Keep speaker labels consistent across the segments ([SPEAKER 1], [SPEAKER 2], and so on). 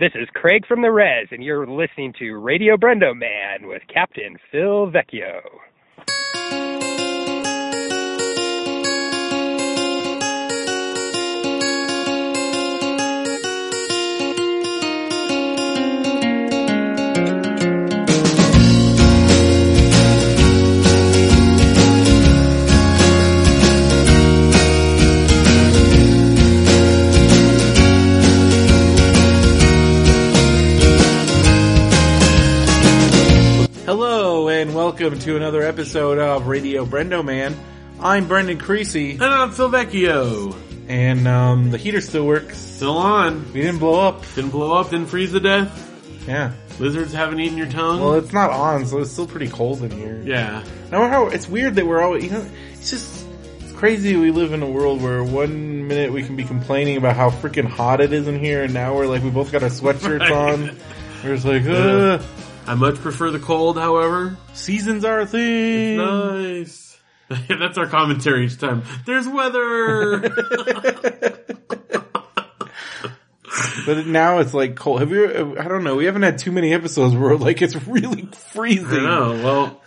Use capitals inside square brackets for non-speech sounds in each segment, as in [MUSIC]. [SPEAKER 1] This is Craig from the Res, and you're listening to Radio Brendo Man with Captain Phil Vecchio.
[SPEAKER 2] Hello and welcome to another episode of Radio Brendo Man. I'm Brendan Creasy,
[SPEAKER 3] And I'm Phil Vecchio.
[SPEAKER 2] and um, the heater still works.
[SPEAKER 3] Still on.
[SPEAKER 2] We didn't blow up.
[SPEAKER 3] Didn't blow up, didn't freeze to death.
[SPEAKER 2] Yeah.
[SPEAKER 3] Lizards haven't eaten your tongue.
[SPEAKER 2] Well, it's not on, so it's still pretty cold in here.
[SPEAKER 3] yeah.
[SPEAKER 2] I wonder how it's weird that we're always. You know, it's just it's crazy. We live in a world where one minute we can be complaining about how freaking hot it is in here, and now we're like we both got our sweatshirts
[SPEAKER 3] [LAUGHS] Right.
[SPEAKER 2] on. We're just like,
[SPEAKER 3] Yeah.
[SPEAKER 2] Ugh,
[SPEAKER 3] I much prefer the cold, however.
[SPEAKER 2] seasons are a thing.
[SPEAKER 3] Nice. [LAUGHS] That's our commentary each time. There's
[SPEAKER 2] [LAUGHS]
[SPEAKER 3] weather.
[SPEAKER 2] But now it's like cold. Have you? I don't know. We haven't had too many episodes where like it's really freezing.
[SPEAKER 3] I know. Well,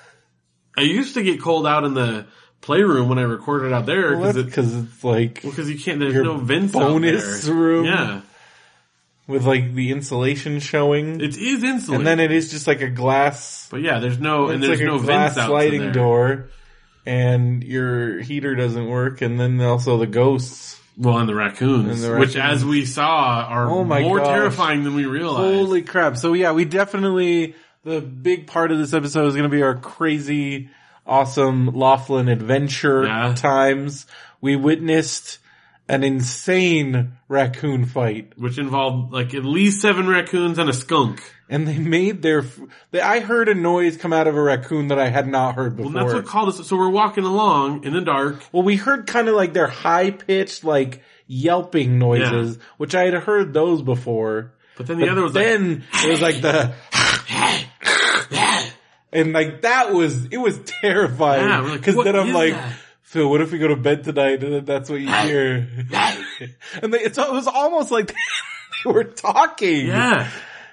[SPEAKER 3] I used to get cold out in the playroom when I recorded out there
[SPEAKER 2] Well,
[SPEAKER 3] because
[SPEAKER 2] that's because it's like
[SPEAKER 3] you can't. There's
[SPEAKER 2] Your
[SPEAKER 3] no vents.
[SPEAKER 2] bonus
[SPEAKER 3] out there.
[SPEAKER 2] room.
[SPEAKER 3] Yeah,
[SPEAKER 2] with like the insulation showing,
[SPEAKER 3] it is insulate.
[SPEAKER 2] and then it is just like a glass.
[SPEAKER 3] but yeah, there's no Oh, and
[SPEAKER 2] It's
[SPEAKER 3] there's
[SPEAKER 2] like
[SPEAKER 3] no
[SPEAKER 2] a glass
[SPEAKER 3] vents out
[SPEAKER 2] sliding
[SPEAKER 3] there.
[SPEAKER 2] door, and your heater doesn't work, and then also the ghosts.
[SPEAKER 3] Well, and the raccoons,
[SPEAKER 2] And the
[SPEAKER 3] which
[SPEAKER 2] raccoons.
[SPEAKER 3] as we saw are
[SPEAKER 2] Oh my
[SPEAKER 3] more
[SPEAKER 2] gosh.
[SPEAKER 3] terrifying than we realized.
[SPEAKER 2] Holy crap! So yeah, we definitely the big part of this episode is going to be our crazy, awesome Laughlin adventure
[SPEAKER 3] Yeah.
[SPEAKER 2] times. We witnessed an insane raccoon fight,
[SPEAKER 3] which involved like at least seven raccoons and a skunk.
[SPEAKER 2] and they made their. f- They, I heard a noise come out of a raccoon that I had not heard before.
[SPEAKER 3] Well, that's what called us. So we're walking along in the dark.
[SPEAKER 2] Well, we heard kind of like their high pitched, like yelping noises, which I had heard those before.
[SPEAKER 3] But then the other was
[SPEAKER 2] then it was like
[SPEAKER 3] [LAUGHS]
[SPEAKER 2] the,
[SPEAKER 3] like,
[SPEAKER 2] and like that was it was terrifying.
[SPEAKER 3] Yeah, we're like,
[SPEAKER 2] Cause
[SPEAKER 3] "What
[SPEAKER 2] then I'm
[SPEAKER 3] is
[SPEAKER 2] like,
[SPEAKER 3] that?"
[SPEAKER 2] Phil, what if we go to bed tonight and then that's what you hear? [LAUGHS] and they, it's, it was almost like [LAUGHS] they were talking.
[SPEAKER 3] yeah,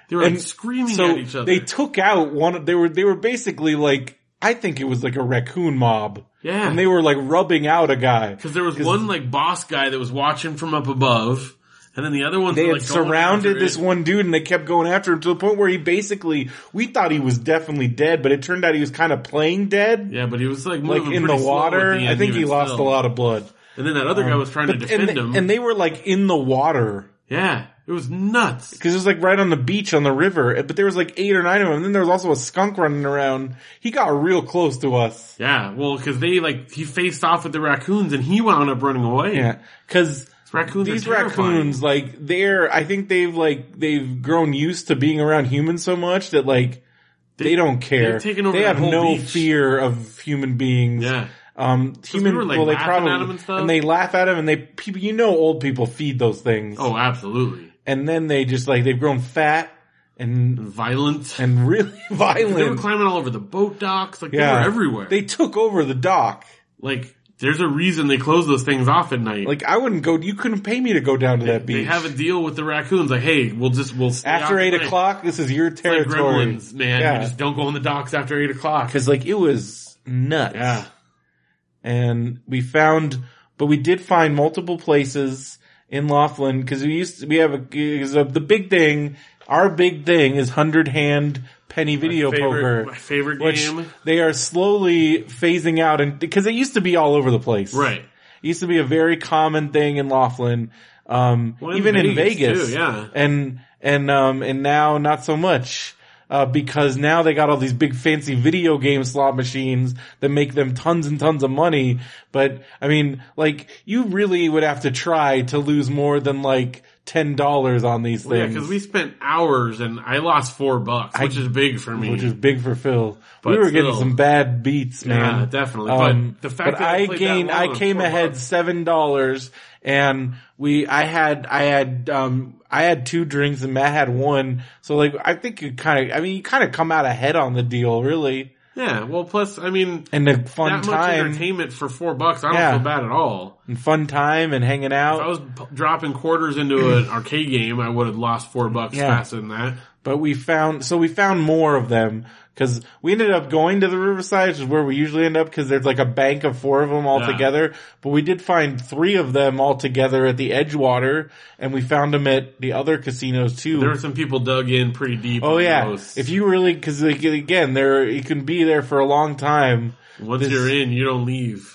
[SPEAKER 3] they were like
[SPEAKER 2] And
[SPEAKER 3] screaming
[SPEAKER 2] So
[SPEAKER 3] at each other.
[SPEAKER 2] they took out one. They were they were basically like I think it was like a raccoon mob,
[SPEAKER 3] yeah,
[SPEAKER 2] and they were like rubbing out a guy.
[SPEAKER 3] Because there was one like boss guy that was watching from up above, and then the other ones
[SPEAKER 2] They
[SPEAKER 3] were,
[SPEAKER 2] had
[SPEAKER 3] like, going
[SPEAKER 2] surrounded
[SPEAKER 3] after
[SPEAKER 2] this
[SPEAKER 3] it.
[SPEAKER 2] one dude and they kept going after him to the point where he basically, we thought he was definitely dead, but it turned out he was kind of playing dead,
[SPEAKER 3] Yeah, but he was like
[SPEAKER 2] like
[SPEAKER 3] moving
[SPEAKER 2] in the
[SPEAKER 3] pretty slow at
[SPEAKER 2] water.
[SPEAKER 3] the
[SPEAKER 2] I
[SPEAKER 3] end,
[SPEAKER 2] think he
[SPEAKER 3] even
[SPEAKER 2] lost
[SPEAKER 3] still.
[SPEAKER 2] a lot of blood.
[SPEAKER 3] And then that other guy was trying to
[SPEAKER 2] Um, But-
[SPEAKER 3] defend
[SPEAKER 2] and,
[SPEAKER 3] him.
[SPEAKER 2] and they were like in the water
[SPEAKER 3] yeah, it was nuts.
[SPEAKER 2] because it was like right on the beach on the river, but there was like eight or nine of them. And then there was also a skunk running around. He got real close to us.
[SPEAKER 3] Yeah, well, because they like he faced off with the raccoons and he wound up running away.
[SPEAKER 2] Yeah. Cause
[SPEAKER 3] These raccoons.
[SPEAKER 2] these
[SPEAKER 3] are terrifying.
[SPEAKER 2] raccoons like they're i think they've like they've grown used to being around humans so much that like they,
[SPEAKER 3] They-
[SPEAKER 2] don't care
[SPEAKER 3] they've taken over
[SPEAKER 2] they
[SPEAKER 3] that
[SPEAKER 2] have
[SPEAKER 3] whole
[SPEAKER 2] no
[SPEAKER 3] beach.
[SPEAKER 2] fear of human beings
[SPEAKER 3] Yeah,
[SPEAKER 2] um human
[SPEAKER 3] were, like,
[SPEAKER 2] well they
[SPEAKER 3] laughing at
[SPEAKER 2] probably
[SPEAKER 3] 'em and stuff.
[SPEAKER 2] they laugh at them and they people you know old people feed those things
[SPEAKER 3] Oh, absolutely.
[SPEAKER 2] and then they just like they've grown fat and
[SPEAKER 3] Violent.
[SPEAKER 2] and really [LAUGHS]
[SPEAKER 3] they were
[SPEAKER 2] violent
[SPEAKER 3] climbing all over the boat docks. Like
[SPEAKER 2] Yeah.
[SPEAKER 3] they were everywhere.
[SPEAKER 2] they took over the dock
[SPEAKER 3] like there's a reason they close those things off at night.
[SPEAKER 2] like i wouldn't go you couldn't pay me to go down to that
[SPEAKER 3] they
[SPEAKER 2] beach
[SPEAKER 3] have a deal with the raccoons. Like, hey, we'll just we'll stay
[SPEAKER 2] after
[SPEAKER 3] out
[SPEAKER 2] eight
[SPEAKER 3] at night.
[SPEAKER 2] o'clock this is your
[SPEAKER 3] Like
[SPEAKER 2] territory
[SPEAKER 3] gremlins, man.
[SPEAKER 2] Yeah.
[SPEAKER 3] You just don't go on the docks after eight o'clock.
[SPEAKER 2] because like it was nuts.
[SPEAKER 3] Yeah.
[SPEAKER 2] And we found, but we did find multiple places in Laughlin because we used to, we have a, 'cause of the big thing, our big thing is hundred hand penny video
[SPEAKER 3] Favorite, my
[SPEAKER 2] poker,
[SPEAKER 3] favorite
[SPEAKER 2] which
[SPEAKER 3] game.
[SPEAKER 2] they are slowly phasing out and because it used to be all over the place.
[SPEAKER 3] Right.
[SPEAKER 2] It used to be a very common thing in Laughlin, um,
[SPEAKER 3] Well, in
[SPEAKER 2] even in Vegas,
[SPEAKER 3] Vegas, too, yeah.
[SPEAKER 2] and and um, and now not so much. Uh, because now they got all these big fancy video game slot machines that make them tons and tons of money. But I mean, like, you really would have to try to lose more than like ten dollars on these
[SPEAKER 3] Yeah,
[SPEAKER 2] things,
[SPEAKER 3] because we spent hours and I lost four bucks, which is big for me.
[SPEAKER 2] which is big for Phil. we
[SPEAKER 3] But
[SPEAKER 2] were getting
[SPEAKER 3] still.
[SPEAKER 2] some bad beats, man.
[SPEAKER 3] yeah, definitely.
[SPEAKER 2] Um,
[SPEAKER 3] but the fact
[SPEAKER 2] but
[SPEAKER 3] that
[SPEAKER 2] I
[SPEAKER 3] played
[SPEAKER 2] gained,
[SPEAKER 3] that long
[SPEAKER 2] I
[SPEAKER 3] on
[SPEAKER 2] came
[SPEAKER 3] four
[SPEAKER 2] ahead
[SPEAKER 3] bucks-
[SPEAKER 2] seven dollars, and we, I had, I had, um, I had two drinks, and Matt had one. So like, I think you kind of, I mean, you kind of come out ahead on the deal, really,
[SPEAKER 3] Yeah. Well, plus, I mean,
[SPEAKER 2] and the fun
[SPEAKER 3] that much
[SPEAKER 2] time.
[SPEAKER 3] entertainment for four bucks, I don't
[SPEAKER 2] Yeah.
[SPEAKER 3] feel bad at all.
[SPEAKER 2] and fun time and hanging out.
[SPEAKER 3] If I was p- dropping
[SPEAKER 2] [CLEARS THROAT]
[SPEAKER 3] quarters into an arcade game, I would have lost four bucks
[SPEAKER 2] Yeah.
[SPEAKER 3] faster than that.
[SPEAKER 2] but we found so we found more of them because we ended up going to the riverside which is where we usually end up because there's like a bank of four of them all
[SPEAKER 3] Yeah.
[SPEAKER 2] together but we did find three of them all together at the edgewater and we found them at the other casinos too
[SPEAKER 3] There were some people dug in pretty deep.
[SPEAKER 2] oh
[SPEAKER 3] on
[SPEAKER 2] yeah
[SPEAKER 3] those.
[SPEAKER 2] if you really because like, again there you can be there for a long time
[SPEAKER 3] once
[SPEAKER 2] this-
[SPEAKER 3] you're in, you don't leave.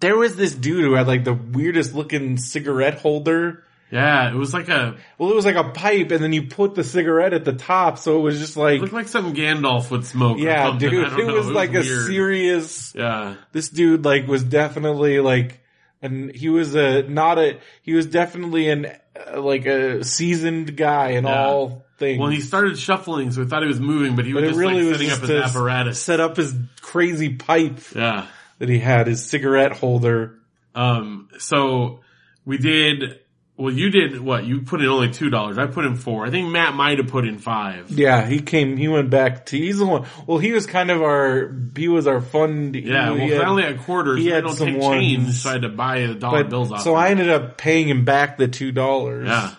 [SPEAKER 2] there was this dude who had like the weirdest looking cigarette holder
[SPEAKER 3] Yeah, it was like a
[SPEAKER 2] well it was like a pipe and then you put the cigarette at the top so it was just
[SPEAKER 3] it
[SPEAKER 2] like
[SPEAKER 3] looked like something Gandalf would smoke. or
[SPEAKER 2] yeah,
[SPEAKER 3] something.
[SPEAKER 2] dude,
[SPEAKER 3] I
[SPEAKER 2] it
[SPEAKER 3] don't know.
[SPEAKER 2] was like a
[SPEAKER 3] weird.
[SPEAKER 2] serious
[SPEAKER 3] Yeah,
[SPEAKER 2] this dude like was definitely like and he was a not a he was definitely an uh, like a seasoned guy in
[SPEAKER 3] Yeah.
[SPEAKER 2] all things.
[SPEAKER 3] Well, he started shuffling, so we thought he was moving, but he
[SPEAKER 2] but
[SPEAKER 3] was
[SPEAKER 2] it
[SPEAKER 3] just
[SPEAKER 2] really
[SPEAKER 3] like
[SPEAKER 2] was
[SPEAKER 3] setting
[SPEAKER 2] just
[SPEAKER 3] up his
[SPEAKER 2] to
[SPEAKER 3] apparatus.
[SPEAKER 2] set up his crazy pipe
[SPEAKER 3] Yeah.
[SPEAKER 2] that he had his cigarette holder.
[SPEAKER 3] Um. So we did. Well, you did what? You put in only two dollars. I put in four. I think Matt might have put in five.
[SPEAKER 2] Yeah, he came. He went back to he's the one. Well, he was kind of our he was our fund.
[SPEAKER 3] Yeah, well,
[SPEAKER 2] he
[SPEAKER 3] if I
[SPEAKER 2] had-
[SPEAKER 3] only had quarters.
[SPEAKER 2] he
[SPEAKER 3] He
[SPEAKER 2] had
[SPEAKER 3] don't
[SPEAKER 2] some
[SPEAKER 3] take
[SPEAKER 2] ones.
[SPEAKER 3] change, so I had to buy the dollar
[SPEAKER 2] but-
[SPEAKER 3] bills off.
[SPEAKER 2] so
[SPEAKER 3] him.
[SPEAKER 2] I ended up paying him back the two dollars.
[SPEAKER 3] yeah,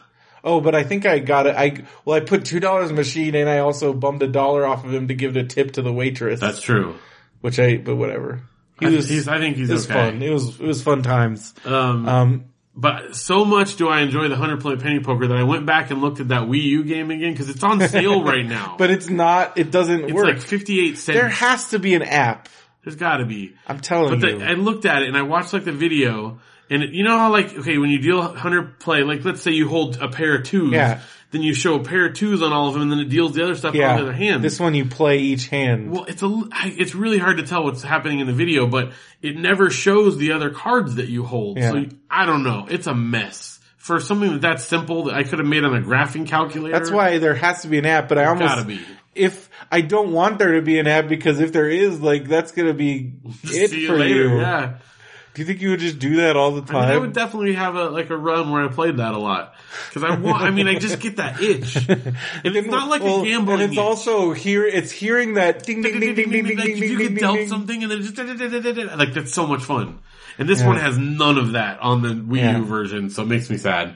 [SPEAKER 2] Oh, but I think I got it. I well, I put two dollars in the machine, and I also bummed a dollar off of him to give it a tip to the waitress.
[SPEAKER 3] that's true.
[SPEAKER 2] which I, but whatever. He
[SPEAKER 3] I,
[SPEAKER 2] was,
[SPEAKER 3] he's, I think he's
[SPEAKER 2] it was fun.
[SPEAKER 3] okay.
[SPEAKER 2] It was, it was fun times.
[SPEAKER 3] Um,
[SPEAKER 2] Um,
[SPEAKER 3] but so much do I enjoy the hundred point penny poker that I went back and looked at that Wii U game again because it's on
[SPEAKER 2] [LAUGHS]
[SPEAKER 3] sale right now.
[SPEAKER 2] but it's not. It doesn't
[SPEAKER 3] it's
[SPEAKER 2] work.
[SPEAKER 3] like fifty eight cents.
[SPEAKER 2] there has to be an app.
[SPEAKER 3] There's got to be.
[SPEAKER 2] I'm telling
[SPEAKER 3] But
[SPEAKER 2] you.
[SPEAKER 3] the, I looked at it and I watched like the video, and it- you know how like okay when you deal hundred play, like let's say you hold a pair of twos,
[SPEAKER 2] Yeah.
[SPEAKER 3] then you show a pair of twos on all of them, and then it deals the other stuff
[SPEAKER 2] yeah,
[SPEAKER 3] on the other hand.
[SPEAKER 2] this one you play each hand.
[SPEAKER 3] well, it's a l- I- it's really hard to tell what's happening in the video, but it never shows the other cards that you hold.
[SPEAKER 2] Yeah.
[SPEAKER 3] So you- I don't know. It's a mess for something that that's simple that I could have made on a graphing calculator.
[SPEAKER 2] That's why there has to be an app. But I
[SPEAKER 3] it's gotta
[SPEAKER 2] almost
[SPEAKER 3] be.
[SPEAKER 2] if I don't want there to be an app because if there is, like that's gonna be it
[SPEAKER 3] [LAUGHS] See you
[SPEAKER 2] for
[SPEAKER 3] later.
[SPEAKER 2] you.
[SPEAKER 3] Yeah.
[SPEAKER 2] Do you think you would just do that all the
[SPEAKER 3] I, mean, I
[SPEAKER 2] time? [LAUGHS]
[SPEAKER 3] would definitely have a like a run where I played that a lot because I want. I mean, I just get that itch. And it's not like
[SPEAKER 2] Well,
[SPEAKER 3] a gambling.
[SPEAKER 2] And it's
[SPEAKER 3] itch.
[SPEAKER 2] also here. It's hearing that ding ding ding ding ding ding
[SPEAKER 3] like
[SPEAKER 2] ding
[SPEAKER 3] if
[SPEAKER 2] ding ding
[SPEAKER 3] you get
[SPEAKER 2] ding.
[SPEAKER 3] dealt
[SPEAKER 2] ding.
[SPEAKER 3] something and then just like that's so much fun. And this one has none of that on the Wii
[SPEAKER 2] Yeah.
[SPEAKER 3] U version, so it makes me sad.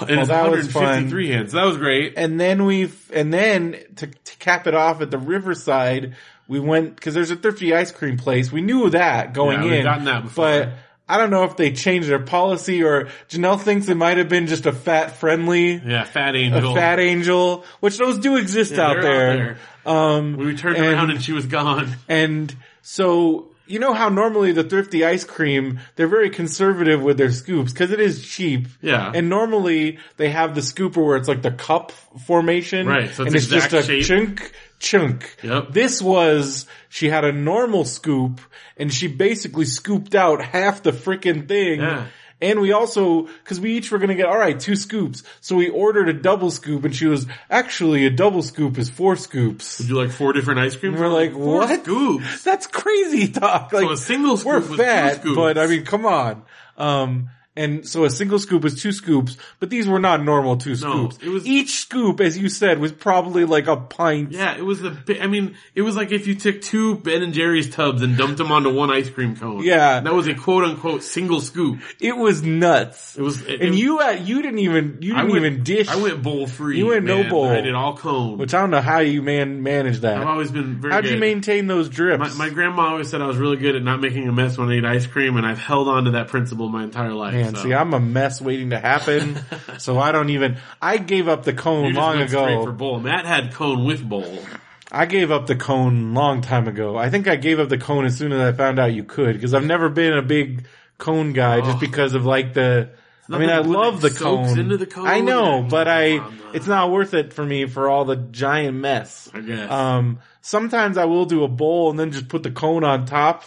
[SPEAKER 3] And it's
[SPEAKER 2] that was fun.
[SPEAKER 3] 153 hands. That was great.
[SPEAKER 2] and then we and then to, to cap it off at the Riverside, we went because there's a thrifty ice cream place. We knew that going
[SPEAKER 3] Yeah, we've
[SPEAKER 2] in,
[SPEAKER 3] gotten that before.
[SPEAKER 2] but I don't know if they changed their policy or Janelle thinks it might have been just a fat friendly,
[SPEAKER 3] Yeah, Fat
[SPEAKER 2] a
[SPEAKER 3] Angel.
[SPEAKER 2] fat angel, which those do exist
[SPEAKER 3] Yeah,
[SPEAKER 2] out,
[SPEAKER 3] they're out
[SPEAKER 2] there. Um,
[SPEAKER 3] we turned
[SPEAKER 2] and-
[SPEAKER 3] around and she was gone. [LAUGHS]
[SPEAKER 2] and so, you know how normally the thrifty ice cream, they're very conservative with their scoops because it is cheap.
[SPEAKER 3] Yeah.
[SPEAKER 2] And normally they have the scooper where it's like the cup formation.
[SPEAKER 3] Right, so it's
[SPEAKER 2] and it's just
[SPEAKER 3] exact
[SPEAKER 2] a
[SPEAKER 3] shape.
[SPEAKER 2] chunk, chunk.
[SPEAKER 3] Yep.
[SPEAKER 2] This was, she had a normal scoop and she basically scooped out half the freaking thing.
[SPEAKER 3] Yeah.
[SPEAKER 2] And we also, cause we each were gonna get, alright, two scoops. So we ordered a double scoop and she was, actually a double scoop is four scoops.
[SPEAKER 3] Would you like four different ice creams?
[SPEAKER 2] And we're like,
[SPEAKER 3] Four
[SPEAKER 2] what?
[SPEAKER 3] scoops.
[SPEAKER 2] That's crazy talk. Like
[SPEAKER 3] so a single scoop
[SPEAKER 2] [LAUGHS] we're
[SPEAKER 3] was two
[SPEAKER 2] fat,
[SPEAKER 3] scoops.
[SPEAKER 2] but I mean, come on. Um, and so a single scoop is two scoops, but these were not normal two scoops.
[SPEAKER 3] it was-
[SPEAKER 2] each scoop, as you said, was probably like a pint.
[SPEAKER 3] Yeah, it was the. bi- I mean, it was like if you took two Ben and Jerry's tubs and dumped them onto one ice cream cone.
[SPEAKER 2] Yeah.
[SPEAKER 3] that was a quote unquote single scoop.
[SPEAKER 2] It was nuts.
[SPEAKER 3] It was. It,
[SPEAKER 2] and
[SPEAKER 3] it-
[SPEAKER 2] you, uh, you didn't even, you
[SPEAKER 3] I
[SPEAKER 2] didn't
[SPEAKER 3] went-
[SPEAKER 2] even dish,
[SPEAKER 3] I went bowl free.
[SPEAKER 2] You went no
[SPEAKER 3] man.
[SPEAKER 2] bowl.
[SPEAKER 3] I did all cone.
[SPEAKER 2] which I don't know how you man managed
[SPEAKER 3] I've
[SPEAKER 2] that.
[SPEAKER 3] always been very.
[SPEAKER 2] How'd you
[SPEAKER 3] good.
[SPEAKER 2] maintain those drips?
[SPEAKER 3] My, my grandma always said I was really good at not making a mess when I ate ice cream, and I've held on to that principle my entire life.
[SPEAKER 2] Man,
[SPEAKER 3] so.
[SPEAKER 2] see, I'm a mess waiting to
[SPEAKER 3] [LAUGHS]
[SPEAKER 2] happen, so I don't even. I gave up the
[SPEAKER 3] You
[SPEAKER 2] cone
[SPEAKER 3] just
[SPEAKER 2] long
[SPEAKER 3] went straight
[SPEAKER 2] ago.
[SPEAKER 3] for bowl. Matt had cone with bowl.
[SPEAKER 2] I gave up the cone long time ago. I think I gave up the cone as soon as I found out you could, because I've never been a big cone guy, just
[SPEAKER 3] Oh.
[SPEAKER 2] because of like the. I mean,
[SPEAKER 3] nothing
[SPEAKER 2] I
[SPEAKER 3] when
[SPEAKER 2] love
[SPEAKER 3] it
[SPEAKER 2] the
[SPEAKER 3] soaks
[SPEAKER 2] cone.
[SPEAKER 3] into the cone
[SPEAKER 2] I know,
[SPEAKER 3] and-
[SPEAKER 2] but I
[SPEAKER 3] Come on.
[SPEAKER 2] it's not worth it for me for all the giant mess.
[SPEAKER 3] I guess.
[SPEAKER 2] Um, sometimes I will do a bowl and then just put the cone on
[SPEAKER 3] [LAUGHS]
[SPEAKER 2] top,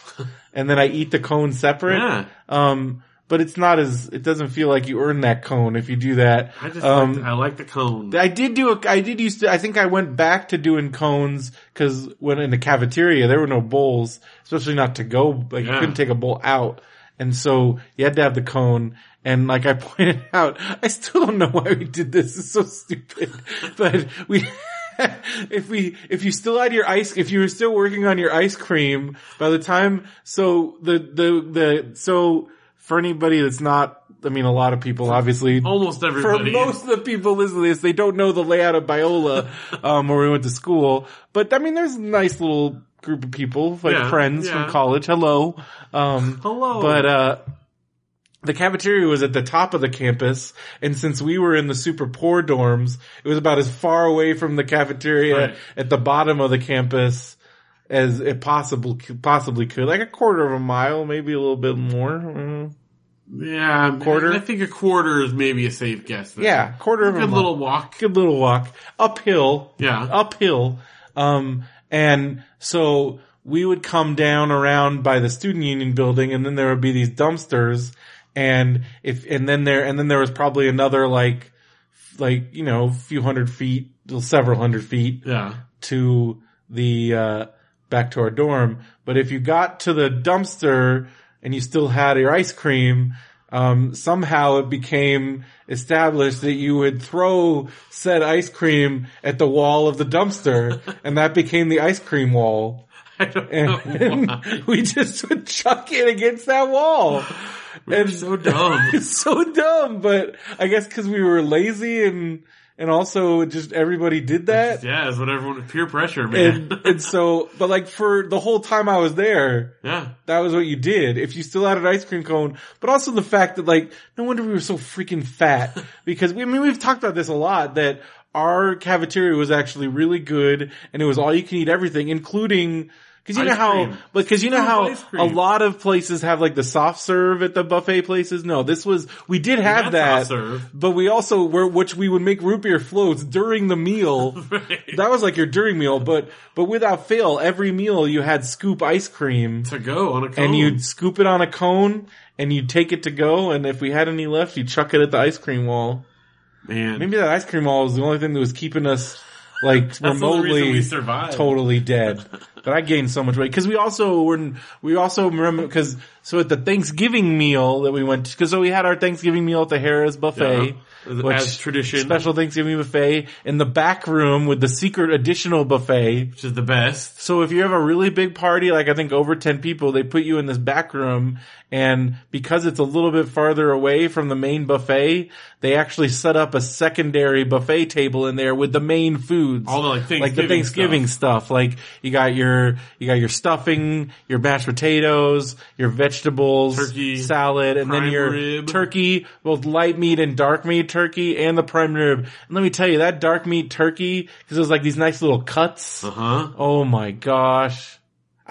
[SPEAKER 2] and then I eat the cone separate.
[SPEAKER 3] Yeah.
[SPEAKER 2] Um, but it's not as it doesn't feel like you earn that cone if you do that.
[SPEAKER 3] I just
[SPEAKER 2] um,
[SPEAKER 3] liked, I like the cone.
[SPEAKER 2] I did do a, I did used to, I think I went back to doing cones because when in the cafeteria there were no bowls, especially not to go, like you
[SPEAKER 3] Yeah.
[SPEAKER 2] couldn't take a bowl out. And so you had to have the cone. And like I [LAUGHS] pointed out, I still don't know why we did this. It's so stupid, [LAUGHS] but we, [LAUGHS] if we, if you still had your ice, if you were still working on your ice cream by the time, so the, the, the, so for anybody that's not, I mean, a lot of people obviously.
[SPEAKER 3] Almost
[SPEAKER 2] For
[SPEAKER 3] everybody.
[SPEAKER 2] most of the people listening to this, they don't know the layout of
[SPEAKER 3] [LAUGHS]
[SPEAKER 2] Biola, um, where we went to school. But I mean, there's a nice little group of people, like
[SPEAKER 3] Yeah,
[SPEAKER 2] friends
[SPEAKER 3] yeah.
[SPEAKER 2] from college. Hello. Um,
[SPEAKER 3] Hello.
[SPEAKER 2] but uh the cafeteria was at the top of the campus, and since we were in the super poor dorms, it was about as far away from the cafeteria
[SPEAKER 3] Right.
[SPEAKER 2] at the bottom of the campus as it possible possibly could, like a quarter of a mile, maybe a little bit more. Mm.
[SPEAKER 3] yeah,
[SPEAKER 2] Quarter?
[SPEAKER 3] I think a quarter is maybe a safe guess. There.
[SPEAKER 2] Yeah, quarter of a Uh,
[SPEAKER 3] good
[SPEAKER 2] mile.
[SPEAKER 3] little walk.
[SPEAKER 2] good little walk uphill,
[SPEAKER 3] Yeah,
[SPEAKER 2] uphill. Um, and so we would come down around by the student union building and then there would be these dumpsters and if, and then there, and then there was probably another like, like, you know, few hundred feet, several hundred feet
[SPEAKER 3] yeah. [LAUGHS]
[SPEAKER 2] to the, uh, back to our dorm. But if you got to the dumpster and you still had your ice cream, um, somehow it became established that you would throw said ice cream at the wall of the
[SPEAKER 3] [LAUGHS]
[SPEAKER 2] dumpster and that became the ice cream wall.
[SPEAKER 3] I don't [LAUGHS] know
[SPEAKER 2] And
[SPEAKER 3] why.
[SPEAKER 2] we just would chuck it against that wall.
[SPEAKER 3] We're so dumb.
[SPEAKER 2] It's [LAUGHS] so dumb, but I guess cause we were lazy and, and also just everybody did that
[SPEAKER 3] yeah, it's what everyone peer pressure, man.
[SPEAKER 2] and and so, but like for the whole time I was there,
[SPEAKER 3] [LAUGHS] yeah,
[SPEAKER 2] that was what you did. If you still had an ice cream cone, but also the fact that like, no wonder we were so freaking fat
[SPEAKER 3] [LAUGHS]
[SPEAKER 2] because we, I mean, we've talked about this a lot that our cafeteria was actually really good and it was all you can eat everything, including Cause you know
[SPEAKER 3] Ice
[SPEAKER 2] how,
[SPEAKER 3] cream.
[SPEAKER 2] but cause you know
[SPEAKER 3] Ooh,
[SPEAKER 2] how
[SPEAKER 3] ice cream.
[SPEAKER 2] a lot of places have like the soft serve at the buffet places. No, this was, we did have
[SPEAKER 3] had
[SPEAKER 2] that,
[SPEAKER 3] soft serve.
[SPEAKER 2] but we also were, which we would make root beer floats during the
[SPEAKER 3] [LAUGHS]
[SPEAKER 2] meal.
[SPEAKER 3] Right.
[SPEAKER 2] That was like your during meal, but but without fail, every meal you had scoop ice cream
[SPEAKER 3] to go on a cone.
[SPEAKER 2] and you'd scoop it on a cone and you'd take it to go and if we had any left you chuck it at the ice cream wall.
[SPEAKER 3] man,
[SPEAKER 2] Maybe that ice cream wall was the only thing that was keeping us like
[SPEAKER 3] [LAUGHS] that's the only reason
[SPEAKER 2] remotely
[SPEAKER 3] we survived.
[SPEAKER 2] totally dead. But I gained so much weight because we also were we also remember because so at the Thanksgiving meal that we went because so we had our Thanksgiving meal at the Harris buffet,
[SPEAKER 3] Yeah. As- as tradition.
[SPEAKER 2] special Thanksgiving buffet in the back room with the secret additional buffet.
[SPEAKER 3] which is the best.
[SPEAKER 2] So if you have a really big party, like I think over 10 people, they put you in this back room and because it's a little bit farther away from the main buffet, they actually set up a secondary buffet table in there with the main foods.
[SPEAKER 3] All the, like,
[SPEAKER 2] like the
[SPEAKER 3] Thanksgiving
[SPEAKER 2] Thanksgiving stuff. Like you got your, you got your stuffing, your mashed potatoes, your vegetables,
[SPEAKER 3] Turkey,
[SPEAKER 2] salad, and then
[SPEAKER 3] prime
[SPEAKER 2] your
[SPEAKER 3] rib.
[SPEAKER 2] turkey, both light meat and dark meat turkey and the prime rib. And let me tell you that dark meat turkey, cause it was like these nice little cuts.
[SPEAKER 3] Uh huh.
[SPEAKER 2] Oh my gosh.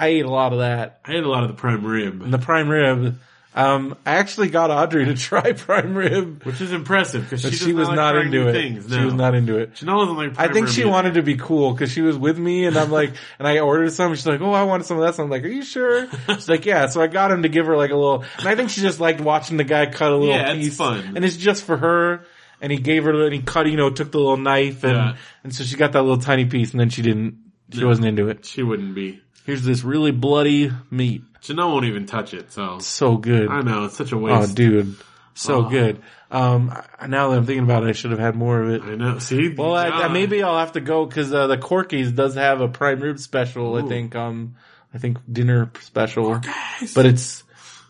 [SPEAKER 2] I ate a lot of that.
[SPEAKER 3] I ate a lot of the prime
[SPEAKER 2] And
[SPEAKER 3] rib,
[SPEAKER 2] the prime rib. Um, I actually got Audrey to [LAUGHS] try prime rib,
[SPEAKER 3] which is impressive because she,
[SPEAKER 2] but she,
[SPEAKER 3] does
[SPEAKER 2] was
[SPEAKER 3] like
[SPEAKER 2] not
[SPEAKER 3] trying
[SPEAKER 2] into
[SPEAKER 3] new
[SPEAKER 2] it.
[SPEAKER 3] Things.
[SPEAKER 2] She
[SPEAKER 3] No.
[SPEAKER 2] was not into it.
[SPEAKER 3] Janelle doesn't like.
[SPEAKER 2] I
[SPEAKER 3] prime
[SPEAKER 2] think
[SPEAKER 3] rib
[SPEAKER 2] she
[SPEAKER 3] either.
[SPEAKER 2] wanted to be cool because she was with me and I'm like, [LAUGHS] and I ordered some. She's like, oh, I wanted some of that. So I'm like, are you sure? She's like, yeah. So I got him to give her like a little, and I think she just liked watching the guy cut a little
[SPEAKER 3] Yeah, it's
[SPEAKER 2] piece.
[SPEAKER 3] fun.
[SPEAKER 2] And it's just for her. And he gave her, and he cut, you know, took the little knife and,
[SPEAKER 3] Yeah.
[SPEAKER 2] and so she got that little tiny piece and then she didn't, she wasn't into it.
[SPEAKER 3] She wouldn't be.
[SPEAKER 2] Here's this really bloody meat.
[SPEAKER 3] Janelle won't even touch it. So
[SPEAKER 2] So good.
[SPEAKER 3] I know it's such a
[SPEAKER 2] Oh,
[SPEAKER 3] waste.
[SPEAKER 2] dude. So
[SPEAKER 3] Oh.
[SPEAKER 2] good. Um, I- now that I'm thinking about it, I should have had more of it.
[SPEAKER 3] I know. See,
[SPEAKER 2] Well, I, I,
[SPEAKER 3] John.
[SPEAKER 2] maybe I'll have to go because uh, the Corky's does have a prime rib special. I
[SPEAKER 3] Ooh. Oh,
[SPEAKER 2] think um, I think dinner special, but it's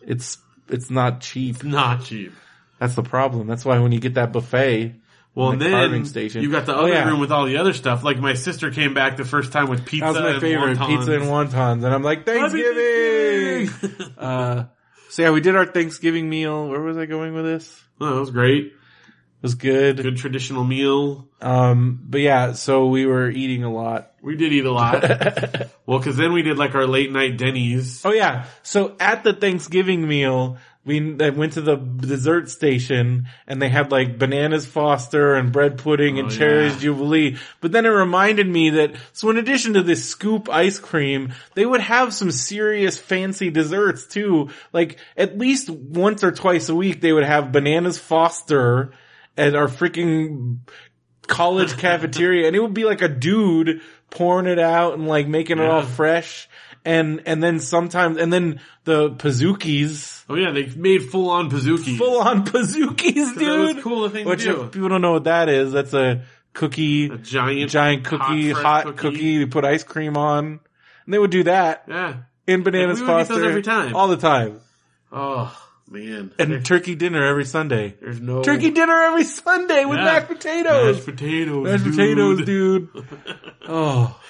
[SPEAKER 2] it's it's not cheap.
[SPEAKER 3] not cheap.
[SPEAKER 2] That's the problem. That's why when you get that buffet,
[SPEAKER 3] Well,
[SPEAKER 2] and
[SPEAKER 3] and
[SPEAKER 2] the
[SPEAKER 3] then
[SPEAKER 2] carving station.
[SPEAKER 3] you got the
[SPEAKER 2] Oh,
[SPEAKER 3] other
[SPEAKER 2] yeah.
[SPEAKER 3] room with all the other stuff. Like my sister came back the first time with pizza.
[SPEAKER 2] that was my
[SPEAKER 3] and
[SPEAKER 2] favorite
[SPEAKER 3] wontons.
[SPEAKER 2] pizza and wontons, and I'm like
[SPEAKER 3] Happy
[SPEAKER 2] Thanksgiving.
[SPEAKER 3] Thanksgiving!
[SPEAKER 2] uh, so yeah, we did our Thanksgiving meal. Where was I going with this? It
[SPEAKER 3] No, that was great.
[SPEAKER 2] was good.
[SPEAKER 3] Good traditional meal.
[SPEAKER 2] Um, but yeah, so we were eating a lot.
[SPEAKER 3] We did eat
[SPEAKER 2] [LAUGHS]
[SPEAKER 3] a lot.
[SPEAKER 2] oh
[SPEAKER 3] well, because then we did like our late night Denny's.
[SPEAKER 2] yeah, so at the Thanksgiving meal, we I went to the dessert station and they had like bananas Foster and bread pudding and
[SPEAKER 3] Oh,
[SPEAKER 2] cherries
[SPEAKER 3] yeah.
[SPEAKER 2] Jubilee. But then it reminded me that so in addition to this scoop ice cream, they would have some serious fancy desserts too. Like at least once or twice a week, they would have bananas Foster at our freaking
[SPEAKER 3] [LAUGHS]
[SPEAKER 2] college cafeteria and it would be like a dude pouring it out and like making it all
[SPEAKER 3] Yeah.
[SPEAKER 2] fresh and and then sometimes and then the pazookies
[SPEAKER 3] Oh yeah, they made full on pizookie.
[SPEAKER 2] full on pazookies
[SPEAKER 3] [LAUGHS] that was
[SPEAKER 2] dude
[SPEAKER 3] cool a thing to
[SPEAKER 2] which
[SPEAKER 3] do.
[SPEAKER 2] if people don't know what that is that's a cookie
[SPEAKER 3] a giant,
[SPEAKER 2] giant cookie
[SPEAKER 3] fresh
[SPEAKER 2] hot, cookie. they put ice cream on and they would do that
[SPEAKER 3] Yeah.
[SPEAKER 2] in bananas
[SPEAKER 3] we would eat those
[SPEAKER 2] foster
[SPEAKER 3] every time.
[SPEAKER 2] all the time
[SPEAKER 3] Oh, man.
[SPEAKER 2] and turkey dinner every Sunday.
[SPEAKER 3] There's no
[SPEAKER 2] Turkey dinner every Sunday with
[SPEAKER 3] Oh. Yeah.
[SPEAKER 2] mashed potatoes.
[SPEAKER 3] Mashed potatoes.
[SPEAKER 2] Mashed
[SPEAKER 3] dude.
[SPEAKER 2] potatoes, dude. Oh,
[SPEAKER 3] [LAUGHS]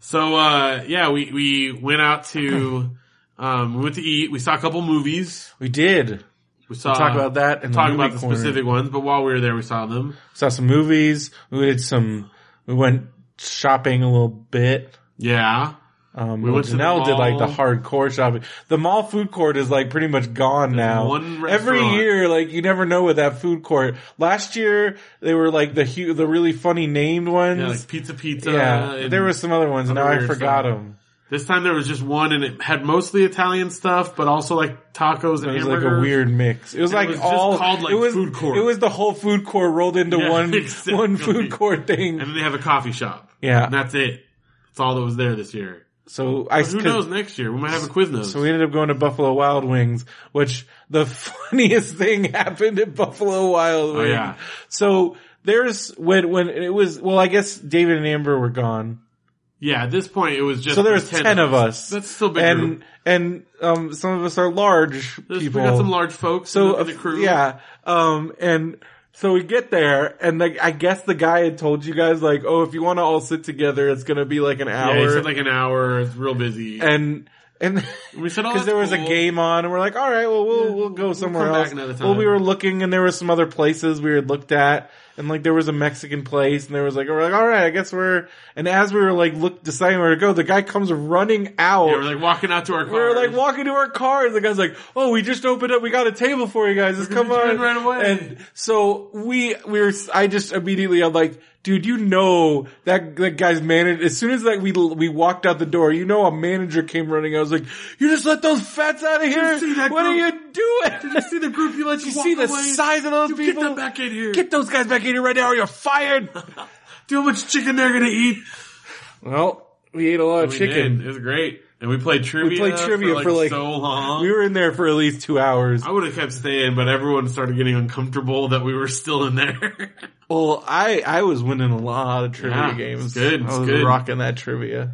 [SPEAKER 3] So uh, yeah, we we went out to um, we went to eat. We saw a couple movies.
[SPEAKER 2] we did.
[SPEAKER 3] We saw
[SPEAKER 2] talk about that in the
[SPEAKER 3] Uh, talk
[SPEAKER 2] movie
[SPEAKER 3] about the
[SPEAKER 2] corner.
[SPEAKER 3] specific ones, but while we were there, we saw them.
[SPEAKER 2] Saw some movies. We did some. We went shopping a little bit.
[SPEAKER 3] Yeah,
[SPEAKER 2] Um,
[SPEAKER 3] We went to the
[SPEAKER 2] Janelle did like the
[SPEAKER 3] mall.
[SPEAKER 2] hardcore shopping. The mall food court is like pretty much gone now.
[SPEAKER 3] one
[SPEAKER 2] Every
[SPEAKER 3] restaurant.
[SPEAKER 2] year, like you never know with that food court. Last year they were like the hu- the really funny named ones.
[SPEAKER 3] yeah,
[SPEAKER 2] Yeah,
[SPEAKER 3] like pizza, pizza. and
[SPEAKER 2] there were some other ones. and
[SPEAKER 3] other
[SPEAKER 2] Now I
[SPEAKER 3] weird
[SPEAKER 2] forgot
[SPEAKER 3] stuff.
[SPEAKER 2] them.
[SPEAKER 3] this time there was just one, and it had mostly Italian stuff, but also like tacos and
[SPEAKER 2] It was like
[SPEAKER 3] hamburgers.
[SPEAKER 2] a weird mix. It was
[SPEAKER 3] It
[SPEAKER 2] like
[SPEAKER 3] was just
[SPEAKER 2] all
[SPEAKER 3] called, like,
[SPEAKER 2] it was
[SPEAKER 3] food court.
[SPEAKER 2] It was the whole food court rolled into
[SPEAKER 3] Yeah, [LAUGHS]
[SPEAKER 2] one
[SPEAKER 3] exactly.
[SPEAKER 2] one food court
[SPEAKER 3] and
[SPEAKER 2] thing.
[SPEAKER 3] then they have a coffee shop.
[SPEAKER 2] Yeah.
[SPEAKER 3] and that's it. That's all that was there this year.
[SPEAKER 2] So I
[SPEAKER 3] Who knows next year? We might have a Quiznos.
[SPEAKER 2] So we ended up going to Buffalo Wild Wings, which the [LAUGHS] funniest thing happened at Buffalo Wild Wings.
[SPEAKER 3] Oh, yeah.
[SPEAKER 2] So there's when when it was well, I guess David and Amber were gone.
[SPEAKER 3] yeah, at this point it was just
[SPEAKER 2] So there's
[SPEAKER 3] the
[SPEAKER 2] ten, of us.
[SPEAKER 3] That's still big.
[SPEAKER 2] and
[SPEAKER 3] group.
[SPEAKER 2] and um some of us are large
[SPEAKER 3] There's-
[SPEAKER 2] people.
[SPEAKER 3] We got some large folks.
[SPEAKER 2] so uh,
[SPEAKER 3] in the, in the crew.
[SPEAKER 2] yeah, um and so we get there and like I guess the guy had told you guys like, oh, if you want to all sit together, it's gonna be like an hour.
[SPEAKER 3] Yeah, he said like an hour. It's real busy.
[SPEAKER 2] and and
[SPEAKER 3] we
[SPEAKER 2] [LAUGHS]
[SPEAKER 3] said oh,
[SPEAKER 2] because there was a
[SPEAKER 3] that's cool.
[SPEAKER 2] game on, and we're like, all right, well, we'll
[SPEAKER 3] Yeah,
[SPEAKER 2] we'll go
[SPEAKER 3] we'll
[SPEAKER 2] somewhere
[SPEAKER 3] come back
[SPEAKER 2] else.
[SPEAKER 3] another
[SPEAKER 2] Well, we
[SPEAKER 3] time.
[SPEAKER 2] were looking, and there were some other places we had looked at, and like there was a Mexican place, and there was like we're like, all right, I guess we're. And as we were like look deciding where to go, the guy comes running out.
[SPEAKER 3] Yeah, we're like walking out to our car.
[SPEAKER 2] we were like walking to our car, and the guy's like, "Oh, we just opened up. We got a table for you guys. Just
[SPEAKER 3] gonna
[SPEAKER 2] come
[SPEAKER 3] be
[SPEAKER 2] on."
[SPEAKER 3] doing right away.
[SPEAKER 2] And so we we were. I just immediately I'm like, "Dude, you know that that guy's manager." As soon as like we we walked out the door, you know, a manager came running. I was like, "You just let those fats out of here!
[SPEAKER 3] see that
[SPEAKER 2] what are you
[SPEAKER 3] group?
[SPEAKER 2] doing?
[SPEAKER 3] you see the group you let
[SPEAKER 2] Did you see the size of those
[SPEAKER 3] You
[SPEAKER 2] people?
[SPEAKER 3] Get them back in here.
[SPEAKER 2] Get those guys back in here right now, or you're fired."
[SPEAKER 3] Do how much chicken they're gonna eat.
[SPEAKER 2] well, we ate a lot of
[SPEAKER 3] We
[SPEAKER 2] chicken.
[SPEAKER 3] did. It was great, and we played trivia.
[SPEAKER 2] played trivia
[SPEAKER 3] for like,
[SPEAKER 2] for, like-
[SPEAKER 3] so long.
[SPEAKER 2] We were in there for at least two hours.
[SPEAKER 3] I would have kept staying, but everyone started getting uncomfortable that we were still in there. [LAUGHS]
[SPEAKER 2] Well, I I was winning a lot of trivia
[SPEAKER 3] Yeah, it's
[SPEAKER 2] games.
[SPEAKER 3] good, it's
[SPEAKER 2] I was
[SPEAKER 3] good.
[SPEAKER 2] rocking that trivia.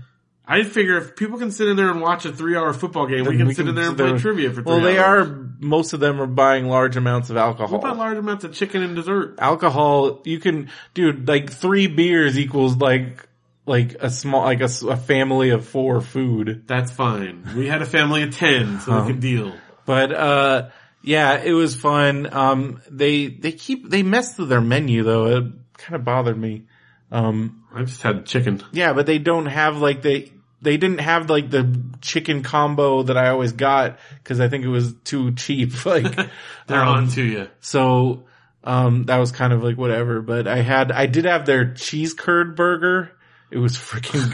[SPEAKER 3] I figure if people can sit in there and watch a three-hour football game, we
[SPEAKER 2] Then
[SPEAKER 3] can
[SPEAKER 2] we
[SPEAKER 3] sit
[SPEAKER 2] can
[SPEAKER 3] in there and
[SPEAKER 2] sit there-
[SPEAKER 3] play trivia for. Three
[SPEAKER 2] Well, they
[SPEAKER 3] hours.
[SPEAKER 2] are most of them are buying large amounts of alcohol.
[SPEAKER 3] What about large amounts of chicken and dessert?
[SPEAKER 2] alcohol, you can, dude, like three beers equals like like a small like a, s- a family of four food.
[SPEAKER 3] That's fine. We had a family of ten, so
[SPEAKER 2] Huh.
[SPEAKER 3] we could deal.
[SPEAKER 2] But uh, yeah, it was fun. Um, they they keep they mess with their menu though. It kind of bothered me. Um,
[SPEAKER 3] I just had chicken.
[SPEAKER 2] Yeah, but they don't have like they they didn't have like the chicken combo that I always got because I think it was too cheap. [LAUGHS] Like
[SPEAKER 3] [LAUGHS] They're
[SPEAKER 2] um,
[SPEAKER 3] on to you.
[SPEAKER 2] So um, that was kind of like whatever. But I had I did have their cheese curd burger. It was freaking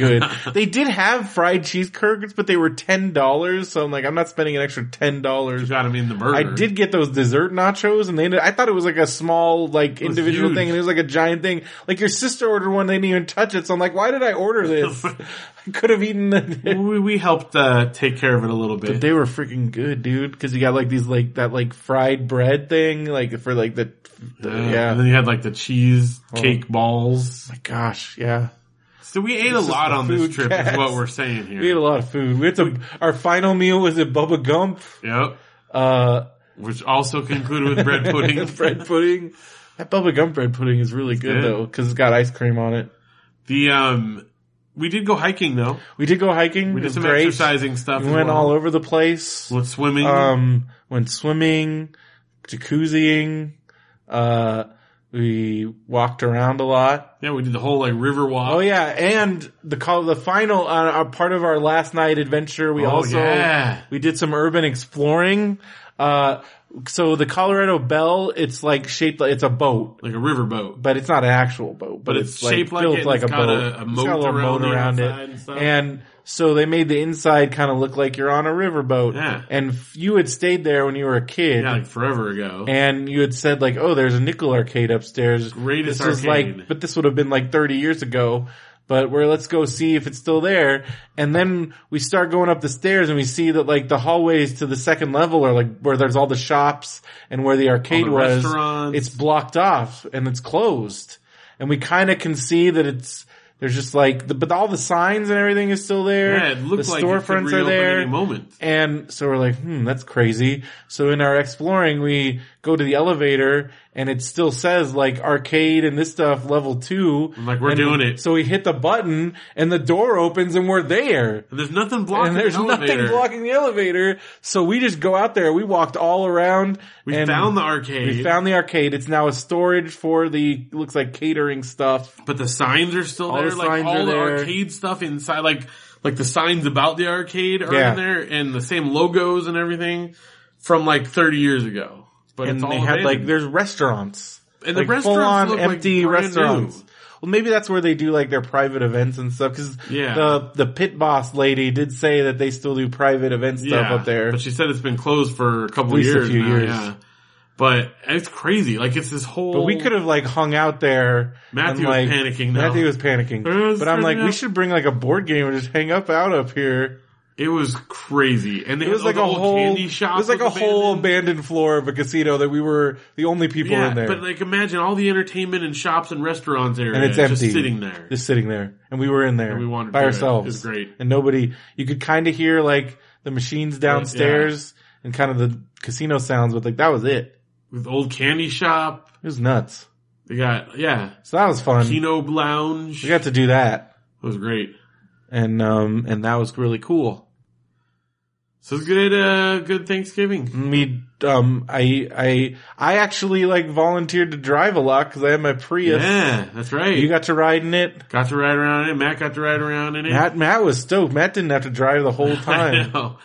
[SPEAKER 3] [LAUGHS]
[SPEAKER 2] good. they did have fried cheese curds, but they were ten dollars. So I'm like, I'm not spending an extra ten
[SPEAKER 3] You
[SPEAKER 2] dollars.
[SPEAKER 3] got to mean the burger.
[SPEAKER 2] I did get those dessert nachos, and they ended, I thought it was like a small, like
[SPEAKER 3] was
[SPEAKER 2] individual
[SPEAKER 3] huge.
[SPEAKER 2] thing, and it was like a giant thing. Like your sister ordered one, they didn't even touch it. So I'm like, why did I [LAUGHS] order this? I could have eaten the.
[SPEAKER 3] We, we helped uh, take care of it a little
[SPEAKER 2] But
[SPEAKER 3] bit.
[SPEAKER 2] they were freaking good, dude. Because you got like these, like that, like fried bread thing, like for like the, the
[SPEAKER 3] yeah.
[SPEAKER 2] yeah.
[SPEAKER 3] Uh,
[SPEAKER 2] Oh.
[SPEAKER 3] And then you had like the cheese cake balls.
[SPEAKER 2] My gosh, yeah.
[SPEAKER 3] So we ate a
[SPEAKER 2] is
[SPEAKER 3] lot
[SPEAKER 2] the
[SPEAKER 3] on this
[SPEAKER 2] food
[SPEAKER 3] trip, is
[SPEAKER 2] cast.
[SPEAKER 3] what we're saying here.
[SPEAKER 2] We ate a lot of food. We had to. Our final meal was at Bubba Gump.
[SPEAKER 3] Yep.
[SPEAKER 2] Uh,
[SPEAKER 3] Which also concluded
[SPEAKER 2] [LAUGHS]
[SPEAKER 3] with bread pudding.
[SPEAKER 2] bread pudding. That Bubba Gump bread pudding is really good,
[SPEAKER 3] good.
[SPEAKER 2] though, because it's got ice cream on it.
[SPEAKER 3] The um, we did go hiking though.
[SPEAKER 2] We did go hiking.
[SPEAKER 3] We
[SPEAKER 2] It
[SPEAKER 3] did
[SPEAKER 2] was
[SPEAKER 3] some
[SPEAKER 2] great.
[SPEAKER 3] exercising stuff.
[SPEAKER 2] We
[SPEAKER 3] as
[SPEAKER 2] went
[SPEAKER 3] well.
[SPEAKER 2] all over the place.
[SPEAKER 3] Went swimming.
[SPEAKER 2] Um, went swimming, jacuzziing. Uh, we walked around a lot.
[SPEAKER 3] yeah, we did the whole like river walk.
[SPEAKER 2] Oh yeah, and the call the final uh, our part of our last night adventure. We
[SPEAKER 3] Oh,
[SPEAKER 2] also
[SPEAKER 3] yeah.
[SPEAKER 2] we did some urban exploring. Uh, so the Colorado Bell, it's like shaped like it's a boat.
[SPEAKER 3] like a river boat.
[SPEAKER 2] But it's not an actual boat, but,
[SPEAKER 3] But
[SPEAKER 2] it's,
[SPEAKER 3] it's
[SPEAKER 2] like
[SPEAKER 3] shaped like
[SPEAKER 2] built
[SPEAKER 3] it, and
[SPEAKER 2] like
[SPEAKER 3] it's
[SPEAKER 2] a
[SPEAKER 3] got
[SPEAKER 2] boat.
[SPEAKER 3] a- a
[SPEAKER 2] It's
[SPEAKER 3] moat
[SPEAKER 2] got a little
[SPEAKER 3] around
[SPEAKER 2] moat
[SPEAKER 3] the
[SPEAKER 2] around it,
[SPEAKER 3] outside and stuff.
[SPEAKER 2] and so they made the inside kind of look like you're on a riverboat.
[SPEAKER 3] Yeah.
[SPEAKER 2] And f- you had stayed there when you were a kid,
[SPEAKER 3] Yeah, like forever ago.
[SPEAKER 2] and you had said like, "Oh, there's a nickel arcade upstairs."
[SPEAKER 3] Greatest
[SPEAKER 2] this was
[SPEAKER 3] arcade.
[SPEAKER 2] like, but this would have been like 30 years ago. But we're let's go see if it's still there, and then we start going up the stairs, and we see that like the hallways to the second level are like where there's all the shops and where the arcade
[SPEAKER 3] the
[SPEAKER 2] was.
[SPEAKER 3] Um, restaurants.
[SPEAKER 2] It's blocked off and it's closed, and we kind of can see that it's There's just like, the, but all the signs and everything is still there.
[SPEAKER 3] Yeah, it looked
[SPEAKER 2] the
[SPEAKER 3] like it could
[SPEAKER 2] storefronts are
[SPEAKER 3] reopen
[SPEAKER 2] there.
[SPEAKER 3] any moment.
[SPEAKER 2] And so we're like, hmm, that's crazy. So in our exploring, we go to the elevator and it still says like arcade and this stuff level 2
[SPEAKER 3] I'm like, we're
[SPEAKER 2] And
[SPEAKER 3] doing it.
[SPEAKER 2] So we hit the button and the door opens and we're there.
[SPEAKER 3] There's nothing blocking
[SPEAKER 2] and there's [LAUGHS]
[SPEAKER 3] the elevator.
[SPEAKER 2] nothing blocking the elevator. So we just go out there. We walked all around.
[SPEAKER 3] We
[SPEAKER 2] and
[SPEAKER 3] found the arcade,
[SPEAKER 2] We found the arcade. It's now a storage for the looks like catering stuff.
[SPEAKER 3] but the signs are still
[SPEAKER 2] All
[SPEAKER 3] there.
[SPEAKER 2] the
[SPEAKER 3] like
[SPEAKER 2] signs
[SPEAKER 3] all
[SPEAKER 2] are
[SPEAKER 3] the
[SPEAKER 2] there.
[SPEAKER 3] arcade stuff inside, like like the signs about the arcade are
[SPEAKER 2] Yeah.
[SPEAKER 3] in there, and the same logos and everything from like 30 years ago. But
[SPEAKER 2] and
[SPEAKER 3] it's all
[SPEAKER 2] they had like
[SPEAKER 3] abandoned.
[SPEAKER 2] there's restaurants.
[SPEAKER 3] and
[SPEAKER 2] like
[SPEAKER 3] the restaurants
[SPEAKER 2] full on
[SPEAKER 3] look
[SPEAKER 2] empty
[SPEAKER 3] like brand
[SPEAKER 2] restaurants.
[SPEAKER 3] New.
[SPEAKER 2] Well, maybe that's where they do like their private events and stuff. Because
[SPEAKER 3] Yeah.
[SPEAKER 2] the the pit boss lady did say that they still do private event stuff
[SPEAKER 3] Yeah,
[SPEAKER 2] up there.
[SPEAKER 3] But she said it's been closed for a couple
[SPEAKER 2] At least a
[SPEAKER 3] years.
[SPEAKER 2] few
[SPEAKER 3] now,
[SPEAKER 2] years.
[SPEAKER 3] Yeah. But it's crazy. Like it's this whole.
[SPEAKER 2] But we could have like hung out there.
[SPEAKER 3] Matthew
[SPEAKER 2] and, like,
[SPEAKER 3] was panicking, though.
[SPEAKER 2] Matthew was panicking.
[SPEAKER 3] It was
[SPEAKER 2] but I'm like,
[SPEAKER 3] freaking
[SPEAKER 2] we
[SPEAKER 3] out.
[SPEAKER 2] should bring like a board game and just hang up out up here.
[SPEAKER 3] It was crazy, and they
[SPEAKER 2] It was
[SPEAKER 3] had
[SPEAKER 2] like
[SPEAKER 3] the
[SPEAKER 2] a
[SPEAKER 3] old
[SPEAKER 2] whole
[SPEAKER 3] candy shop.
[SPEAKER 2] It was like a
[SPEAKER 3] was
[SPEAKER 2] whole
[SPEAKER 3] abandoned.
[SPEAKER 2] abandoned floor of a casino that we were the only people
[SPEAKER 3] Yeah,
[SPEAKER 2] in there.
[SPEAKER 3] but like imagine all the entertainment and shops and restaurants area,
[SPEAKER 2] and it's
[SPEAKER 3] just
[SPEAKER 2] empty,
[SPEAKER 3] sitting there.
[SPEAKER 2] just sitting there. And we were in there
[SPEAKER 3] And we wandered
[SPEAKER 2] by
[SPEAKER 3] through it.
[SPEAKER 2] ourselves.
[SPEAKER 3] It was great.
[SPEAKER 2] and nobody. You could kind of hear like the machines downstairs and kind of the casino sounds, but like that was it.
[SPEAKER 3] With old candy shop,
[SPEAKER 2] It was nuts.
[SPEAKER 3] they got yeah,
[SPEAKER 2] So that was fun.
[SPEAKER 3] Kino Lounge.
[SPEAKER 2] Um, We got to do that,
[SPEAKER 3] it was great.
[SPEAKER 2] and um, and that was really cool.
[SPEAKER 3] So it's good, uh, good Thanksgiving.
[SPEAKER 2] Me, um, I, I, I actually like volunteered to drive a lot because I had my Prius.
[SPEAKER 3] Yeah, that's right.
[SPEAKER 2] You got to ride in it.
[SPEAKER 3] Got to ride around in it. Matt got to ride around in it.
[SPEAKER 2] Matt, Matt was stoked. Matt didn't have to drive the whole
[SPEAKER 3] [LAUGHS] I
[SPEAKER 2] time.
[SPEAKER 3] know.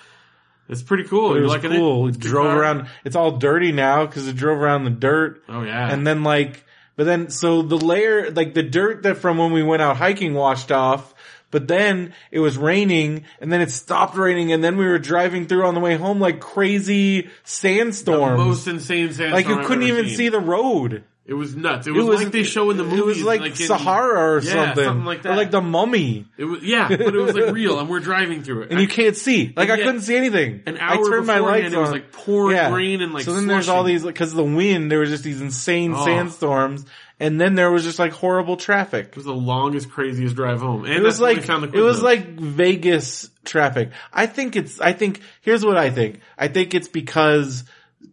[SPEAKER 3] It's pretty cool.
[SPEAKER 2] It
[SPEAKER 3] You're
[SPEAKER 2] was
[SPEAKER 3] liking
[SPEAKER 2] cool. It
[SPEAKER 3] it? It's a good
[SPEAKER 2] drove
[SPEAKER 3] car?
[SPEAKER 2] around. It's all dirty now because it drove around the dirt.
[SPEAKER 3] Oh yeah.
[SPEAKER 2] And then like, but then, so the layer, like the dirt that from when we went out hiking washed off, but then it was raining and then it stopped raining and then we were driving through on the way home like crazy sandstorms.
[SPEAKER 3] most insane sandstorm.
[SPEAKER 2] like you
[SPEAKER 3] I've
[SPEAKER 2] couldn't
[SPEAKER 3] ever
[SPEAKER 2] even
[SPEAKER 3] seen.
[SPEAKER 2] see the road.
[SPEAKER 3] It was nuts. It was, like they show in the movies.
[SPEAKER 2] It was like,
[SPEAKER 3] in-
[SPEAKER 2] Sahara or
[SPEAKER 3] Yeah,
[SPEAKER 2] something.
[SPEAKER 3] something like
[SPEAKER 2] Or
[SPEAKER 3] that.
[SPEAKER 2] like the mummy.
[SPEAKER 3] It was yeah, but it was like real, and we're driving through
[SPEAKER 2] [LAUGHS]
[SPEAKER 3] it.
[SPEAKER 2] And you can't see. Like I
[SPEAKER 3] yet-
[SPEAKER 2] couldn't see anything.
[SPEAKER 3] an
[SPEAKER 2] I
[SPEAKER 3] hour
[SPEAKER 2] turned my
[SPEAKER 3] beforehand,
[SPEAKER 2] lights
[SPEAKER 3] it was,
[SPEAKER 2] on.
[SPEAKER 3] like, pouring rain and, like,
[SPEAKER 2] So then there's all
[SPEAKER 3] slushing.
[SPEAKER 2] these because of the wind. There was just these insane
[SPEAKER 3] Oh.
[SPEAKER 2] sandstorms, and then there was just like horrible traffic.
[SPEAKER 3] It was the longest, craziest drive home. And
[SPEAKER 2] It was like
[SPEAKER 3] found the
[SPEAKER 2] it was like Vegas traffic. I think it's. I think here's what I think. I think it's because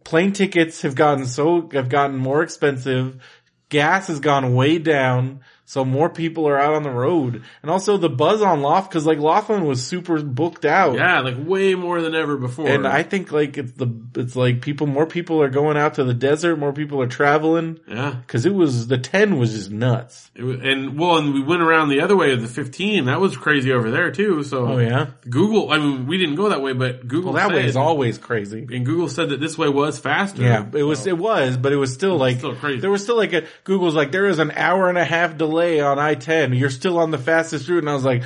[SPEAKER 2] plane tickets have gotten so have gotten more expensive. Gas has gone way down, so more people are out on the road, and also the buzz on Loft because like Laughlin was super booked out.
[SPEAKER 3] yeah, like way more than ever before.
[SPEAKER 2] And I think like it's the it's like people more people are going out to the desert, more people are traveling
[SPEAKER 3] yeah,
[SPEAKER 2] because it was the ten was just nuts.
[SPEAKER 3] it was, and well, and we went around the other way of the fifteen. That was crazy over there too. So
[SPEAKER 2] Oh yeah,
[SPEAKER 3] Google. I mean, we didn't go that way, but Google
[SPEAKER 2] well that
[SPEAKER 3] said,
[SPEAKER 2] way is always crazy.
[SPEAKER 3] and Google said that this way was faster.
[SPEAKER 2] Yeah, it was
[SPEAKER 3] So,
[SPEAKER 2] it was, but it was still like
[SPEAKER 3] still crazy.
[SPEAKER 2] there was still like a Google's like there is an hour and a half delay on I ten. You're still on the fastest route, and I was like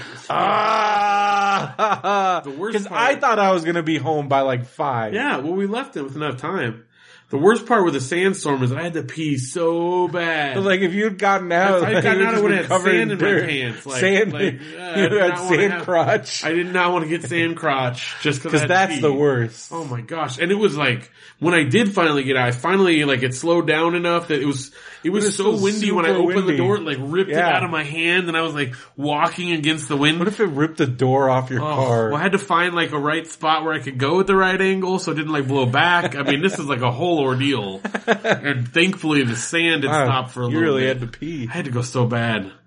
[SPEAKER 2] ah,
[SPEAKER 3] [LAUGHS] The worst
[SPEAKER 2] because I
[SPEAKER 3] part-
[SPEAKER 2] thought I was gonna be home by like five.
[SPEAKER 3] yeah. Well, we left it with enough time. The worst part with the sandstorm is I had to pee so bad.
[SPEAKER 2] But, Like if you'd gotten out,
[SPEAKER 3] If I'd
[SPEAKER 2] like,
[SPEAKER 3] gotten
[SPEAKER 2] you
[SPEAKER 3] out, I
[SPEAKER 2] just
[SPEAKER 3] would've
[SPEAKER 2] been
[SPEAKER 3] had
[SPEAKER 2] covered
[SPEAKER 3] sand in my
[SPEAKER 2] dirt.
[SPEAKER 3] pants, like-
[SPEAKER 2] sand, [LAUGHS]
[SPEAKER 3] like, uh, I
[SPEAKER 2] you had
[SPEAKER 3] did not wanna
[SPEAKER 2] sand
[SPEAKER 3] have-
[SPEAKER 2] crotch.
[SPEAKER 3] I did not want to get sand crotch just because
[SPEAKER 2] Because that's the worst.
[SPEAKER 3] Oh my gosh! And it was like when I did finally get out, I finally like it slowed down enough that it was it was,
[SPEAKER 2] was
[SPEAKER 3] so
[SPEAKER 2] still
[SPEAKER 3] windy when I
[SPEAKER 2] super
[SPEAKER 3] opened
[SPEAKER 2] windy.
[SPEAKER 3] the door, it like ripped
[SPEAKER 2] Yeah.
[SPEAKER 3] it out of my hand, and I was like walking against the wind.
[SPEAKER 2] What if it ripped the door off your
[SPEAKER 3] Oh,
[SPEAKER 2] car?
[SPEAKER 3] well,
[SPEAKER 2] [LAUGHS]
[SPEAKER 3] I had to find like a right spot where I could go at the right angle, so it didn't like blow back. I mean, this is like a
[SPEAKER 2] [LAUGHS]
[SPEAKER 3] whole ordeal, and thankfully the sand had
[SPEAKER 2] Wow,
[SPEAKER 3] stopped for a
[SPEAKER 2] you
[SPEAKER 3] little
[SPEAKER 2] really had
[SPEAKER 3] bit.
[SPEAKER 2] to Oh. pee.
[SPEAKER 3] I had to go so bad. [LAUGHS]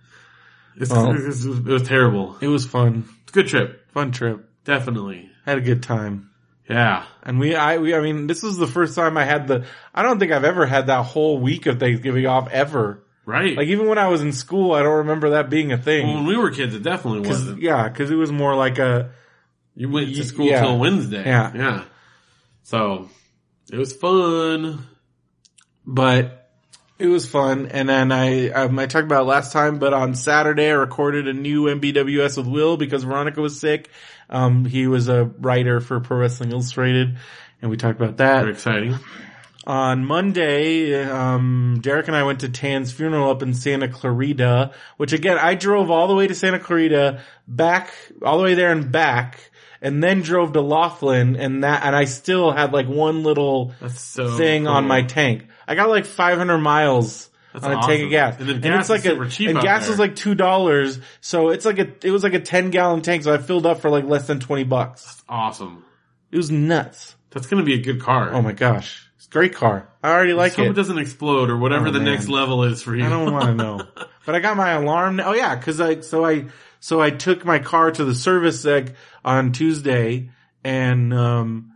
[SPEAKER 3] It's,
[SPEAKER 2] Well.
[SPEAKER 3] it, was, it was terrible.
[SPEAKER 2] It was fun,
[SPEAKER 3] It's a good trip,
[SPEAKER 2] fun trip.
[SPEAKER 3] definitely.
[SPEAKER 2] Had a good time.
[SPEAKER 3] Yeah.
[SPEAKER 2] And we, I, we, I mean, this was the first time I had the. I don't think I've ever had that whole week of Thanksgiving off ever.
[SPEAKER 3] Right.
[SPEAKER 2] Like even when I was in school, I don't remember that being a
[SPEAKER 3] Well,
[SPEAKER 2] thing.
[SPEAKER 3] when we were kids, it definitely
[SPEAKER 2] 'Cause-
[SPEAKER 3] wasn't.
[SPEAKER 2] yeah, because it was more like a.
[SPEAKER 3] You went
[SPEAKER 2] y-
[SPEAKER 3] to school
[SPEAKER 2] yeah.
[SPEAKER 3] till Wednesday.
[SPEAKER 2] Yeah.
[SPEAKER 3] Yeah. So it was fun.
[SPEAKER 2] but it was fun. And then I, um, I talked about it last time, but on Saturday I recorded a new MBWS with Will because Veronica was sick. Um, he was a writer for Pro Wrestling Illustrated and we talked about that.
[SPEAKER 3] Very exciting.
[SPEAKER 2] On Monday, um, Derek and I went to Tan's funeral up in Santa Clarita, which again, I drove all the way to Santa Clarita, back, all the way there and back, and then drove to Laughlin and that, and I still had like one little
[SPEAKER 3] That's so
[SPEAKER 2] thing on
[SPEAKER 3] cool.
[SPEAKER 2] my tank. I got like 500 miles
[SPEAKER 3] That's
[SPEAKER 2] on a tank
[SPEAKER 3] awesome.
[SPEAKER 2] of gas.
[SPEAKER 3] And then
[SPEAKER 2] and
[SPEAKER 3] gas
[SPEAKER 2] it's like
[SPEAKER 3] is
[SPEAKER 2] a,
[SPEAKER 3] super cheap
[SPEAKER 2] and
[SPEAKER 3] out
[SPEAKER 2] gas
[SPEAKER 3] there.
[SPEAKER 2] is like two dollars, so it's like a it was like a ten gallon tank, so I filled up for like less than twenty bucks.
[SPEAKER 3] Awesome.
[SPEAKER 2] It was nuts.
[SPEAKER 3] That's gonna be a good car.
[SPEAKER 2] Oh my gosh, it's a great car. I already like
[SPEAKER 3] Just hope
[SPEAKER 2] it.
[SPEAKER 3] it doesn't explode or whatever
[SPEAKER 2] Oh,
[SPEAKER 3] the
[SPEAKER 2] man.
[SPEAKER 3] next level is for you.
[SPEAKER 2] I
[SPEAKER 3] [LAUGHS]
[SPEAKER 2] don't want to know. But I got my alarm. Now. Oh yeah, because I so I so I took my car to the service deck on Tuesday, and um,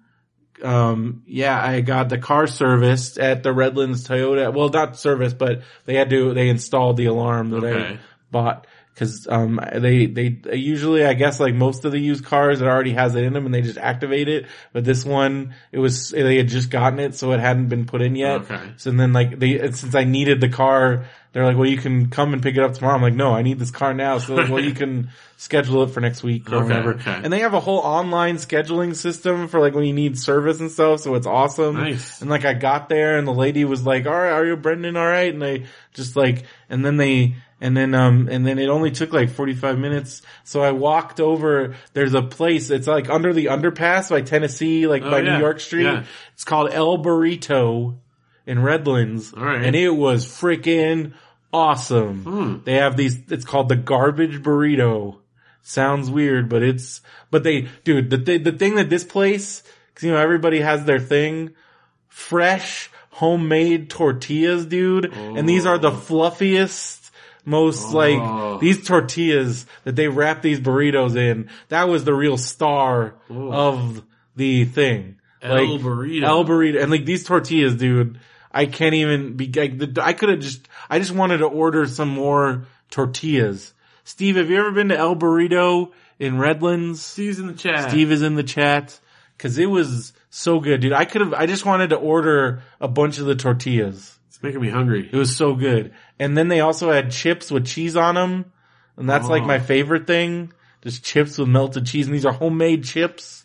[SPEAKER 2] um, yeah, I got the car serviced at the Redlands Toyota. Well, not serviced, but they had to they installed the alarm that I
[SPEAKER 3] Okay.
[SPEAKER 2] bought because um they they usually I guess like most of the used cars it already has it in them and they just activate it but this one it was they had just gotten it so it hadn't been put in yet
[SPEAKER 3] Okay.
[SPEAKER 2] so then like they and since I needed the car they're like well you can come and pick it up tomorrow I'm like no I need this car now so they're like, well
[SPEAKER 3] [LAUGHS]
[SPEAKER 2] you can schedule it for next week or
[SPEAKER 3] Okay,
[SPEAKER 2] whatever
[SPEAKER 3] okay.
[SPEAKER 2] and they have a whole online scheduling system for like when you need service and stuff so it's awesome
[SPEAKER 3] Nice.
[SPEAKER 2] and like I got there and the lady was like, all right, are you Brendan? All right. And I just like, and then they, and then, um, and then it only took like 45 minutes. So I walked over, there's a place, it's like under the underpass by Tennessee, like
[SPEAKER 3] Oh,
[SPEAKER 2] by
[SPEAKER 3] yeah.
[SPEAKER 2] New York Street.
[SPEAKER 3] Yeah.
[SPEAKER 2] It's called El Burrito in Redlands.
[SPEAKER 3] All right.
[SPEAKER 2] And it was freaking awesome.
[SPEAKER 3] Hmm.
[SPEAKER 2] They have these, it's called the garbage burrito. Sounds weird, but it's, but they, dude, the, th- the thing that this place, cause you know, everybody has their thing, fresh homemade tortillas, dude. And these are the fluffiest, most
[SPEAKER 3] Oh.
[SPEAKER 2] like, these tortillas that they wrap these burritos in. That was the real star
[SPEAKER 3] Ooh.
[SPEAKER 2] of the thing.
[SPEAKER 3] El
[SPEAKER 2] Like,
[SPEAKER 3] burrito.
[SPEAKER 2] El burrito. And like these tortillas, dude, I can't even be like, the, I could have just, I just wanted to order some more tortillas. Steve, have you ever been to El Burrito in Redlands?
[SPEAKER 3] Steve's in the chat.
[SPEAKER 2] Steve is in the chat. Cause it was so good, dude. I could have, I just wanted to order a bunch of the tortillas.
[SPEAKER 3] It's making me hungry.
[SPEAKER 2] It was so good. And then they also had chips with cheese on them. And that's like
[SPEAKER 3] Oh.
[SPEAKER 2] my favorite thing. Just chips with melted cheese. And these are homemade chips.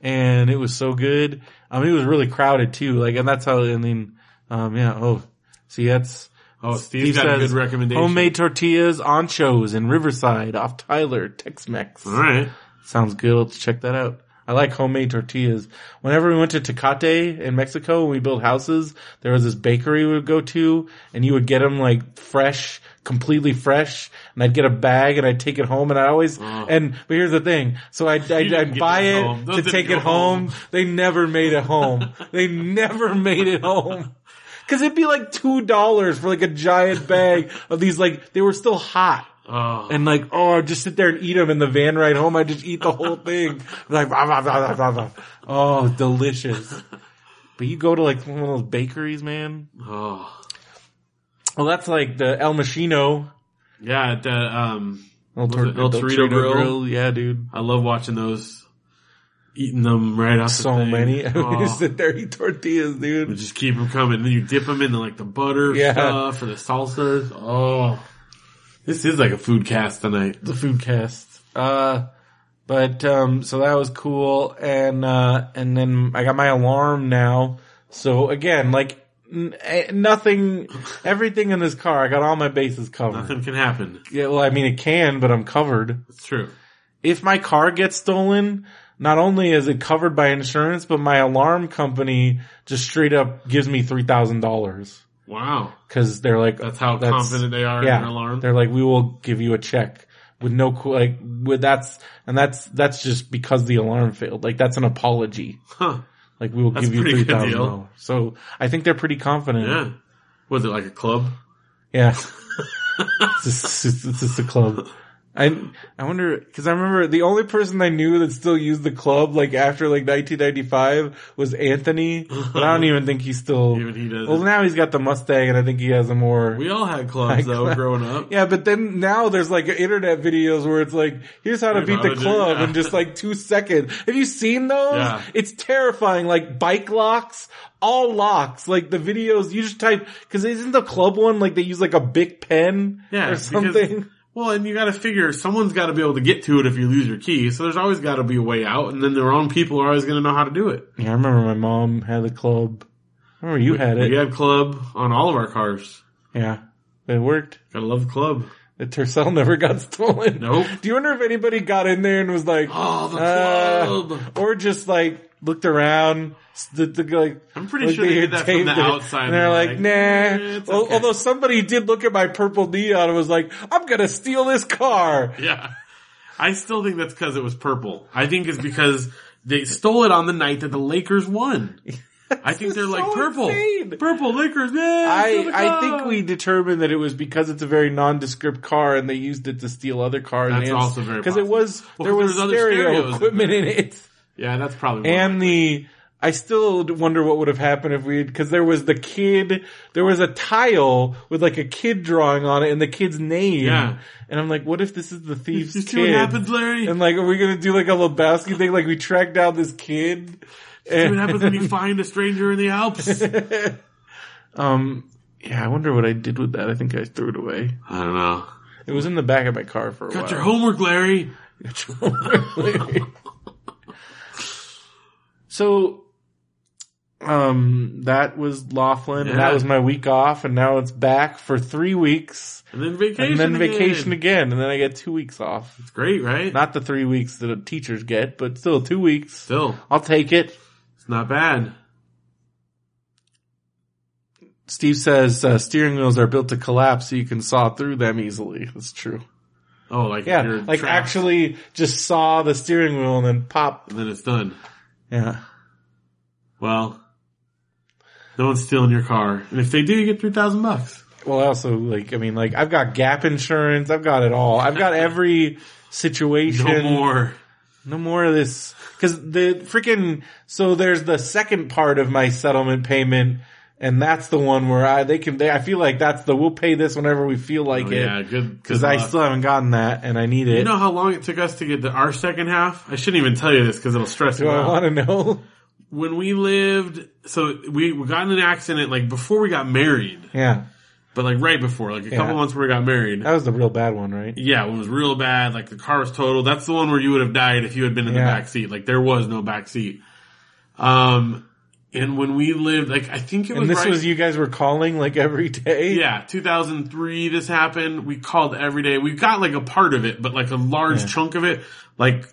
[SPEAKER 2] And it was so good. I mean, it was really crowded too. Like, and that's how, I mean, um, yeah. Oh, see, that's
[SPEAKER 3] Oh, Steve's
[SPEAKER 2] Steve
[SPEAKER 3] got a
[SPEAKER 2] says,
[SPEAKER 3] good recommendation.
[SPEAKER 2] homemade tortillas, anchos in Riverside off Tyler, Tex-Mex.
[SPEAKER 3] All right.
[SPEAKER 2] Sounds good. Let's check that out. I like homemade tortillas. Whenever we went to Tecate in Mexico, when we built houses, there was this bakery we would go to and you would get them like fresh, completely fresh. And I'd get a bag and I'd take it home and I always,
[SPEAKER 3] Ugh.
[SPEAKER 2] and but here's the thing. So I'd, I'd,
[SPEAKER 3] didn't
[SPEAKER 2] I'd
[SPEAKER 3] get
[SPEAKER 2] buy
[SPEAKER 3] it
[SPEAKER 2] it
[SPEAKER 3] home. Those
[SPEAKER 2] to
[SPEAKER 3] didn't
[SPEAKER 2] take
[SPEAKER 3] go
[SPEAKER 2] it home.
[SPEAKER 3] home.
[SPEAKER 2] They never made it
[SPEAKER 3] [LAUGHS]
[SPEAKER 2] home. they never made it home. Cause it'd be like two dollars for like a giant bag of these like, they were still hot
[SPEAKER 3] Oh,
[SPEAKER 2] and like, oh, I just sit there and eat them in the van ride home. I just eat the whole [LAUGHS] thing. like, blah, blah, blah, blah, blah, blah. oh, delicious. But you go to like one of those bakeries, man.
[SPEAKER 3] oh.
[SPEAKER 2] Well, that's like the El Machino,
[SPEAKER 3] Yeah, that, um,
[SPEAKER 2] El,
[SPEAKER 3] Tor- El Torito Grill?
[SPEAKER 2] Yeah, dude.
[SPEAKER 3] I love watching those, eating them right off
[SPEAKER 2] So
[SPEAKER 3] the thing.
[SPEAKER 2] many. [LAUGHS] we just
[SPEAKER 3] Oh,
[SPEAKER 2] sit there eat tortillas,
[SPEAKER 3] we
[SPEAKER 2] dude.
[SPEAKER 3] just keep them coming. Then you dip them into like the butter
[SPEAKER 2] Yeah.
[SPEAKER 3] stuff or the salsas. Oh, this is like a food cast tonight.
[SPEAKER 2] The food cast. Uh, but um, so that was cool, and uh, and then I got my alarm now. So again, like n- eh, nothing, everything in this car, I got all my bases covered.
[SPEAKER 3] Nothing can happen.
[SPEAKER 2] Yeah, well, I mean, it can, but I'm covered.
[SPEAKER 3] It's true.
[SPEAKER 2] If my car gets stolen, not only is it covered by insurance, but my alarm company just straight up gives me three thousand dollars
[SPEAKER 3] Wow.
[SPEAKER 2] because they're like,
[SPEAKER 3] That's how
[SPEAKER 2] That's-
[SPEAKER 3] confident they are in
[SPEAKER 2] yeah,
[SPEAKER 3] their alarm.
[SPEAKER 2] they're like, we will give you a check with no qu- like with that's and that's that's just because the alarm failed. Like that's an apology.
[SPEAKER 3] Huh.
[SPEAKER 2] Like we will
[SPEAKER 3] That's
[SPEAKER 2] give you
[SPEAKER 3] a pretty
[SPEAKER 2] three
[SPEAKER 3] good
[SPEAKER 2] thousand dollars.
[SPEAKER 3] deal.
[SPEAKER 2] So I think they're pretty confident.
[SPEAKER 3] Yeah. Was it like a club?
[SPEAKER 2] Yeah.
[SPEAKER 3] [LAUGHS]
[SPEAKER 2] it's, just, it's just- it's just a club. I I wonder because I remember the only person I knew that still used the club like after like 1995 was Anthony, but I don't
[SPEAKER 3] [LAUGHS]
[SPEAKER 2] even think he still.
[SPEAKER 3] Even he does.
[SPEAKER 2] well, now he's got the Mustang, and I think he has a more.
[SPEAKER 3] we all had clubs
[SPEAKER 2] Like, [LAUGHS]
[SPEAKER 3] though growing up.
[SPEAKER 2] Yeah, but then now there's like internet videos where it's like, here's how to
[SPEAKER 3] Here's
[SPEAKER 2] beat
[SPEAKER 3] how
[SPEAKER 2] the
[SPEAKER 3] to do-
[SPEAKER 2] club
[SPEAKER 3] yeah.
[SPEAKER 2] in just like two seconds. Have you seen those?
[SPEAKER 3] Yeah.
[SPEAKER 2] It's terrifying. Like bike locks, all locks. Like the videos, you just type because isn't the club one like they use like a big pen
[SPEAKER 3] Yeah,
[SPEAKER 2] or
[SPEAKER 3] because-
[SPEAKER 2] something?
[SPEAKER 3] Well, and you got to figure someone's got to be able to get to it if you lose your key. So there's always got to be a way out, and then the wrong people are always going to know how to do it.
[SPEAKER 2] Yeah, I remember my mom had the club. I remember you had
[SPEAKER 3] We
[SPEAKER 2] it.
[SPEAKER 3] had club on all of our cars.
[SPEAKER 2] Yeah, it worked.
[SPEAKER 3] Gotta love club.
[SPEAKER 2] The [LAUGHS] Tercel never got stolen.
[SPEAKER 3] Nope.
[SPEAKER 2] Do you wonder if anybody got in there and was
[SPEAKER 3] [GASPS]
[SPEAKER 2] like,
[SPEAKER 3] Oh, the
[SPEAKER 2] uh,
[SPEAKER 3] club.
[SPEAKER 2] or just like looked around? s- The, the, like,
[SPEAKER 3] I'm pretty
[SPEAKER 2] like
[SPEAKER 3] sure they did that from the
[SPEAKER 2] taped it,
[SPEAKER 3] outside.
[SPEAKER 2] And they're like, nah.
[SPEAKER 3] "Eh, it's
[SPEAKER 2] Al-
[SPEAKER 3] okay."
[SPEAKER 2] Although somebody did look at my purple neon and was like, I'm gonna steal this car.
[SPEAKER 3] [LAUGHS] yeah, I still think that's because it was purple. I think it's because they stole it on the night that the
[SPEAKER 2] [LAUGHS]
[SPEAKER 3] Lakers won. I think they're like
[SPEAKER 2] so
[SPEAKER 3] purple,
[SPEAKER 2] insane.
[SPEAKER 3] purple Lakers. Yeah,
[SPEAKER 2] I, I think we determined that it was because it's a very nondescript car and they used it to steal other cars.
[SPEAKER 3] That's
[SPEAKER 2] and
[SPEAKER 3] also very
[SPEAKER 2] Because it
[SPEAKER 3] possible.
[SPEAKER 2] was,
[SPEAKER 3] Well,
[SPEAKER 2] there was
[SPEAKER 3] 'cause there was other
[SPEAKER 2] stereo
[SPEAKER 3] stereos in
[SPEAKER 2] equipment in it.
[SPEAKER 3] Yeah, that's probably why.
[SPEAKER 2] and the I still wonder what would have happened if we had because there was the kid, there was a tile with like a kid drawing on it and the kid's name.
[SPEAKER 3] Yeah.
[SPEAKER 2] And I'm like, what if this is the thief's
[SPEAKER 3] You see
[SPEAKER 2] kid?
[SPEAKER 3] what happens, Larry?
[SPEAKER 2] And like, are we gonna do like a Lebowski thing? Like we track down this kid.
[SPEAKER 3] See what
[SPEAKER 2] And-
[SPEAKER 3] happens when you find a stranger in the Alps?
[SPEAKER 2] [LAUGHS] um, yeah, I wonder what I did with that. I think I threw it away.
[SPEAKER 3] I don't know.
[SPEAKER 2] It was in the back of my car for a
[SPEAKER 3] Got your
[SPEAKER 2] while.
[SPEAKER 3] homework,
[SPEAKER 2] [LAUGHS]
[SPEAKER 3] Larry. [LAUGHS]
[SPEAKER 2] so, um, that was Laughlin, and
[SPEAKER 3] Yeah.
[SPEAKER 2] that was my week off, and now it's back for three weeks,
[SPEAKER 3] And then vacation.
[SPEAKER 2] and then vacation
[SPEAKER 3] again.
[SPEAKER 2] again, and then I get two weeks off.
[SPEAKER 3] It's great, right?
[SPEAKER 2] Not the three weeks that teachers get, but still two weeks.
[SPEAKER 3] Still,
[SPEAKER 2] I'll take it.
[SPEAKER 3] it's not bad.
[SPEAKER 2] Steve says uh, steering wheels are built to collapse, so you can saw through them easily. That's true.
[SPEAKER 3] Oh, like if
[SPEAKER 2] Yeah,
[SPEAKER 3] you're
[SPEAKER 2] like
[SPEAKER 3] trapped,
[SPEAKER 2] actually just saw the steering wheel and then pop.
[SPEAKER 3] and then it's done.
[SPEAKER 2] Yeah.
[SPEAKER 3] Well, no one's stealing your car, and if they do, you get three thousand bucks.
[SPEAKER 2] Well, I also like, I mean, like, I've got gap insurance. I've got it all. I've [LAUGHS] got every situation.
[SPEAKER 3] No more.
[SPEAKER 2] No more of this. Cause the freaking, so there's the second part of my settlement payment. And that's the one where I, they can, they, I feel like that's the, we'll pay this whenever we feel like
[SPEAKER 3] Oh,
[SPEAKER 2] it.
[SPEAKER 3] yeah, good.
[SPEAKER 2] Cause
[SPEAKER 3] good
[SPEAKER 2] I
[SPEAKER 3] luck.
[SPEAKER 2] still haven't gotten that and I need it.
[SPEAKER 3] You know how long it took us to get to our second half? I shouldn't even tell you this because it'll stress
[SPEAKER 2] Do
[SPEAKER 3] you
[SPEAKER 2] I
[SPEAKER 3] out.
[SPEAKER 2] want to know? [LAUGHS]
[SPEAKER 3] when we lived, so we, we got in an accident like before we got married,
[SPEAKER 2] yeah.
[SPEAKER 3] but like right before, like a
[SPEAKER 2] Yeah.
[SPEAKER 3] couple months before we got married.
[SPEAKER 2] That was the real bad one, right?
[SPEAKER 3] Yeah, it was real bad. Like the car was totaled. That's the one where you would have died if you had been in
[SPEAKER 2] Yeah.
[SPEAKER 3] the back seat. Like there was no back seat. Um, and when we lived, like I think it was
[SPEAKER 2] And this
[SPEAKER 3] right-
[SPEAKER 2] was you guys were calling like every day.
[SPEAKER 3] yeah, 2003 this happened. We called every day. We got like a part of it, but like a large
[SPEAKER 2] Yeah.
[SPEAKER 3] chunk of it, like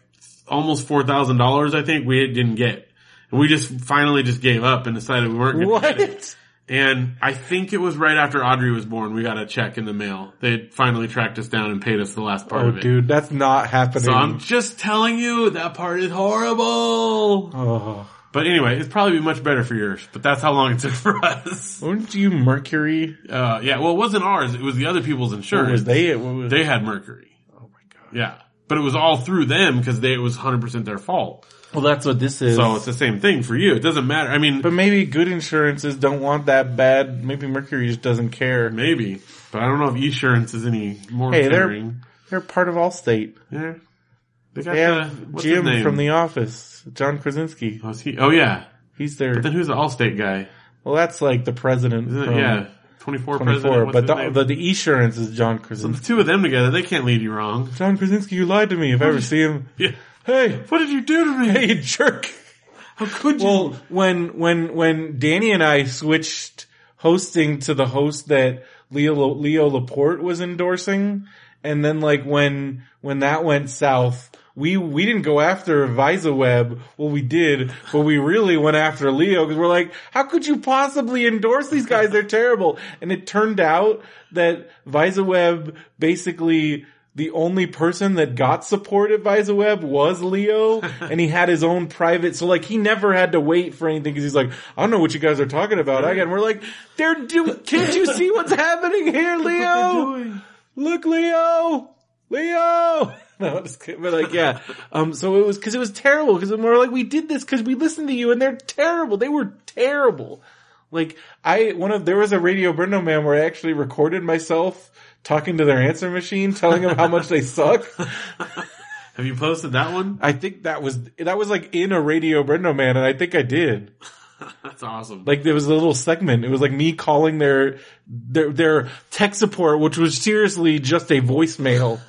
[SPEAKER 3] almost $4,000 I think we didn't get. And we just finally just gave up and decided we weren't going to get it.
[SPEAKER 2] What?
[SPEAKER 3] And I think it was right after Audrey was born, we got a check in the mail. They had finally tracked us down and paid us the last part
[SPEAKER 2] Oh,
[SPEAKER 3] of it.
[SPEAKER 2] dude, that's not happening.
[SPEAKER 3] So I'm just telling you that part is horrible.
[SPEAKER 2] oh.
[SPEAKER 3] But anyway, it'd probably be much better for yours. But that's how long it took [LAUGHS] for us.
[SPEAKER 2] Weren't you Mercury?
[SPEAKER 3] Uh, yeah, well, it wasn't ours. It was the other people's
[SPEAKER 2] Or
[SPEAKER 3] insurance.
[SPEAKER 2] was they? What was,
[SPEAKER 3] They had mercury.
[SPEAKER 2] oh my god!
[SPEAKER 3] Yeah, but it was all through them because they it was 100 percent their fault.
[SPEAKER 2] Well, that's what this is.
[SPEAKER 3] So it's the same thing for you. It doesn't matter. I mean,
[SPEAKER 2] but maybe good insurances don't want that bad. Maybe Mercury just doesn't care.
[SPEAKER 3] maybe, but I don't know if insurance is any more
[SPEAKER 2] Hey, they're-
[SPEAKER 3] caring.
[SPEAKER 2] They're part of Allstate.
[SPEAKER 3] Yeah, they got
[SPEAKER 2] They
[SPEAKER 3] the,
[SPEAKER 2] have
[SPEAKER 3] what's his
[SPEAKER 2] Jim
[SPEAKER 3] name?
[SPEAKER 2] from The Office, John Krasinski.
[SPEAKER 3] Oh, is he? Oh yeah.
[SPEAKER 2] He's their.
[SPEAKER 3] Then who's the Allstate guy?
[SPEAKER 2] Well, that's like the president
[SPEAKER 3] Isn't it-
[SPEAKER 2] from
[SPEAKER 3] yeah, 24,
[SPEAKER 2] Um, Twenty-Four.
[SPEAKER 3] president.
[SPEAKER 2] But the,
[SPEAKER 3] the,
[SPEAKER 2] the the insurance is John
[SPEAKER 3] the
[SPEAKER 2] Krasinski.
[SPEAKER 3] two of them together, they can't lead
[SPEAKER 2] [LAUGHS]
[SPEAKER 3] you wrong.
[SPEAKER 2] John Krasinski, you lied to me. If I ever see him,
[SPEAKER 3] Yeah.
[SPEAKER 2] hey,
[SPEAKER 3] What did you do to me?
[SPEAKER 2] [LAUGHS] hey,
[SPEAKER 3] [LAUGHS]
[SPEAKER 2] you jerk.
[SPEAKER 3] How could you?
[SPEAKER 2] Well, when when when Danny and I switched hosting to the host that Leo Leo Laporte was endorsing, and then like when when that went south, we we didn't go after VisaWeb. Well, we did, but we really went after Leo because we're like, how could you possibly endorse these guys? They're terrible. And it turned out that VisaWeb basically. The only person that got support at VisaWeb was Leo, and he had his own private. So like, he never had to wait for anything because he's like, I don't know what you guys are talking about. I got. And we're like, they're do. Can't you see what's [LAUGHS] happening here, Leo? look, Leo, Leo. [LAUGHS] No, I'm just kidding. But like, yeah. Um, so it was cause it was terrible because we were like, we did this cause we listened to you and they're terrible. They were terrible. Like I, one of, there was a Radio Brendo man where I actually recorded myself talking to their answer machine, telling them how much they suck.
[SPEAKER 3] Have you posted that one?
[SPEAKER 2] I think that was, that was like in a Radio Brendo man and I think I did.
[SPEAKER 3] That's awesome. [LAUGHS]
[SPEAKER 2] Like there was a little segment. It was like me calling their, their, their tech support, which was seriously just a voicemail.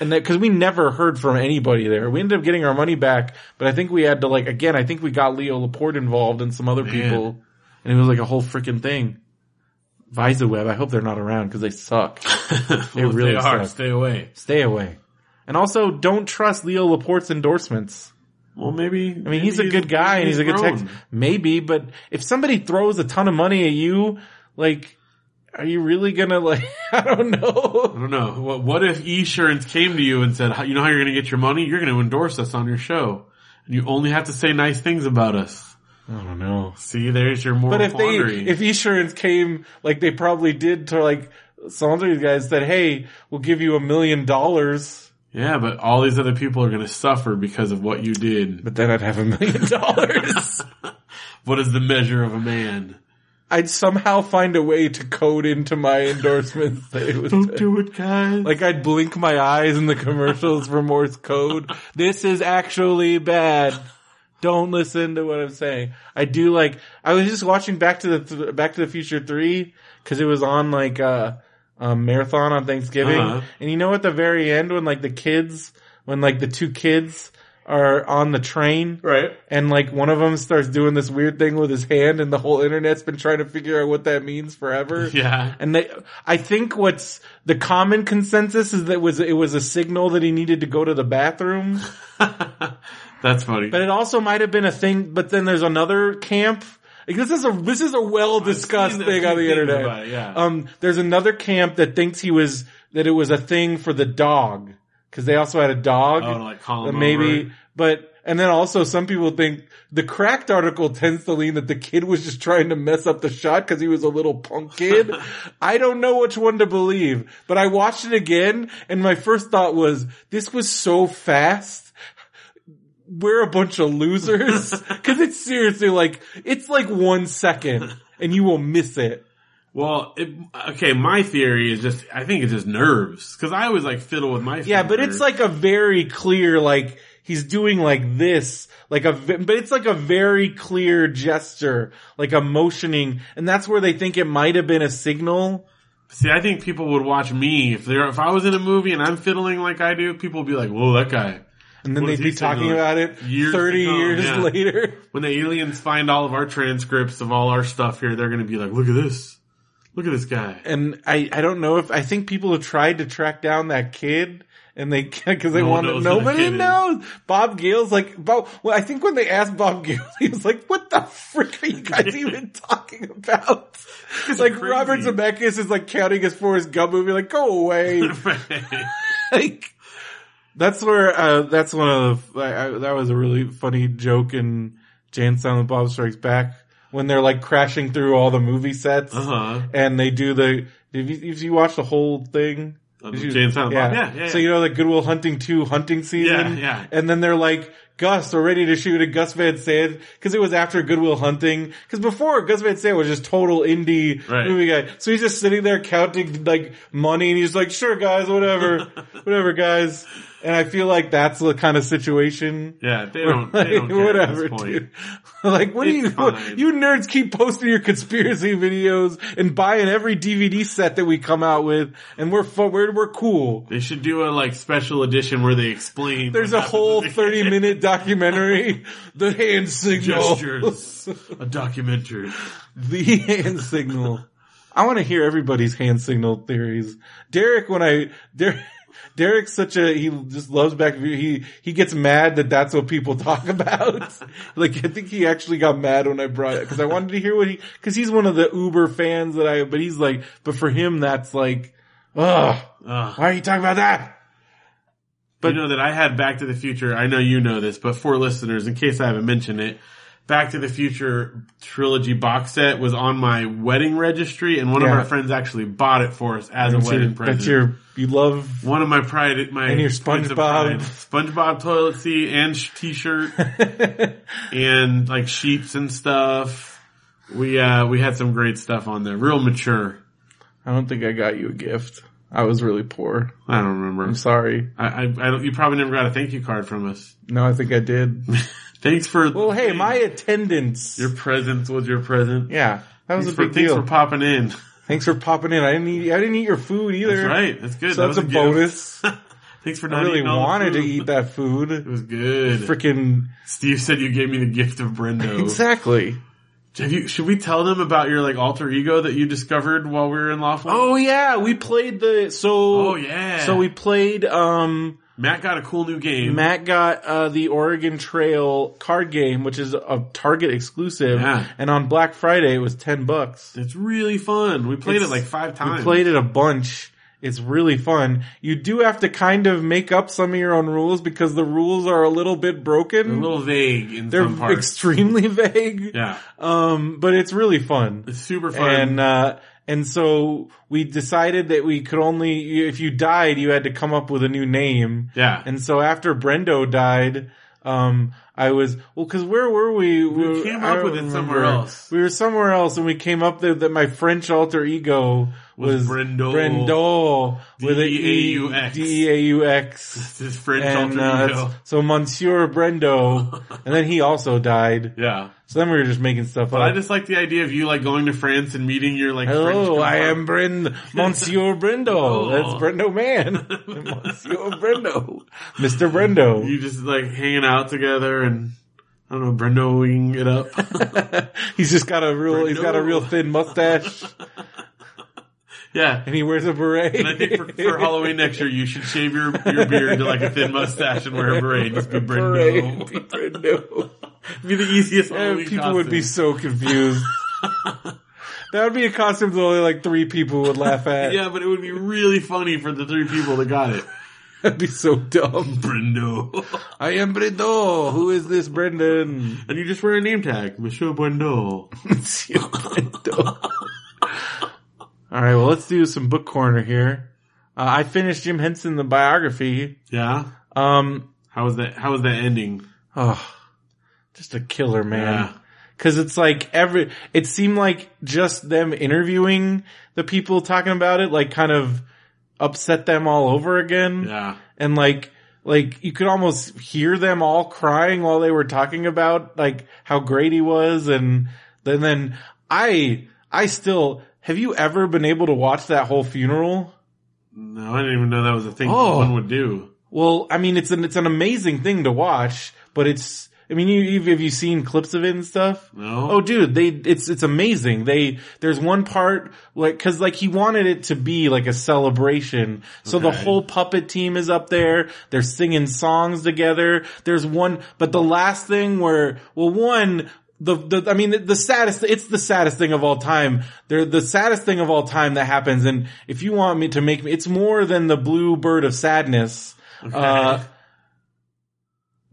[SPEAKER 2] and that, cause we never heard from anybody there. We ended up getting our money back, but I think we had to like, again, I think we got Leo Laporte involved and some other
[SPEAKER 3] Man.
[SPEAKER 2] people. And it was like a whole freaking thing. VisaWeb, I hope they're not around cause they suck.
[SPEAKER 3] Well, if
[SPEAKER 2] really
[SPEAKER 3] they are.
[SPEAKER 2] sucks.
[SPEAKER 3] Stay away.
[SPEAKER 2] Stay away. And also, don't trust Leo Laporte's endorsements.
[SPEAKER 3] Well, maybe.
[SPEAKER 2] I mean, he's a good guy and he's a good text. Maybe, but if somebody throws a ton of money at you, like, are you really gonna like? [LAUGHS] I don't
[SPEAKER 3] I
[SPEAKER 2] know.
[SPEAKER 3] don't know. What, what if Esurance came to you and said, "How- "You know how you're going to get your money? You're going to endorse us on your show, and you only have to say nice things about us."
[SPEAKER 2] I don't know.
[SPEAKER 3] See, there's your moral
[SPEAKER 2] But if they,
[SPEAKER 3] quandary.
[SPEAKER 2] if insurance came, like they probably did to like some of these guys, said, "Hey, we'll give you a million dollars,"
[SPEAKER 3] yeah, but all these other people are going to suffer because of what you did.
[SPEAKER 2] but then I'd have a million [LAUGHS] dollars.
[SPEAKER 3] What is the measure of a man?
[SPEAKER 2] I'd somehow find a way to code into my endorsements that it was.
[SPEAKER 3] Don't do it, guys.
[SPEAKER 2] Like I'd blink my eyes in the commercials for Morse code. This is actually bad. Don't listen to what I'm saying. I do like. I was just watching Back to the th- Back to the Future Three because it was on like a, a marathon on Thanksgiving,
[SPEAKER 3] Uh-huh.
[SPEAKER 2] and you know at the very end when like the kids, when like the two kids are on the train,
[SPEAKER 3] right.
[SPEAKER 2] and like one of them starts doing this weird thing with his hand, and the whole internet's been trying to figure out what that means forever.
[SPEAKER 3] Yeah. [LAUGHS]
[SPEAKER 2] And they, I think what's the common consensus is that was it was a signal that he needed to go to the
[SPEAKER 3] [LAUGHS]
[SPEAKER 2] bathroom,
[SPEAKER 3] That's funny.
[SPEAKER 2] but it also might have been a thing. But then there's another camp. Like, this is a this is a well discussed
[SPEAKER 3] seen a
[SPEAKER 2] thing
[SPEAKER 3] few
[SPEAKER 2] on the
[SPEAKER 3] things
[SPEAKER 2] internet.
[SPEAKER 3] about it, yeah.
[SPEAKER 2] Um, there's another camp that thinks he was that it was a thing for the dog because they also had a dog.
[SPEAKER 3] oh, to, like call
[SPEAKER 2] Uh,
[SPEAKER 3] him
[SPEAKER 2] maybe,
[SPEAKER 3] over.
[SPEAKER 2] but and then also some people think the cracked article tends to lean that the kid was just trying to mess up the shot because he was a little punk kid. I don't know which one to believe, but I watched it again and my first thought was this was so fast. We're a bunch of losers because it's seriously like it's like one second and you will miss it.
[SPEAKER 3] Well, it, okay. My theory is just I think it's just nerves because I always like fiddle with my.
[SPEAKER 2] Yeah, but it's
[SPEAKER 3] fingers.
[SPEAKER 2] like a very clear like he's doing like this, like a v- but it's like a very clear gesture, like a motioning, and that's where they think it might have been a signal.
[SPEAKER 3] See, I think people would watch me if they're if I was in a movie and I'm fiddling like I do. People would be like, "Whoa, that guy!"
[SPEAKER 2] And then
[SPEAKER 3] What is
[SPEAKER 2] they'd be
[SPEAKER 3] he
[SPEAKER 2] talking
[SPEAKER 3] signaling?
[SPEAKER 2] about it
[SPEAKER 3] Years to
[SPEAKER 2] 30
[SPEAKER 3] come,
[SPEAKER 2] years
[SPEAKER 3] yeah.
[SPEAKER 2] [LAUGHS] later.
[SPEAKER 3] When the aliens find all of our transcripts of all our stuff here, they're going to be like, "Look at this! Look at this guy!"
[SPEAKER 2] And I, I don't know if, I think people have tried to track down that kid and they [LAUGHS] can't because they
[SPEAKER 3] No one
[SPEAKER 2] want to,
[SPEAKER 3] knows who that
[SPEAKER 2] nobody
[SPEAKER 3] kid is.
[SPEAKER 2] knows. Bob Gale's like, Bob, well, I think when they asked Bob [LAUGHS] Gale, he was like, what the frick are you
[SPEAKER 3] [LAUGHS]
[SPEAKER 2] guys even talking about? It's like
[SPEAKER 3] crazy.
[SPEAKER 2] Robert Zemeckis is like counting his Forrest Gump movie, like, go
[SPEAKER 3] [LAUGHS]
[SPEAKER 2] away. like, that's where, uh, that's one of the, I, I, that was a really funny joke in Jan Silent Bob Strikes Back when they're like crashing through all the movie sets
[SPEAKER 3] uh huh.
[SPEAKER 2] and they do the. If you, if you watch the whole thing, Did you-
[SPEAKER 3] Jane Silent Bob. Yeah, yeah.
[SPEAKER 2] So you know, like Goodwill Hunting two hunting season,
[SPEAKER 3] Yeah, yeah.
[SPEAKER 2] And then they're like, Gus, we're ready to shoot at Gus Van Sant because it was after Goodwill Hunting. Because before Gus Van Sant was just total indie
[SPEAKER 3] Right.
[SPEAKER 2] movie guy, so he's just sitting there counting like money, and he's like, "Sure, guys,
[SPEAKER 3] [LAUGHS]
[SPEAKER 2] whatever, whatever, guys." And I feel like that's the kind of situation.
[SPEAKER 3] yeah. They don't. [LAUGHS]
[SPEAKER 2] [LAUGHS]
[SPEAKER 3] They don't care at
[SPEAKER 2] whatever,
[SPEAKER 3] this point.
[SPEAKER 2] dude. [LAUGHS] like, what do you,
[SPEAKER 3] It's fine.
[SPEAKER 2] you nerds keep posting your conspiracy videos and buying every DVD set that we come out with, and we're fu- we're we're cool.
[SPEAKER 3] They should do a like special edition where they explain.
[SPEAKER 2] There's a
[SPEAKER 3] what happens
[SPEAKER 2] whole
[SPEAKER 3] in [LAUGHS] the-
[SPEAKER 2] thirty minute documentary, the hand signal,
[SPEAKER 3] [LAUGHS] gestures, [LAUGHS] a documentary.
[SPEAKER 2] the hand signal. I want to hear everybody's hand signal theories. Derek, when I Derek. Derek's such a he just loves back. He he gets mad that that's what people talk about. [LAUGHS] like I think he actually got mad when I brought it because I wanted to hear what he because he's one of the Uber fans that I. But he's like, but for him that's like, ugh,
[SPEAKER 3] Ugh.
[SPEAKER 2] why are you talking about that?
[SPEAKER 3] you know that I had Back to the Future. I know you know this, but for listeners, in case I haven't mentioned it, Back to the Future trilogy box set was on my wedding registry, and one
[SPEAKER 2] Yeah.
[SPEAKER 3] of our friends actually bought it for us as a
[SPEAKER 2] That's your,
[SPEAKER 3] wedding present.
[SPEAKER 2] that's your you [LAUGHS] love.
[SPEAKER 3] one of my pride, my
[SPEAKER 2] And your
[SPEAKER 3] points of
[SPEAKER 2] SpongeBob.
[SPEAKER 3] pride. SpongeBob toilet seat and sh- t-shirt,
[SPEAKER 2] [LAUGHS]
[SPEAKER 3] and like sheeps and stuff. We uh we had some great stuff on there, real mature.
[SPEAKER 2] I don't think I got you a gift. I was really poor.
[SPEAKER 3] I don't remember.
[SPEAKER 2] I'm sorry.
[SPEAKER 3] I, I, I don't, you probably never got a thank you card from us. [LAUGHS]
[SPEAKER 2] No, I think I did.
[SPEAKER 3] Thanks for
[SPEAKER 2] Well, hey, my attendance.
[SPEAKER 3] your presence was your present.
[SPEAKER 2] yeah, that was
[SPEAKER 3] Thanks
[SPEAKER 2] a
[SPEAKER 3] for,
[SPEAKER 2] big
[SPEAKER 3] thanks
[SPEAKER 2] deal.
[SPEAKER 3] for popping in.
[SPEAKER 2] Thanks for popping in. I didn't eat. I didn't eat your food either.
[SPEAKER 3] That's right. That's good.
[SPEAKER 2] So
[SPEAKER 3] That
[SPEAKER 2] that's a
[SPEAKER 3] was
[SPEAKER 2] [LAUGHS] bonus.
[SPEAKER 3] gift. Thanks for not
[SPEAKER 2] I really
[SPEAKER 3] eating all the
[SPEAKER 2] wanted to
[SPEAKER 3] food.
[SPEAKER 2] eat that
[SPEAKER 3] It
[SPEAKER 2] [LAUGHS] food.
[SPEAKER 3] was good.
[SPEAKER 2] Freaking [LAUGHS] Oh.
[SPEAKER 3] Steve said you gave me the gift of Brendo.
[SPEAKER 2] exactly.
[SPEAKER 3] Have you, should we tell them about your like alter ego that you discovered while we were in law Firm?
[SPEAKER 2] Oh yeah, we played the so.
[SPEAKER 3] Oh, yeah.
[SPEAKER 2] So we played. Um,
[SPEAKER 3] Matt got a cool new game.
[SPEAKER 2] Matt got uh, the Oregon Trail card game, which is a Target exclusive,
[SPEAKER 3] Yeah.
[SPEAKER 2] and on Black Friday it was ten bucks.
[SPEAKER 3] it's really fun. We played
[SPEAKER 2] It's-
[SPEAKER 3] it like five times.
[SPEAKER 2] We played it a bunch. It's really fun. You do have to kind of make up some of your own rules because the rules are a little bit broken.
[SPEAKER 3] They're a little vague in
[SPEAKER 2] They're
[SPEAKER 3] some parts.
[SPEAKER 2] extremely [LAUGHS] vague.
[SPEAKER 3] yeah,
[SPEAKER 2] Um, but it's really fun.
[SPEAKER 3] it's super fun.
[SPEAKER 2] And, uh, and so we decided that we could only, if you died, you had to come up with a new name.
[SPEAKER 3] yeah, [LAUGHS]
[SPEAKER 2] And so after Brendo died, um, I was well because where were we? We,
[SPEAKER 3] came
[SPEAKER 2] I
[SPEAKER 3] up
[SPEAKER 2] don't
[SPEAKER 3] with it somewhere
[SPEAKER 2] remember.
[SPEAKER 3] else.
[SPEAKER 2] We were somewhere else, and we came up there that my French alter ego was,
[SPEAKER 3] Was Brendo.
[SPEAKER 2] Brendo with a E-
[SPEAKER 3] D-E-A-U-X.
[SPEAKER 2] D-E-A-U-x.
[SPEAKER 3] it's his French
[SPEAKER 2] And uh,
[SPEAKER 3] alter ego.
[SPEAKER 2] it's- so Monsieur
[SPEAKER 3] [LAUGHS]
[SPEAKER 2] Brendo, and then he also died.
[SPEAKER 3] yeah,
[SPEAKER 2] So then we were just making stuff
[SPEAKER 3] but
[SPEAKER 2] up.
[SPEAKER 3] I just like the idea of you like going to France and meeting your like. French
[SPEAKER 2] Hello, I
[SPEAKER 3] counterpart.
[SPEAKER 2] am Brend Monsieur Brendo.
[SPEAKER 3] [LAUGHS] Oh.
[SPEAKER 2] That's Brendo Man,
[SPEAKER 3] [LAUGHS]
[SPEAKER 2] Monsieur Brendo, Mister Brendo.
[SPEAKER 3] You just like hanging out together and I don't know, Brendoing it up. [LAUGHS]
[SPEAKER 2] [LAUGHS] he's just got a real he's got a real thin mustache
[SPEAKER 3] yeah.
[SPEAKER 2] and he wears a beret.
[SPEAKER 3] And I think for, for Halloween next year, you should shave your, your beard to like a thin mustache and wear a beret. and
[SPEAKER 2] [LAUGHS]
[SPEAKER 3] Just be
[SPEAKER 2] Beret,
[SPEAKER 3] Brendo.
[SPEAKER 2] be Brendo.
[SPEAKER 3] [LAUGHS] be the easiest
[SPEAKER 2] And
[SPEAKER 3] Halloween
[SPEAKER 2] people would be
[SPEAKER 3] costume.
[SPEAKER 2] so
[SPEAKER 3] [LAUGHS]
[SPEAKER 2] confused. that would be a costume that only like three people would laugh at.
[SPEAKER 3] Yeah, but it would be really funny for the three people that got it.
[SPEAKER 2] [LAUGHS] That'd be so dumb.
[SPEAKER 3] Brendo.
[SPEAKER 2] [LAUGHS] I am Brendo. Who is this Brendan?
[SPEAKER 3] [LAUGHS]
[SPEAKER 2] [LAUGHS]
[SPEAKER 3] And you just wear a name tag, Monsieur Brendo.
[SPEAKER 2] Monsieur Brendo. All right, well, let's do some book corner here. Uh, I finished Jim Henson the biography.
[SPEAKER 3] Yeah.
[SPEAKER 2] Um,
[SPEAKER 3] How was that? How was that ending?
[SPEAKER 2] Oh, just a killer, man.
[SPEAKER 3] Yeah.
[SPEAKER 2] Cause it's like every, it seemed like just them interviewing the people talking about it, like kind of upset them all over again.
[SPEAKER 3] Yeah.
[SPEAKER 2] And like, like you could almost hear them all crying while they were talking about like how great he was. And then, then I, I still, have you ever been able to watch that whole funeral?
[SPEAKER 3] No, I didn't even know that was a thing
[SPEAKER 2] Oh.
[SPEAKER 3] one would do.
[SPEAKER 2] Well, I mean, it's an, it's an amazing thing to watch, but it's, I mean, you, you've, have you seen clips of it and stuff?
[SPEAKER 3] No.
[SPEAKER 2] Oh, dude, they it's it's amazing. They there's one part like because like he wanted it to be like a celebration, so the
[SPEAKER 3] Okay.
[SPEAKER 2] whole puppet team is up there. They're singing songs together. There's one, but the last thing where well, one. The, the, I mean, the, the saddest, it's the saddest thing of all time. They're the saddest thing of all time that happens. And if you want me to make me, it's more than the blue bird of sadness. Uh,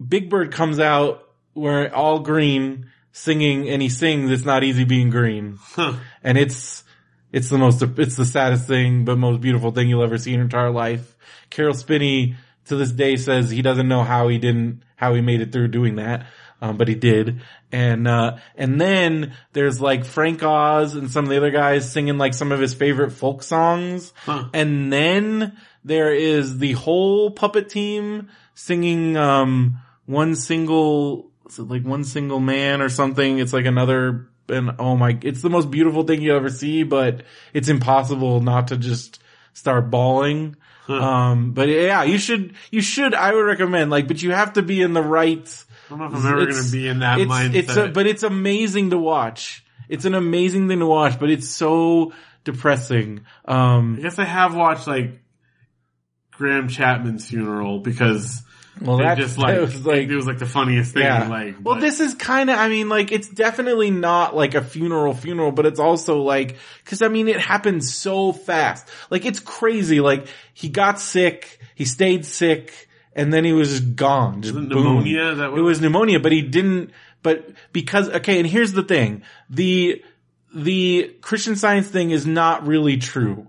[SPEAKER 2] Big Bird comes out where all green singing and he sings it's not easy being green
[SPEAKER 3] Huh.
[SPEAKER 2] and it's it's the most it's the saddest thing but most beautiful thing you'll ever see in your entire life. Carol Spinney to this day says he doesn't know how he didn't how he made it through doing that. Um, but he did. And, uh, and then there's like Frank Oz and some of the other guys singing like some of his favorite folk songs.
[SPEAKER 3] Huh.
[SPEAKER 2] And then there is the whole puppet team singing, um, one single, is it like one single man or something? It's like another, and oh my, it's the most beautiful thing you ever see, but it's impossible not to just start bawling. Um, but yeah, you should, you should, I would recommend, like, but you have to be in the right,
[SPEAKER 3] I don't know if I'm ever going
[SPEAKER 2] it's-
[SPEAKER 3] to be in that
[SPEAKER 2] it's,
[SPEAKER 3] mindset.
[SPEAKER 2] It's a, but it's amazing to watch. It's an amazing thing to watch, but it's so depressing.
[SPEAKER 3] I
[SPEAKER 2] Um,
[SPEAKER 3] guess I have watched like Graham Chapman's funeral because
[SPEAKER 2] well,
[SPEAKER 3] they
[SPEAKER 2] that,
[SPEAKER 3] just
[SPEAKER 2] [LAUGHS]
[SPEAKER 3] like,
[SPEAKER 2] that was like,
[SPEAKER 3] it was like the funniest thing.
[SPEAKER 2] yeah.
[SPEAKER 3] Like,
[SPEAKER 2] well,
[SPEAKER 3] but-
[SPEAKER 2] this is kind of, I mean, like, it's definitely not like a funeral funeral, but it's also like, cause I mean, it happened so fast. Like, it's crazy. Like, he got sick, he stayed sick, and then he was just gone. Just
[SPEAKER 3] Wasn't
[SPEAKER 2] boom.
[SPEAKER 3] pneumonia? Is that what
[SPEAKER 2] it was pneumonia, but he didn't, but because, okay, and here's the thing. The, the Christian science thing is not really true.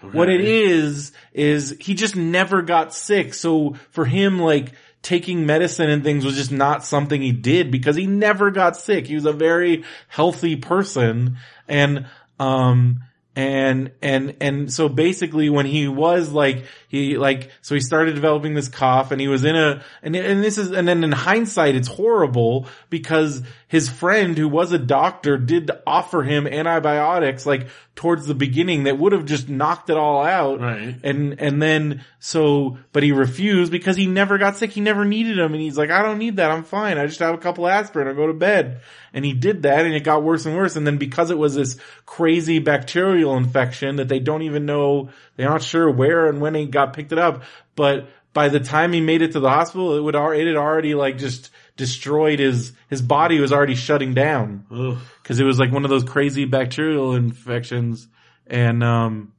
[SPEAKER 2] What it is, is he just never got sick. So for him, like, taking medicine and things was just not something he did because he never got sick. He was a very healthy person. And, um, and, and, and so basically when he was like, he like, so he started developing this cough and he was in a, and, and this is, and then in hindsight, it's horrible because his friend who was a doctor did offer him antibiotics like towards the beginning that would have just knocked it all out.
[SPEAKER 3] Right.
[SPEAKER 2] And, and then so, but he refused because he never got sick. He never needed them. And he's like, I don't need that. I'm fine. I just have a couple aspirin. I'll go to bed. And he did that and it got worse and worse. And then because it was this crazy bacterial infection that they don't even know, they're not sure where and when he got picked it up, but by the time he made it to the hospital, it would, al- it had already like just destroyed his, his body was already shutting down
[SPEAKER 3] Ugh.
[SPEAKER 2] because it was like one of those crazy bacterial infections and um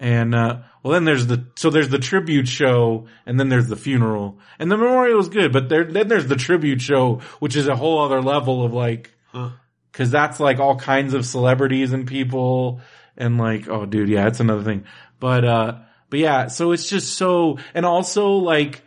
[SPEAKER 2] and uh well then there's the so there's the tribute show and then there's the funeral and the memorial was good but there then there's the tribute show which is a whole other level of like
[SPEAKER 3] Huh.
[SPEAKER 2] because that's like all kinds of celebrities and people and like oh dude yeah it's another thing but uh but yeah so it's just so and also like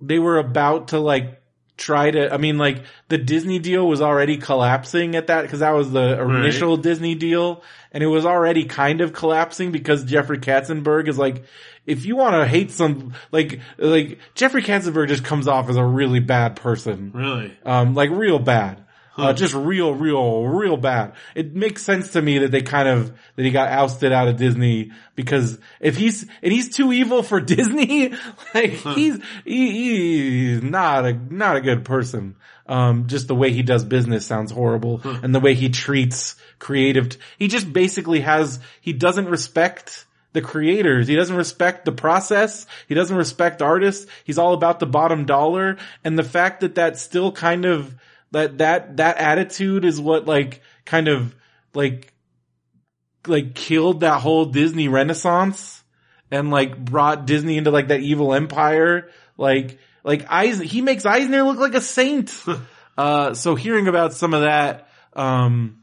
[SPEAKER 2] they were about to like try to i mean like the disney deal was already collapsing at that because that was the initial disney deal and it was already kind of collapsing because jeffrey katzenberg is like if you want to hate some like like jeffrey katzenberg just comes off as a really bad person
[SPEAKER 3] Really?
[SPEAKER 2] um, like real bad.
[SPEAKER 3] Huh.
[SPEAKER 2] Uh, just real, real, real bad. It makes sense to me that they kind of, that he got ousted out of Disney because if he's, and he's too evil for [LAUGHS] Disney, like he's, he, he's not a, not a good person. Um, just the way he does business sounds horrible and the way he treats creative, t- he just basically has, he doesn't respect the creators. He doesn't respect the process. He doesn't respect artists. He's all about the bottom dollar. And the fact that that's still kind of that, that, that attitude is what like kind of like, like killed that whole Disney renaissance and like brought Disney into like that evil empire. Like, like Eis- he makes Eisner look like a saint.
[SPEAKER 3] [LAUGHS]
[SPEAKER 2] uh, so hearing about some of that, um,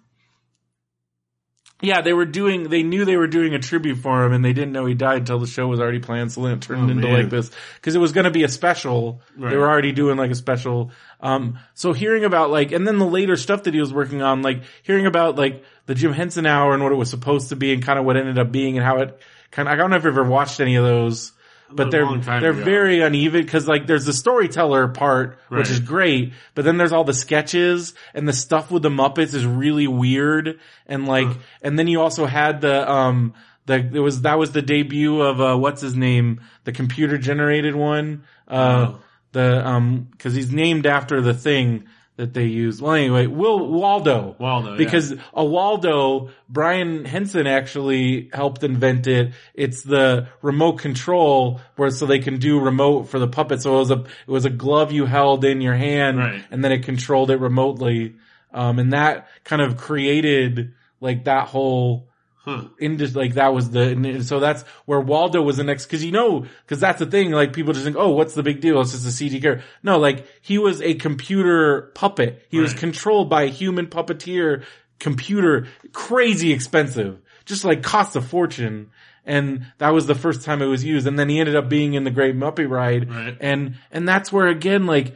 [SPEAKER 2] yeah, they were doing, they knew they were doing a tribute for him and they didn't know he died until the show was already planned. So then it turned
[SPEAKER 3] Oh,
[SPEAKER 2] into
[SPEAKER 3] man.
[SPEAKER 2] like this because it was going to be a special.
[SPEAKER 3] Right.
[SPEAKER 2] They were already doing like a special. Um, so hearing about like, and then the later stuff that he was working on, like hearing about like the Jim Henson hour and what it was supposed to be and kind of what ended up being and how it kind of, I don't know if you've ever watched any of those, but
[SPEAKER 3] A
[SPEAKER 2] they're,
[SPEAKER 3] long time
[SPEAKER 2] they're
[SPEAKER 3] ago.
[SPEAKER 2] very uneven because like there's the storyteller part,
[SPEAKER 3] Right.
[SPEAKER 2] which is great, but then there's all the sketches and the stuff with the Muppets is really weird and like and then you also had the um the it was that was the debut of uh what's his name the computer generated one uh
[SPEAKER 3] Oh.
[SPEAKER 2] the um because he's named after the thing that they used well anyway Will Waldo
[SPEAKER 3] Waldo, Oh, yeah.
[SPEAKER 2] because a Waldo Brian Henson actually helped invent it it's the remote control where so they can do remote for the puppet so it was a it was a glove you held in your hand
[SPEAKER 3] Right.
[SPEAKER 2] and then it controlled it remotely. Um, and that kind of created like that whole
[SPEAKER 3] Huh.
[SPEAKER 2] indus like that was the, and so that's where Waldo was the next, cause you know, cause that's the thing, like people just think, oh, what's the big deal? It's just a CG character. No, like he was a computer puppet. He was
[SPEAKER 3] Right.
[SPEAKER 2] controlled by a human puppeteer computer, crazy expensive, just like cost a fortune. And that was the first time it was used. And then he ended up being in the Great Muppet Ride.
[SPEAKER 3] Right.
[SPEAKER 2] And, and that's where again, like,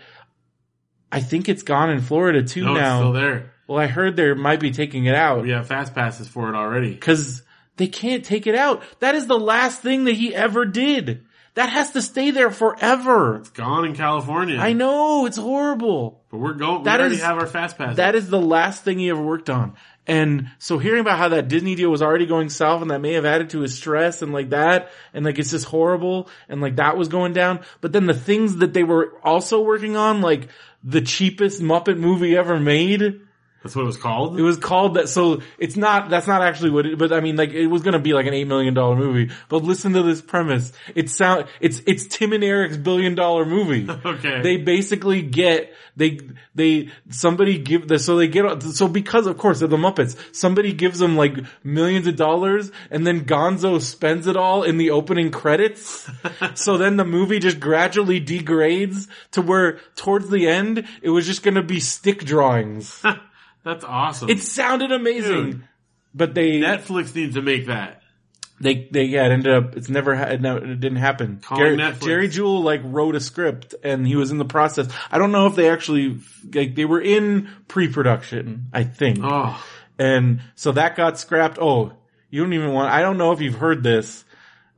[SPEAKER 2] I think it's gone in Florida too
[SPEAKER 3] No, it's
[SPEAKER 2] now.
[SPEAKER 3] still there.
[SPEAKER 2] Well, I heard they might be taking it out
[SPEAKER 3] We have fast passes for it already.
[SPEAKER 2] because they can't take it out. That is the last thing that he ever did. That has to stay there forever.
[SPEAKER 3] It's gone in California.
[SPEAKER 2] I know it's horrible.
[SPEAKER 3] But we're going. We
[SPEAKER 2] That
[SPEAKER 3] already
[SPEAKER 2] is-
[SPEAKER 3] have our fast passes.
[SPEAKER 2] That is the last thing he ever worked on. And so hearing about how that Disney deal was already going south and that may have added to his stress and like that and like it's just horrible and like that was going down. But then the things that they were also working on, like the cheapest Muppet movie ever made,
[SPEAKER 3] That's what it was called.
[SPEAKER 2] It was called that, so it's not, that's not actually what it, but I mean like, it was gonna be like an eight million dollar movie, but listen to this premise. It sound, it's, it's Tim and Eric's billion dollar movie.
[SPEAKER 3] [LAUGHS] okay.
[SPEAKER 2] They basically get, they, they, somebody give, the, so they get, so because of course of the Muppets, somebody gives them like millions of dollars and then Gonzo spends it all in the opening credits. so then the movie just gradually degrades to where towards the end, it was just gonna be stick drawings.
[SPEAKER 3] That's awesome.
[SPEAKER 2] It sounded amazing,
[SPEAKER 3] Dude.
[SPEAKER 2] but they
[SPEAKER 3] Netflix needs to make that.
[SPEAKER 2] they they yeah it ended up it's never ha- it, never, it didn't happen. Jerry,
[SPEAKER 3] Calling Netflix.
[SPEAKER 2] Jerry Jewell like wrote a script and he was in the process. I don't know if they actually like they were in pre-production, I think,
[SPEAKER 3] Oh,
[SPEAKER 2] and so that got scrapped. Oh, you don't even want. I don't know if you've heard this.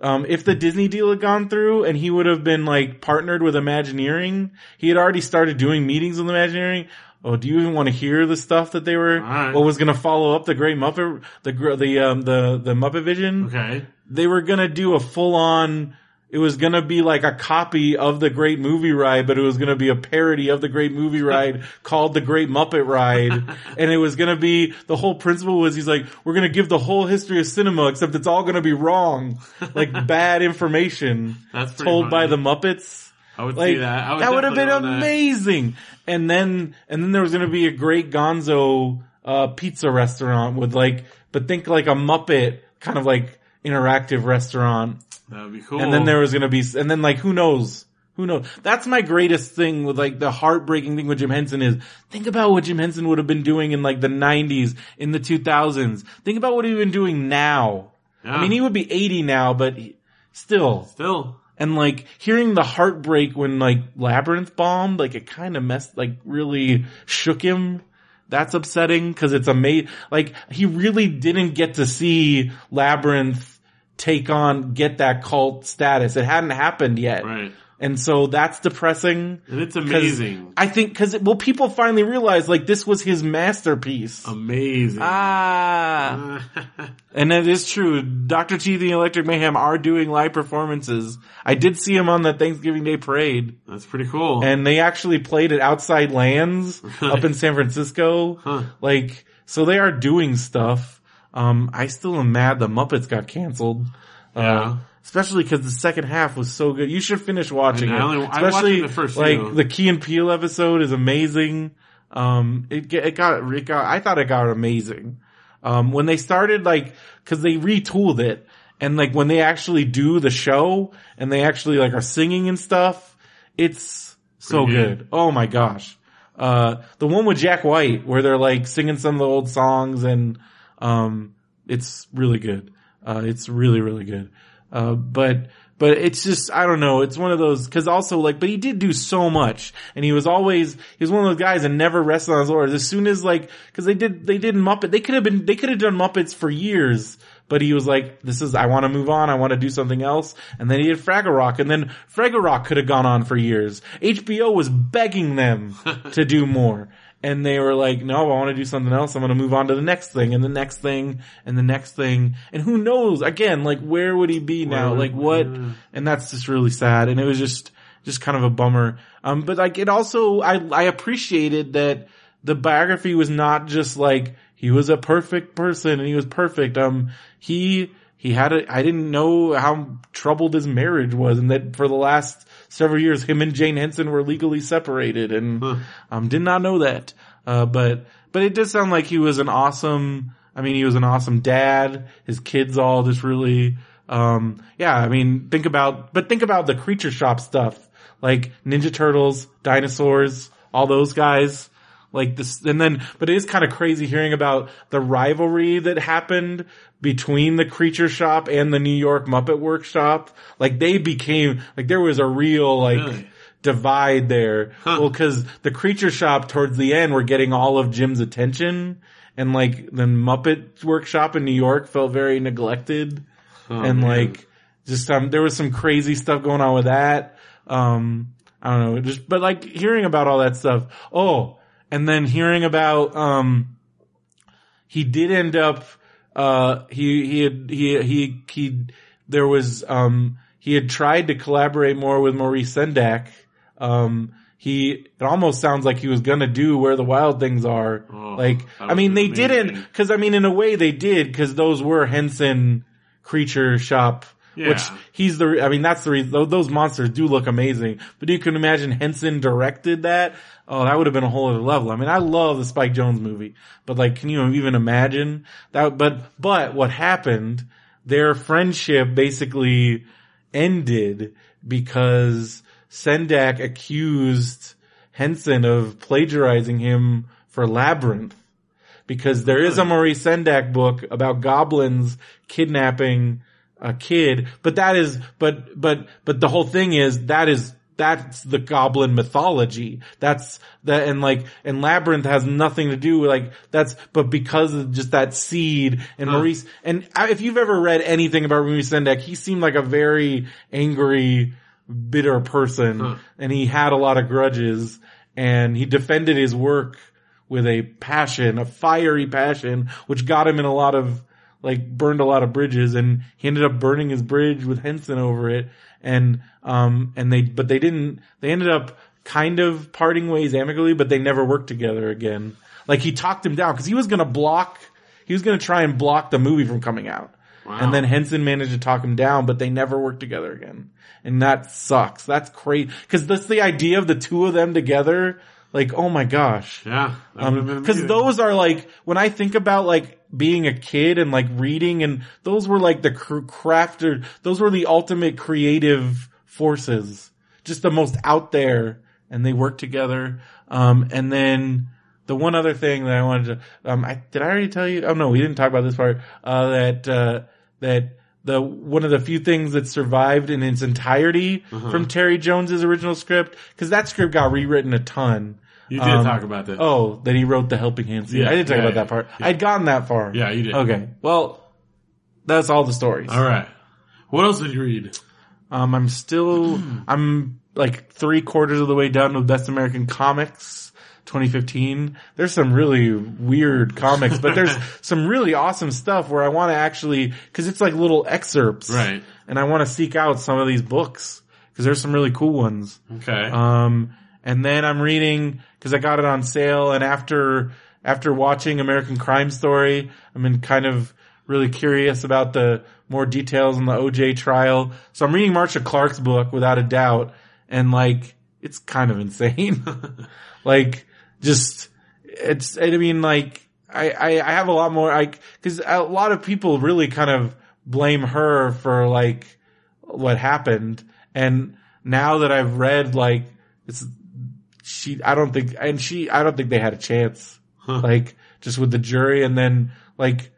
[SPEAKER 2] Um, if the Disney deal had gone through and he would have been like partnered with Imagineering, he had already started doing meetings with Imagineering. Oh, do you even want to hear the stuff that they were?
[SPEAKER 3] Alright.
[SPEAKER 2] What was going to follow up the Great Muppet, the gr- the um the the Muppet Vision?
[SPEAKER 3] Okay.
[SPEAKER 2] They were going to do a full on. It was going to be like a copy of the Great Movie Ride, but it was going to be a parody of the Great Movie Ride
[SPEAKER 3] [LAUGHS]
[SPEAKER 2] called the Great Muppet Ride, and it was going to be the whole principle was he's like, we're going to give the whole history of cinema, except it's all going to be wrong, like
[SPEAKER 3] [LAUGHS]
[SPEAKER 2] bad information
[SPEAKER 3] That's pretty
[SPEAKER 2] told by
[SPEAKER 3] funny.
[SPEAKER 2] the Muppets.
[SPEAKER 3] I would
[SPEAKER 2] Like
[SPEAKER 3] see that. I would
[SPEAKER 2] that would have been
[SPEAKER 3] definitely want that.
[SPEAKER 2] amazing. And then and then there was gonna be a great Gonzo uh, pizza restaurant with like, but think like a Muppet kind of like interactive restaurant.
[SPEAKER 3] That would be cool.
[SPEAKER 2] And then there was gonna be and then like who knows. Who knows? That's my greatest thing with like the heartbreaking thing with Jim Henson is think about what Jim Henson would have been doing in like the 90s, in the 2000s. Think about what he'd been doing now.
[SPEAKER 3] Yeah.
[SPEAKER 2] I mean, he would be 80 now, but he- still
[SPEAKER 3] still.
[SPEAKER 2] and like hearing the heartbreak when like Labyrinth bombed, like it kind of messed, like really shook him. That's upsetting because it's amazing. Like he really didn't get to see Labyrinth take on, get that cult status. It hadn't happened yet.
[SPEAKER 3] Right.
[SPEAKER 2] And so that's depressing.
[SPEAKER 3] And it's
[SPEAKER 2] 'cause
[SPEAKER 3] amazing.
[SPEAKER 2] I think cause it, well, people finally realized like this was his masterpiece.
[SPEAKER 3] Amazing.
[SPEAKER 2] ah. Um, And it is true. Dr. T and the Electric Mayhem are doing live performances. I did see him on the Thanksgiving Day parade
[SPEAKER 3] [LAUGHS] That's pretty cool.
[SPEAKER 2] and they actually played at Outside Lands up in San Francisco.
[SPEAKER 3] Huh.
[SPEAKER 2] Like, so they are doing stuff. Um, I still am mad the Muppets got canceled.
[SPEAKER 3] Yeah.
[SPEAKER 2] Especially because the second half was so good. You should finish watching
[SPEAKER 3] I
[SPEAKER 2] it.
[SPEAKER 3] only- I watched
[SPEAKER 2] Especially
[SPEAKER 3] the first
[SPEAKER 2] like
[SPEAKER 3] few.
[SPEAKER 2] the Key and Peele episode is amazing. Um, it ge- it got it got I thought it got amazing. Um, when they started like because they retooled it and like when they actually do the show and they actually like are singing and stuff, it's so
[SPEAKER 3] Pretty
[SPEAKER 2] good.
[SPEAKER 3] good.
[SPEAKER 2] Oh my gosh. Uh, the one with Jack White where they're like singing some of the old songs and, um, it's really good. Uh, it's really, really good. Uh, but, but it's just, I don't know. It's one of those, cause also like, but he did do so much and he was always, he was one of those guys that never rested on his laurels. As soon as like, cause they did, they did Muppet, they could have been, they could have done Muppets for years, but he was like, this is, I want to move on. I want to do something else. And then he did Fraggle Rock and then Fraggle Rock could have gone on for years. HBO was begging them to do more. And they were like, no, I want to do something else. I'm going to move on to the next thing and the next thing and the next thing. And who knows again, like where would he be now?
[SPEAKER 3] Where-
[SPEAKER 2] Like what?
[SPEAKER 3] yeah.
[SPEAKER 2] And that's just really sad. And it was just, just kind of a bummer. Um, but like it also, I, I appreciated that the biography was not just like, he was a perfect person and he was perfect. Um, he, he had a, I didn't know how troubled his marriage was and that for the last several years, him and Jane Henson were legally separated and,
[SPEAKER 3] Huh.
[SPEAKER 2] um, did not know that. Uh, but, but it does sound like he was an awesome, I mean, he was an awesome dad. His kids all just really, um, yeah, I mean, think about, but think about the creature shop stuff, like Ninja Turtles, dinosaurs, all those guys. Like this, and then, but it is kind of crazy hearing about the rivalry that happened between the creature shop and the New York Muppet Workshop. Like they became, like there was a real, like,
[SPEAKER 3] Really?
[SPEAKER 2] divide there.
[SPEAKER 3] Huh.
[SPEAKER 2] Well, cause the creature shop towards the end were getting all of Jim's attention and like the Muppet workshop in New York felt very neglected
[SPEAKER 3] Oh,
[SPEAKER 2] and
[SPEAKER 3] man.
[SPEAKER 2] like just um there was some crazy stuff going on with that. Um I don't know, just but like hearing about all that stuff. Oh, and then hearing about um he did end up uh he he had he he he there was um he had tried to collaborate more with Maurice Sendak. Um he it almost sounds like he was gonna do where the wild things are.
[SPEAKER 3] Oh,
[SPEAKER 2] like
[SPEAKER 3] that
[SPEAKER 2] I mean
[SPEAKER 3] would've
[SPEAKER 2] they
[SPEAKER 3] been amazing.
[SPEAKER 2] didn't cuz I mean in a way they did cuz those were Henson creature shop.
[SPEAKER 3] Yeah.
[SPEAKER 2] Which he's the, I mean, that's the reason, tho- those monsters do look amazing, but you can imagine Henson directed that. Oh, that would have been a whole other level. I mean, I love the Spike Jones movie, but like, can you even imagine that? But, but what happened, their friendship basically ended because Sendak accused Henson of plagiarizing him for Labyrinth because there is a Maurice Sendak book about goblins kidnapping a kid, but that is, but, but, but the whole thing is that is, that's the goblin mythology. That's that, and like, and Labyrinth has nothing to do with like, that's, but because of just that seed and Maurice, and I- if you've ever read anything about Maurice Sendak, he seemed like a very angry, bitter person and he had a lot of grudges and he defended his work with a passion, a fiery passion, which got him in a lot of like burned a lot of bridges, and he ended up burning his bridge with Henson over it, and um and they but they didn't they ended up kind of parting ways amicably, but they never worked together again. Like he talked him down because he was gonna block, he was gonna try and block the movie from coming out.
[SPEAKER 3] Wow.
[SPEAKER 2] And then Henson managed to talk him down, but they never worked together again. And that sucks. That's crazy. Cause that's the idea of the two of them together. Like, oh my gosh.
[SPEAKER 3] yeah, that would've been
[SPEAKER 2] Um, Cause
[SPEAKER 3] amazing.
[SPEAKER 2] those are like, when I think about like being a kid and like reading and those were like the cr- crafter, those were the ultimate creative forces. Just the most out there and they worked together. Um, and then the one other thing that I wanted to, um, I, did I already tell you? Oh no, we didn't talk about this part, uh, that, uh, that the, one of the few things that survived in its entirety from Terry Jones's original script, cause that script got rewritten a ton.
[SPEAKER 3] you did
[SPEAKER 2] um,
[SPEAKER 3] talk about that.
[SPEAKER 2] Oh, that he wrote the helping hand scene.
[SPEAKER 3] Yeah,
[SPEAKER 2] I didn't talk
[SPEAKER 3] yeah,
[SPEAKER 2] about
[SPEAKER 3] yeah,
[SPEAKER 2] that part.
[SPEAKER 3] yeah.
[SPEAKER 2] I'd gotten that far.
[SPEAKER 3] Yeah, you did.
[SPEAKER 2] Okay. Well, that's all the stories.
[SPEAKER 3] All right. What else did you read?
[SPEAKER 2] Um, I'm
[SPEAKER 3] [CLEARS THROAT]
[SPEAKER 2] still, I'm like three quarters of the way done with Best American Comics 2015. There's some really weird comics, but
[SPEAKER 3] [LAUGHS]
[SPEAKER 2] there's some really awesome stuff where I want to actually, cause it's like little excerpts.
[SPEAKER 3] Right.
[SPEAKER 2] And I want to seek out some of these books cause there's some really cool ones.
[SPEAKER 3] Okay.
[SPEAKER 2] Um, and then I'm reading because I got it on sale, and after after watching American Crime Story, I've been kind of really curious about the more details on the OJ trial. So I'm reading Marcia Clark's book without a doubt, and like it's kind of insane. like just it's I mean like I I, I have a lot more like because a lot of people really kind of blame her for like what happened and now that I've read like it's she I don't think and she I don't think they had a chance
[SPEAKER 3] Huh.
[SPEAKER 2] like just with the jury and then like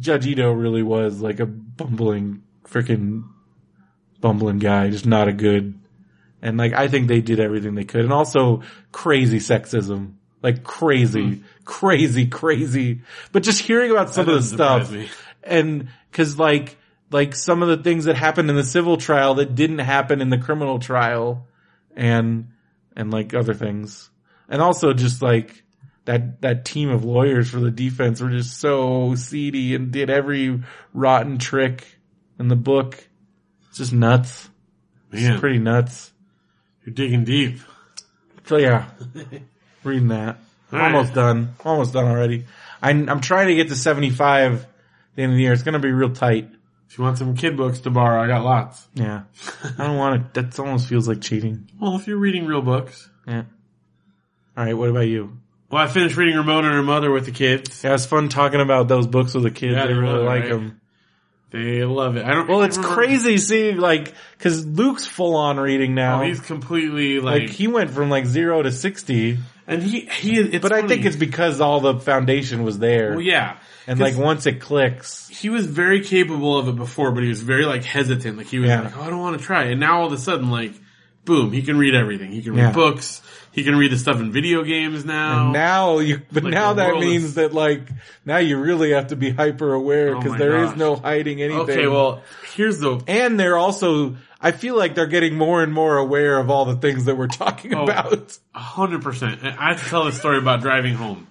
[SPEAKER 2] Judge Ito really was like a bumbling freaking bumbling guy just not a good and like I think they did everything they could, and also crazy sexism, like crazy, crazy, crazy. But just hearing about some
[SPEAKER 3] Hmm. That
[SPEAKER 2] of the
[SPEAKER 3] doesn't surprise
[SPEAKER 2] stuff,
[SPEAKER 3] me.
[SPEAKER 2] and because like like some of the things that happened in the civil trial that didn't happen in the criminal trial, and and like other things, and also just like. That, that team of lawyers for the defense were just so seedy and did every rotten trick in the book. It's just nuts.
[SPEAKER 3] Man,
[SPEAKER 2] It's pretty nuts.
[SPEAKER 3] you're digging deep.
[SPEAKER 2] So
[SPEAKER 3] [LAUGHS]
[SPEAKER 2] yeah, reading that.
[SPEAKER 3] All right.
[SPEAKER 2] Almost done. Almost done already. I'm, I'm trying to get to 75 at the end of the year. It's going to be real tight.
[SPEAKER 3] If you want some kid books to borrow, I got lots.
[SPEAKER 2] Yeah. I don't want to, that almost feels like cheating.
[SPEAKER 3] Well, if you're reading real books.
[SPEAKER 2] Yeah. All right. What about you?
[SPEAKER 3] Well, I finished reading Ramona and her mother with the kids.
[SPEAKER 2] Yeah, it's fun talking about those books with the kids.
[SPEAKER 3] Yeah,
[SPEAKER 2] they
[SPEAKER 3] they love
[SPEAKER 2] really
[SPEAKER 3] it,
[SPEAKER 2] like
[SPEAKER 3] right?
[SPEAKER 2] them.
[SPEAKER 3] They love it. I don't.
[SPEAKER 2] Well, it's
[SPEAKER 3] I remember-
[SPEAKER 2] crazy seeing like, cause Luke's full on reading now.
[SPEAKER 3] Oh, he's completely like,
[SPEAKER 2] like, he went from like zero to 60,
[SPEAKER 3] and he he. It's
[SPEAKER 2] but I
[SPEAKER 3] funny.
[SPEAKER 2] think it's because all the foundation was there.
[SPEAKER 3] well, yeah.
[SPEAKER 2] and like
[SPEAKER 3] 'Cause-
[SPEAKER 2] once it clicks,
[SPEAKER 3] he was very capable of it before, but he was very like hesitant. Like he was
[SPEAKER 2] Yeah.
[SPEAKER 3] like, "Oh, I don't want to try." And now all of a sudden, like, boom, he can read everything. He can read
[SPEAKER 2] Yeah.
[SPEAKER 3] books. He can read the stuff in video games now.
[SPEAKER 2] And now you, but
[SPEAKER 3] Like,
[SPEAKER 2] now
[SPEAKER 3] the
[SPEAKER 2] that
[SPEAKER 3] world
[SPEAKER 2] means
[SPEAKER 3] is-
[SPEAKER 2] that like now you really have to be hyper aware
[SPEAKER 3] Oh
[SPEAKER 2] because
[SPEAKER 3] my
[SPEAKER 2] there is
[SPEAKER 3] gosh.
[SPEAKER 2] no hiding anything.
[SPEAKER 3] okay, well, here's the
[SPEAKER 2] and they're also, I feel like they're getting more and more aware of all the things that we're talking
[SPEAKER 3] Oh.
[SPEAKER 2] about.
[SPEAKER 3] hundred percent. I have to tell this story about driving home.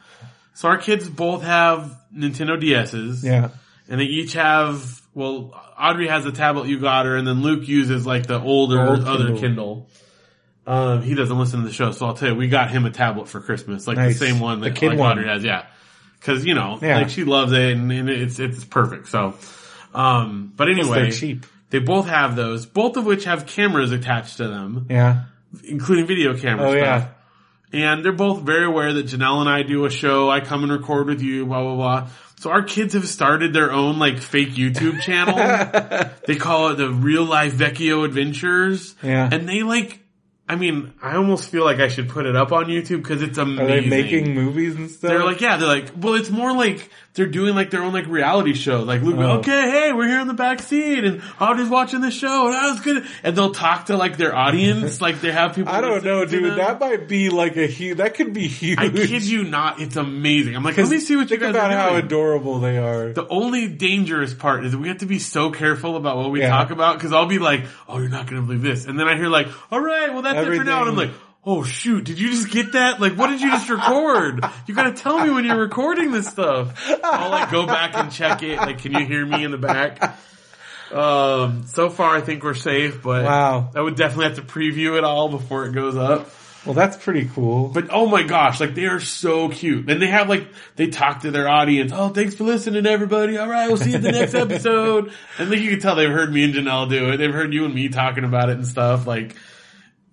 [SPEAKER 3] So our kids both have Nintendo DSs.
[SPEAKER 2] Yeah,
[SPEAKER 3] and they each have. Well, Audrey has a tablet you got her, and then Luke uses like the older
[SPEAKER 2] Old
[SPEAKER 3] other
[SPEAKER 2] Kindle.
[SPEAKER 3] Kindle. Um, he doesn't listen to the show, so I'll tell you, we got him a tablet for Christmas, like
[SPEAKER 2] Nice.
[SPEAKER 3] the same one that
[SPEAKER 2] The kid
[SPEAKER 3] like,
[SPEAKER 2] one.
[SPEAKER 3] Audrey has, yeah. Because you know,
[SPEAKER 2] Yeah.
[SPEAKER 3] like she loves it, and, and it's it's perfect. So, um, but anyway,
[SPEAKER 2] they're cheap.
[SPEAKER 3] They both have those, both of which have cameras attached to them,
[SPEAKER 2] Yeah.
[SPEAKER 3] including video camera
[SPEAKER 2] Oh
[SPEAKER 3] stuff.
[SPEAKER 2] yeah.
[SPEAKER 3] And they're both very aware that Janelle and I do a show. I come and record with you, blah, blah, blah. So our kids have started their own like fake
[SPEAKER 2] [LAUGHS]
[SPEAKER 3] YouTube channel. they call it the real life Vecchio adventures.
[SPEAKER 2] Yeah.
[SPEAKER 3] And they like, I mean, I almost feel like I should put it up on YouTube because it's amazing.
[SPEAKER 2] Are they making movies and stuff?
[SPEAKER 3] They're like, yeah, they're like, well, it's more like they're doing like their own like reality show. Like, Luke,
[SPEAKER 2] Oh.
[SPEAKER 3] okay, hey, we're here in the back seat and Audrey's watching the show and I was good. And they'll talk to like their
[SPEAKER 2] [LAUGHS]
[SPEAKER 3] audience. like they have people.
[SPEAKER 2] I don't
[SPEAKER 3] listening
[SPEAKER 2] know,
[SPEAKER 3] to
[SPEAKER 2] dude.
[SPEAKER 3] them.
[SPEAKER 2] That might be like a huge. That could be huge.
[SPEAKER 3] I kid you not, it's amazing. I'm
[SPEAKER 2] [LAUGHS]
[SPEAKER 3] like,
[SPEAKER 2] 'Cause
[SPEAKER 3] let me see what you
[SPEAKER 2] Think
[SPEAKER 3] guys
[SPEAKER 2] about
[SPEAKER 3] are
[SPEAKER 2] how
[SPEAKER 3] doing.
[SPEAKER 2] adorable they are.
[SPEAKER 3] the only dangerous part is we have to be so careful about what we
[SPEAKER 2] Yeah.
[SPEAKER 3] talk about because I'll be like, "Oh, you're not going to believe this," and then I hear like, "All right, well that's it for now," and I'm like, oh shoot, did you just get that? Like, what did you just record? You gotta tell me when you're recording this stuff. I'll like go back and check it. Like, can you hear me in the back? Um, so far I think we're safe, but
[SPEAKER 2] Wow.
[SPEAKER 3] I would definitely have to preview it all before it goes up.
[SPEAKER 2] Well, that's pretty cool.
[SPEAKER 3] But oh my gosh, like they are so cute. And they have like, they talk to their audience. Oh, thanks for listening everybody. All right. We'll see you in
[SPEAKER 2] [LAUGHS]
[SPEAKER 3] the next episode. And like you can tell they've heard me and Janelle do it. They've heard you and me talking about it and stuff. Like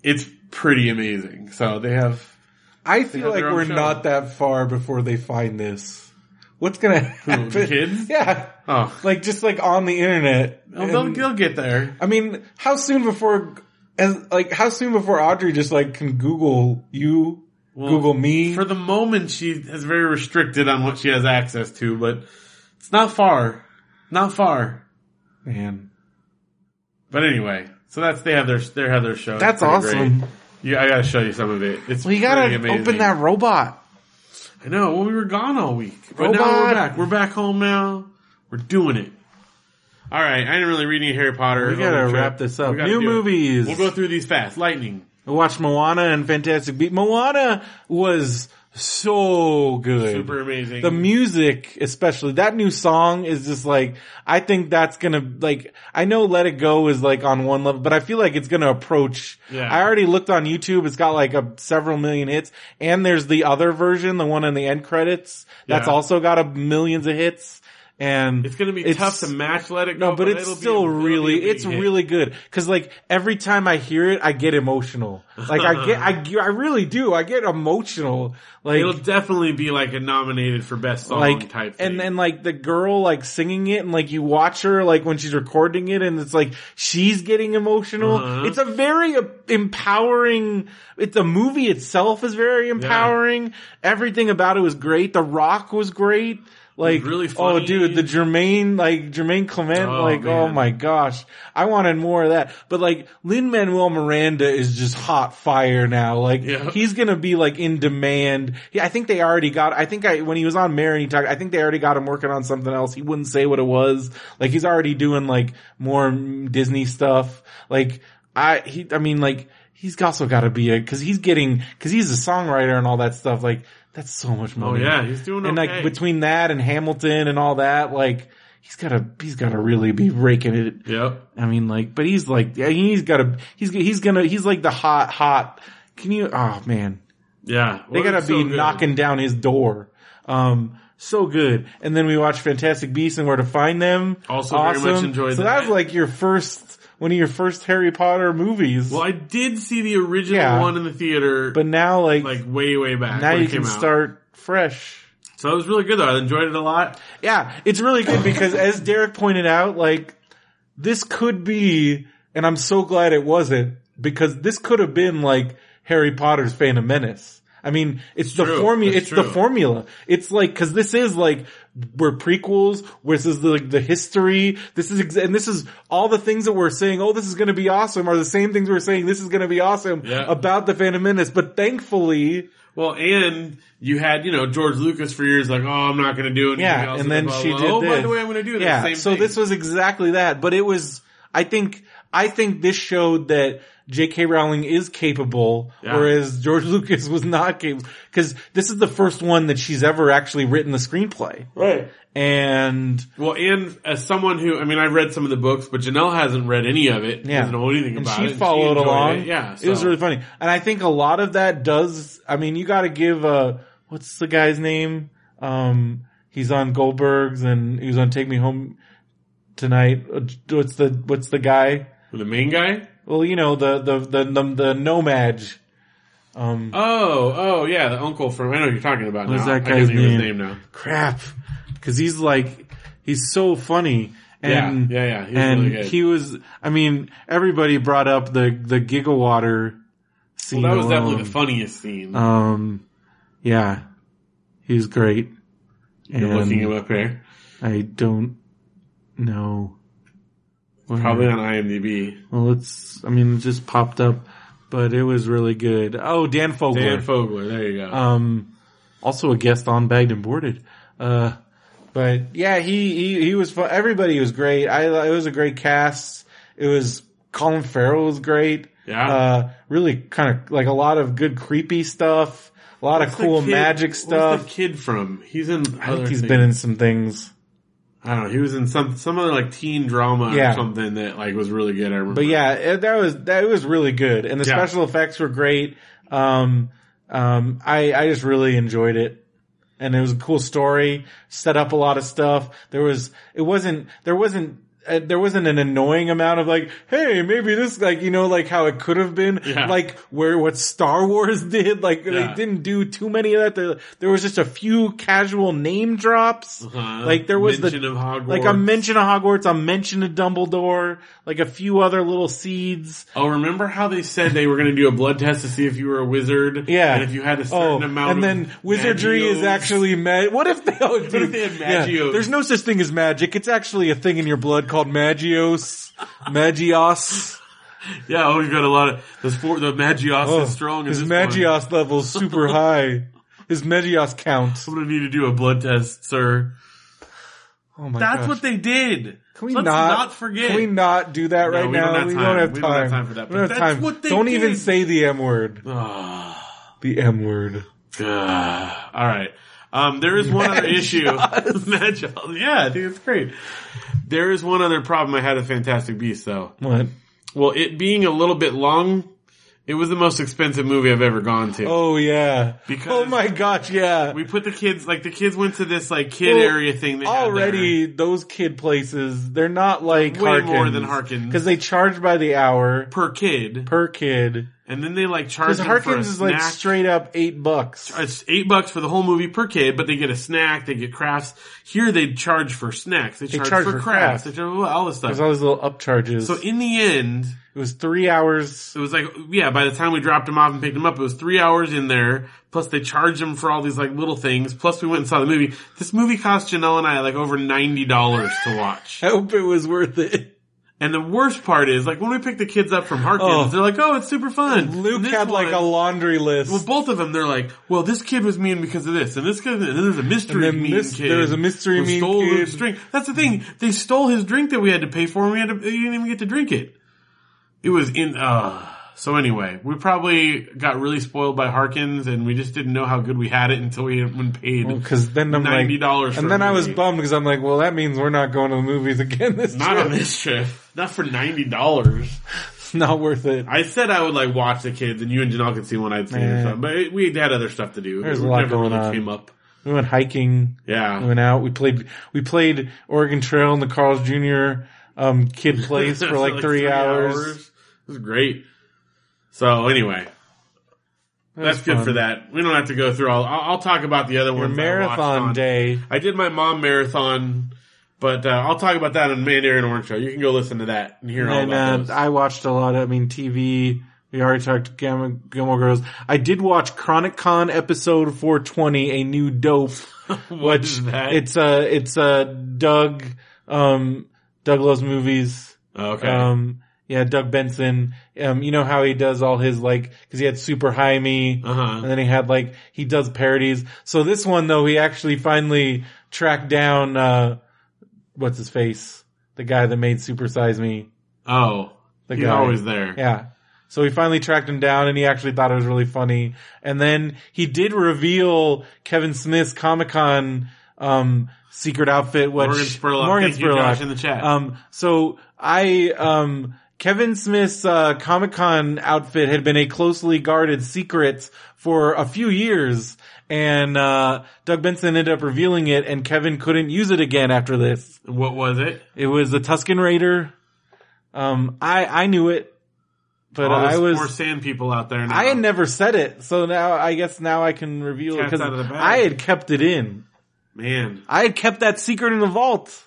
[SPEAKER 3] it's pretty amazing. So they have,
[SPEAKER 2] I
[SPEAKER 3] They
[SPEAKER 2] feel
[SPEAKER 3] have
[SPEAKER 2] like
[SPEAKER 3] their own
[SPEAKER 2] we're
[SPEAKER 3] show.
[SPEAKER 2] not that far before they find this. What's gonna happen?
[SPEAKER 3] the
[SPEAKER 2] [LAUGHS]
[SPEAKER 3] kids?
[SPEAKER 2] Yeah.
[SPEAKER 3] oh,
[SPEAKER 2] Like just like on the internet.
[SPEAKER 3] well, they'll,
[SPEAKER 2] And-
[SPEAKER 3] they'll get there.
[SPEAKER 2] I mean, how soon before, as like, how soon before Audrey just like can Google you,
[SPEAKER 3] Well,
[SPEAKER 2] Google me?
[SPEAKER 3] For the moment, she is very restricted on what she has access to, but it's not far. Not far.
[SPEAKER 2] Man,
[SPEAKER 3] But anyway, so that's, they have their, they have their show.
[SPEAKER 2] that's
[SPEAKER 3] It's pretty great.
[SPEAKER 2] awesome.
[SPEAKER 3] Yeah, I gotta show you some of it. It's
[SPEAKER 2] We
[SPEAKER 3] pretty
[SPEAKER 2] gotta
[SPEAKER 3] amazing.
[SPEAKER 2] open that robot.
[SPEAKER 3] I know. Well, we were gone all week, but now we're
[SPEAKER 2] Robot.
[SPEAKER 3] back. We're back home now. We're doing it. All right. I didn't really read any Harry Potter.
[SPEAKER 2] We gotta
[SPEAKER 3] Holy crap.
[SPEAKER 2] wrap this up.
[SPEAKER 3] We gotta
[SPEAKER 2] New
[SPEAKER 3] do it.
[SPEAKER 2] movies.
[SPEAKER 3] We'll go through these fast. Lightning.
[SPEAKER 2] I watched Moana and Fantastic Beat. Moana was so good.
[SPEAKER 3] Super amazing.
[SPEAKER 2] The music, especially that new song is just like, I think that's gonna, like, I know Let It Go is like on one level, but I feel like it's gonna approach,
[SPEAKER 3] Yeah.
[SPEAKER 2] I already looked on YouTube, it's got like a several million hits, and there's the other version, the one in the end credits, that's
[SPEAKER 3] Yeah.
[SPEAKER 2] also got a millions of hits, and
[SPEAKER 3] it's gonna be tough to match. Let it go.
[SPEAKER 2] no, but, it's
[SPEAKER 3] it'll be
[SPEAKER 2] still
[SPEAKER 3] a- it'll be a
[SPEAKER 2] really,
[SPEAKER 3] big
[SPEAKER 2] it's
[SPEAKER 3] hit.
[SPEAKER 2] really good. Cause like every time I hear it, I get emotional. Like I
[SPEAKER 3] [LAUGHS]
[SPEAKER 2] get, I, get- I really do. I get emotional. Like,
[SPEAKER 3] It'll definitely be like a nominated for best song
[SPEAKER 2] like,
[SPEAKER 3] type. Thing.
[SPEAKER 2] and then like the girl like singing it and like you watch her like when she's recording it and it's like she's getting emotional.
[SPEAKER 3] Uh-huh.
[SPEAKER 2] It's a very uh, empowering, it's the movie itself is very empowering. Everything about it was great. The rock was great. Like,
[SPEAKER 3] really
[SPEAKER 2] oh
[SPEAKER 3] funny.
[SPEAKER 2] dude, the Jermaine, like Jermaine Clement,
[SPEAKER 3] Oh,
[SPEAKER 2] like, oh
[SPEAKER 3] man.
[SPEAKER 2] my gosh, I wanted more of that. But like Lin Manuel Miranda is just hot fire now. Like
[SPEAKER 3] Yeah.
[SPEAKER 2] he's gonna be like in demand. Yeah, I think they already got. I think I when he was on Mary, he talked. I think they already got him working on something else. He wouldn't say what it was. Like he's already doing like more mm, Disney stuff. Like I he I mean like he's also got to be a because he's getting because he's a songwriter and all that stuff. Like that's so much
[SPEAKER 3] oh
[SPEAKER 2] money.
[SPEAKER 3] yeah, he's doing
[SPEAKER 2] And
[SPEAKER 3] okay.
[SPEAKER 2] like between that and Hamilton and all that, like he's gotta he's gotta really be raking it
[SPEAKER 3] yep.
[SPEAKER 2] I mean, like, but he's like, yeah, he's got to, he's he's gonna, he's like the hot, hot. Can you? Oh man,
[SPEAKER 3] Yeah.
[SPEAKER 2] they
[SPEAKER 3] Well,
[SPEAKER 2] gotta
[SPEAKER 3] it's so
[SPEAKER 2] be
[SPEAKER 3] good.
[SPEAKER 2] knocking down his door. Um, so good. And then we watched Fantastic Beasts and Where to Find Them.
[SPEAKER 3] Also very much enjoyed
[SPEAKER 2] So
[SPEAKER 3] that.
[SPEAKER 2] that was like your first, one of your first Harry Potter movies.
[SPEAKER 3] Well, I did see the original
[SPEAKER 2] Yeah.
[SPEAKER 3] one in the theater,
[SPEAKER 2] but now, like,
[SPEAKER 3] like way way back.
[SPEAKER 2] now
[SPEAKER 3] when
[SPEAKER 2] you
[SPEAKER 3] it came
[SPEAKER 2] can
[SPEAKER 3] out.
[SPEAKER 2] start fresh.
[SPEAKER 3] So it was really good though. I enjoyed it a lot.
[SPEAKER 2] Yeah, it's really good because as Derek pointed out, like this could be, and I'm so glad it wasn't because this could have been like Harry Potter's Phantom Menace. I mean, it's, the
[SPEAKER 3] true.
[SPEAKER 2] formula.
[SPEAKER 3] That's
[SPEAKER 2] It's the
[SPEAKER 3] true.
[SPEAKER 2] formula. It's like because this is like we're prequels. This is the, like the history. This is ex- and this is all the things that we're saying. Oh, this is going to be awesome. Are the same things we're saying. This is going to be awesome
[SPEAKER 3] Yeah.
[SPEAKER 2] about the Phantom Menace. But thankfully,
[SPEAKER 3] Well, and you had you know George Lucas for years, like, oh, I'm not going to do anything
[SPEAKER 2] Yeah,
[SPEAKER 3] else.
[SPEAKER 2] and then
[SPEAKER 3] blah,
[SPEAKER 2] she
[SPEAKER 3] blah,
[SPEAKER 2] did
[SPEAKER 3] Oh, by
[SPEAKER 2] this.
[SPEAKER 3] the way, I'm going to do this.
[SPEAKER 2] yeah,
[SPEAKER 3] Same
[SPEAKER 2] so
[SPEAKER 3] thing.
[SPEAKER 2] this was exactly that, but it was. I think I think this showed that J.K. Rowling is capable,
[SPEAKER 3] Yeah.
[SPEAKER 2] whereas George [LAUGHS] Lucas was not capable because this is the first one that she's ever actually written the screenplay.
[SPEAKER 3] right.
[SPEAKER 2] And
[SPEAKER 3] Well, and as someone who, I mean, I've read some of the books, but Janelle hasn't read any of it.
[SPEAKER 2] Yeah.
[SPEAKER 3] doesn't know anything
[SPEAKER 2] and
[SPEAKER 3] about
[SPEAKER 2] she
[SPEAKER 3] it.
[SPEAKER 2] followed
[SPEAKER 3] enjoyed
[SPEAKER 2] along.
[SPEAKER 3] It. Yeah,
[SPEAKER 2] it was
[SPEAKER 3] so-
[SPEAKER 2] really funny, and I think a lot of that does. I mean, you got to give uh, what's the guy's name? Um, he's on Goldberg's, and he was on Take Me Home tonight. Uh, What's the what's the guy?
[SPEAKER 3] the main guy.
[SPEAKER 2] Well, you know the the the the, the nomad. Um,
[SPEAKER 3] Oh, oh yeah, the uncle from I know who you're talking about.
[SPEAKER 2] What's
[SPEAKER 3] now.
[SPEAKER 2] that
[SPEAKER 3] I
[SPEAKER 2] guy's
[SPEAKER 3] can't think of his
[SPEAKER 2] name?
[SPEAKER 3] name now.
[SPEAKER 2] crap, because he's like he's so funny. And,
[SPEAKER 3] yeah, yeah, yeah. He's
[SPEAKER 2] and
[SPEAKER 3] really good.
[SPEAKER 2] he was. I mean, everybody brought up the the gigawater
[SPEAKER 3] well,
[SPEAKER 2] scene.
[SPEAKER 3] that was
[SPEAKER 2] alone.
[SPEAKER 3] definitely the funniest scene.
[SPEAKER 2] Um, yeah, he's great.
[SPEAKER 3] you're
[SPEAKER 2] And
[SPEAKER 3] looking him up there,
[SPEAKER 2] I don't know. where-
[SPEAKER 3] probably on IMDb.
[SPEAKER 2] Well, it's. I mean, it just popped up, but it was really good. Oh, Dan Fogler.
[SPEAKER 3] Dan Fogler. There you go.
[SPEAKER 2] um, also a guest on Bagged and Boarded. Uh, but yeah, he, he, he was fun. Everybody was great. I, it was a great cast. It was, Colin Farrell was great.
[SPEAKER 3] Yeah.
[SPEAKER 2] Uh, really kind of like a lot of good creepy stuff, a lot of
[SPEAKER 3] What's the
[SPEAKER 2] cool
[SPEAKER 3] kid-
[SPEAKER 2] magic
[SPEAKER 3] Where's
[SPEAKER 2] stuff.
[SPEAKER 3] the kid from? He's in.
[SPEAKER 2] I
[SPEAKER 3] other
[SPEAKER 2] think he's
[SPEAKER 3] things.
[SPEAKER 2] been in some things.
[SPEAKER 3] I don't know. He was in some some other like teen drama
[SPEAKER 2] Yeah.
[SPEAKER 3] or something that like was really good. I remember.
[SPEAKER 2] But yeah, it, that was that was really good, and the
[SPEAKER 3] Yeah.
[SPEAKER 2] special effects were great. Um, um, I I just really enjoyed it, and it was a cool story. Set up a lot of stuff. There was it wasn't there wasn't. Uh, there wasn't an annoying amount of like, hey, maybe this, like, you know, like how it could have been,
[SPEAKER 3] Yeah.
[SPEAKER 2] like where what Star Wars [LAUGHS] did, like they
[SPEAKER 3] Yeah.
[SPEAKER 2] didn't do too many of that. There, there was just a few casual name drops.
[SPEAKER 3] Uh-huh.
[SPEAKER 2] Like there was
[SPEAKER 3] mention
[SPEAKER 2] the
[SPEAKER 3] of Hogwarts.
[SPEAKER 2] like a mention of Hogwarts, a mention of Dumbledore, like a few other little seeds.
[SPEAKER 3] Oh, remember how they said they were going to do a blood test to see if you were a wizard?
[SPEAKER 2] Yeah.
[SPEAKER 3] and if you had a certain
[SPEAKER 2] Oh,
[SPEAKER 3] amount.
[SPEAKER 2] and
[SPEAKER 3] of
[SPEAKER 2] then wizardry is
[SPEAKER 3] magios?
[SPEAKER 2] actually mag. What if they? Oh,
[SPEAKER 3] if they had magios?
[SPEAKER 2] There's no such thing as magic. It's actually a thing in your blood called magios, magios.
[SPEAKER 3] Yeah, oh, you got a lot of the sport. The Magios
[SPEAKER 2] Oh,
[SPEAKER 3] is strong.
[SPEAKER 2] his
[SPEAKER 3] at this point.
[SPEAKER 2] magios level's
[SPEAKER 3] [LAUGHS]
[SPEAKER 2] super high. His magios count.
[SPEAKER 3] I'm going to need to do a blood test, sir.
[SPEAKER 2] Oh my
[SPEAKER 3] That's
[SPEAKER 2] gosh.
[SPEAKER 3] what they did.
[SPEAKER 2] Can we
[SPEAKER 3] Let's
[SPEAKER 2] not,
[SPEAKER 3] not, forget.
[SPEAKER 2] Can we not do that
[SPEAKER 3] No,
[SPEAKER 2] right
[SPEAKER 3] we don't
[SPEAKER 2] now?
[SPEAKER 3] have
[SPEAKER 2] we
[SPEAKER 3] time.
[SPEAKER 2] don't have time.
[SPEAKER 3] We don't have time for that,
[SPEAKER 2] We don't have
[SPEAKER 3] but that's
[SPEAKER 2] time.
[SPEAKER 3] what they
[SPEAKER 2] don't even
[SPEAKER 3] did.
[SPEAKER 2] say the M word.
[SPEAKER 3] Ah.
[SPEAKER 2] The M word.
[SPEAKER 3] Ah, all right. Um, there is
[SPEAKER 2] [LAUGHS]
[SPEAKER 3] one other issue. [LAUGHS] Magios. Yeah, I think it's great. There is one other problem I had with Fantastic Beasts, though.
[SPEAKER 2] What?
[SPEAKER 3] Well, it being a little bit long, it was the most expensive movie I've ever gone to.
[SPEAKER 2] Oh yeah.
[SPEAKER 3] Because-
[SPEAKER 2] oh my gosh, yeah.
[SPEAKER 3] We put the kids, like the kids went to this like kid
[SPEAKER 2] Well,
[SPEAKER 3] area thing. They had there.
[SPEAKER 2] Already those kid places, they're not like
[SPEAKER 3] Way more than Harkins.
[SPEAKER 2] Because they charge by the hour
[SPEAKER 3] per kid,
[SPEAKER 2] per kid.
[SPEAKER 3] and then they like charge
[SPEAKER 2] Because
[SPEAKER 3] them
[SPEAKER 2] Harkins
[SPEAKER 3] for a
[SPEAKER 2] is like
[SPEAKER 3] snack.
[SPEAKER 2] straight up eight bucks.
[SPEAKER 3] It's eight bucks for the whole movie per kid, but they get a snack, they get crafts. Here they charge for snacks, they, charge, for, crafts, they charge all this stuff.
[SPEAKER 2] There's all these little upcharges.
[SPEAKER 3] So in the end,
[SPEAKER 2] it was three hours.
[SPEAKER 3] it was like, yeah, by the time we dropped him off and picked him up, it was three hours in there. Plus they charged him for all these like little things. Plus we went and saw the movie. This movie cost Janelle and I like over $90 to
[SPEAKER 2] [LAUGHS]
[SPEAKER 3] watch.
[SPEAKER 2] I hope it was worth it.
[SPEAKER 3] And the worst part is like when we picked the kids up from Harkins,
[SPEAKER 2] Oh.
[SPEAKER 3] they're like, oh, it's super fun.
[SPEAKER 2] Luke
[SPEAKER 3] This
[SPEAKER 2] had like
[SPEAKER 3] one-
[SPEAKER 2] a laundry list.
[SPEAKER 3] well, both of them, they're like, well, this kid was mean because of this, and this kid, and then there's a mystery
[SPEAKER 2] And then
[SPEAKER 3] mean
[SPEAKER 2] this-
[SPEAKER 3] kid.
[SPEAKER 2] there was a mystery
[SPEAKER 3] who
[SPEAKER 2] mean
[SPEAKER 3] stole
[SPEAKER 2] kid.
[SPEAKER 3] Luke's drink. That's the thing. They stole his drink that we had to pay for, and we had to, you didn't even get to drink it. It was in, uh, so anyway, we probably got really spoiled by Harkins, and we just didn't know how good we had it until we had been paid.
[SPEAKER 2] because then I'm
[SPEAKER 3] $90
[SPEAKER 2] like,
[SPEAKER 3] for
[SPEAKER 2] and
[SPEAKER 3] a
[SPEAKER 2] then I was
[SPEAKER 3] movie.
[SPEAKER 2] bummed because I'm like, well, that means we're not going to the movies again this
[SPEAKER 3] not
[SPEAKER 2] trip.
[SPEAKER 3] on this trip. Not for ninety dollars.
[SPEAKER 2] It's [LAUGHS] not worth it.
[SPEAKER 3] I said I would like watch the kids, and you and Janelle could see one I'd see,
[SPEAKER 2] Yeah.
[SPEAKER 3] or something, but it, we had other stuff to do.
[SPEAKER 2] There's
[SPEAKER 3] it
[SPEAKER 2] a lot
[SPEAKER 3] never
[SPEAKER 2] going
[SPEAKER 3] really
[SPEAKER 2] on.
[SPEAKER 3] came up.
[SPEAKER 2] we went hiking.
[SPEAKER 3] Yeah,
[SPEAKER 2] We went out. We played. We played Oregon Trail in the Carl's Jr. Um, [LAUGHS] kid place for
[SPEAKER 3] [LAUGHS]
[SPEAKER 2] like, three, hours.
[SPEAKER 3] It was great. So anyway,
[SPEAKER 2] That
[SPEAKER 3] that's
[SPEAKER 2] was
[SPEAKER 3] good
[SPEAKER 2] fun.
[SPEAKER 3] for that. We don't have to go through all. I'll, I'll talk about the other
[SPEAKER 2] Your
[SPEAKER 3] ones. I watched
[SPEAKER 2] marathon
[SPEAKER 3] on-
[SPEAKER 2] day.
[SPEAKER 3] I did my mom marathon, but uh, I'll talk about that on Mandarin Orange Show. You can go listen to that and hear all
[SPEAKER 2] And
[SPEAKER 3] about
[SPEAKER 2] uh,
[SPEAKER 3] those.
[SPEAKER 2] I watched a lot of. I mean, TV. We already talked Gamma, Gilmore Girls. I did watch Chronic Con episode 420, a new [LAUGHS] dope.
[SPEAKER 3] [LAUGHS] What
[SPEAKER 2] which
[SPEAKER 3] is that?
[SPEAKER 2] it's uh it's uh Doug um Doug loves movies.
[SPEAKER 3] okay.
[SPEAKER 2] Um, yeah, Doug Benson. Um, you know how he does all his like, cause he had Super High Me, and
[SPEAKER 3] uh-huh.
[SPEAKER 2] then he had like he does parodies. So this one though, he actually finally tracked down uh, what's his face, the guy that made Super Size Me.
[SPEAKER 3] Oh,
[SPEAKER 2] The
[SPEAKER 3] he's
[SPEAKER 2] guy.
[SPEAKER 3] always there.
[SPEAKER 2] Yeah. So he finally tracked him down and he actually thought it was really funny. And then he did reveal Kevin Smith's Comic Con, um, secret outfit, which
[SPEAKER 3] Morgan Spurlock.
[SPEAKER 2] Morgan
[SPEAKER 3] Thank you,
[SPEAKER 2] Spurlock.
[SPEAKER 3] Josh, in the chat.
[SPEAKER 2] Um, so I, um, Kevin Smith's, uh, Comic Con outfit had been a closely guarded secret for a few years. And, uh, Doug Benson ended up revealing it and Kevin couldn't use it again after this.
[SPEAKER 3] What was it?
[SPEAKER 2] It was the Tuscan Raider. Um, I, I knew it, but
[SPEAKER 3] all
[SPEAKER 2] I
[SPEAKER 3] those
[SPEAKER 2] was,
[SPEAKER 3] poor sand people out there. Now.
[SPEAKER 2] I had never said it. So now I guess now I can reveal it
[SPEAKER 3] Cat's
[SPEAKER 2] because
[SPEAKER 3] out of the bag.
[SPEAKER 2] I had kept it in.
[SPEAKER 3] man.
[SPEAKER 2] I had kept that secret in the vault.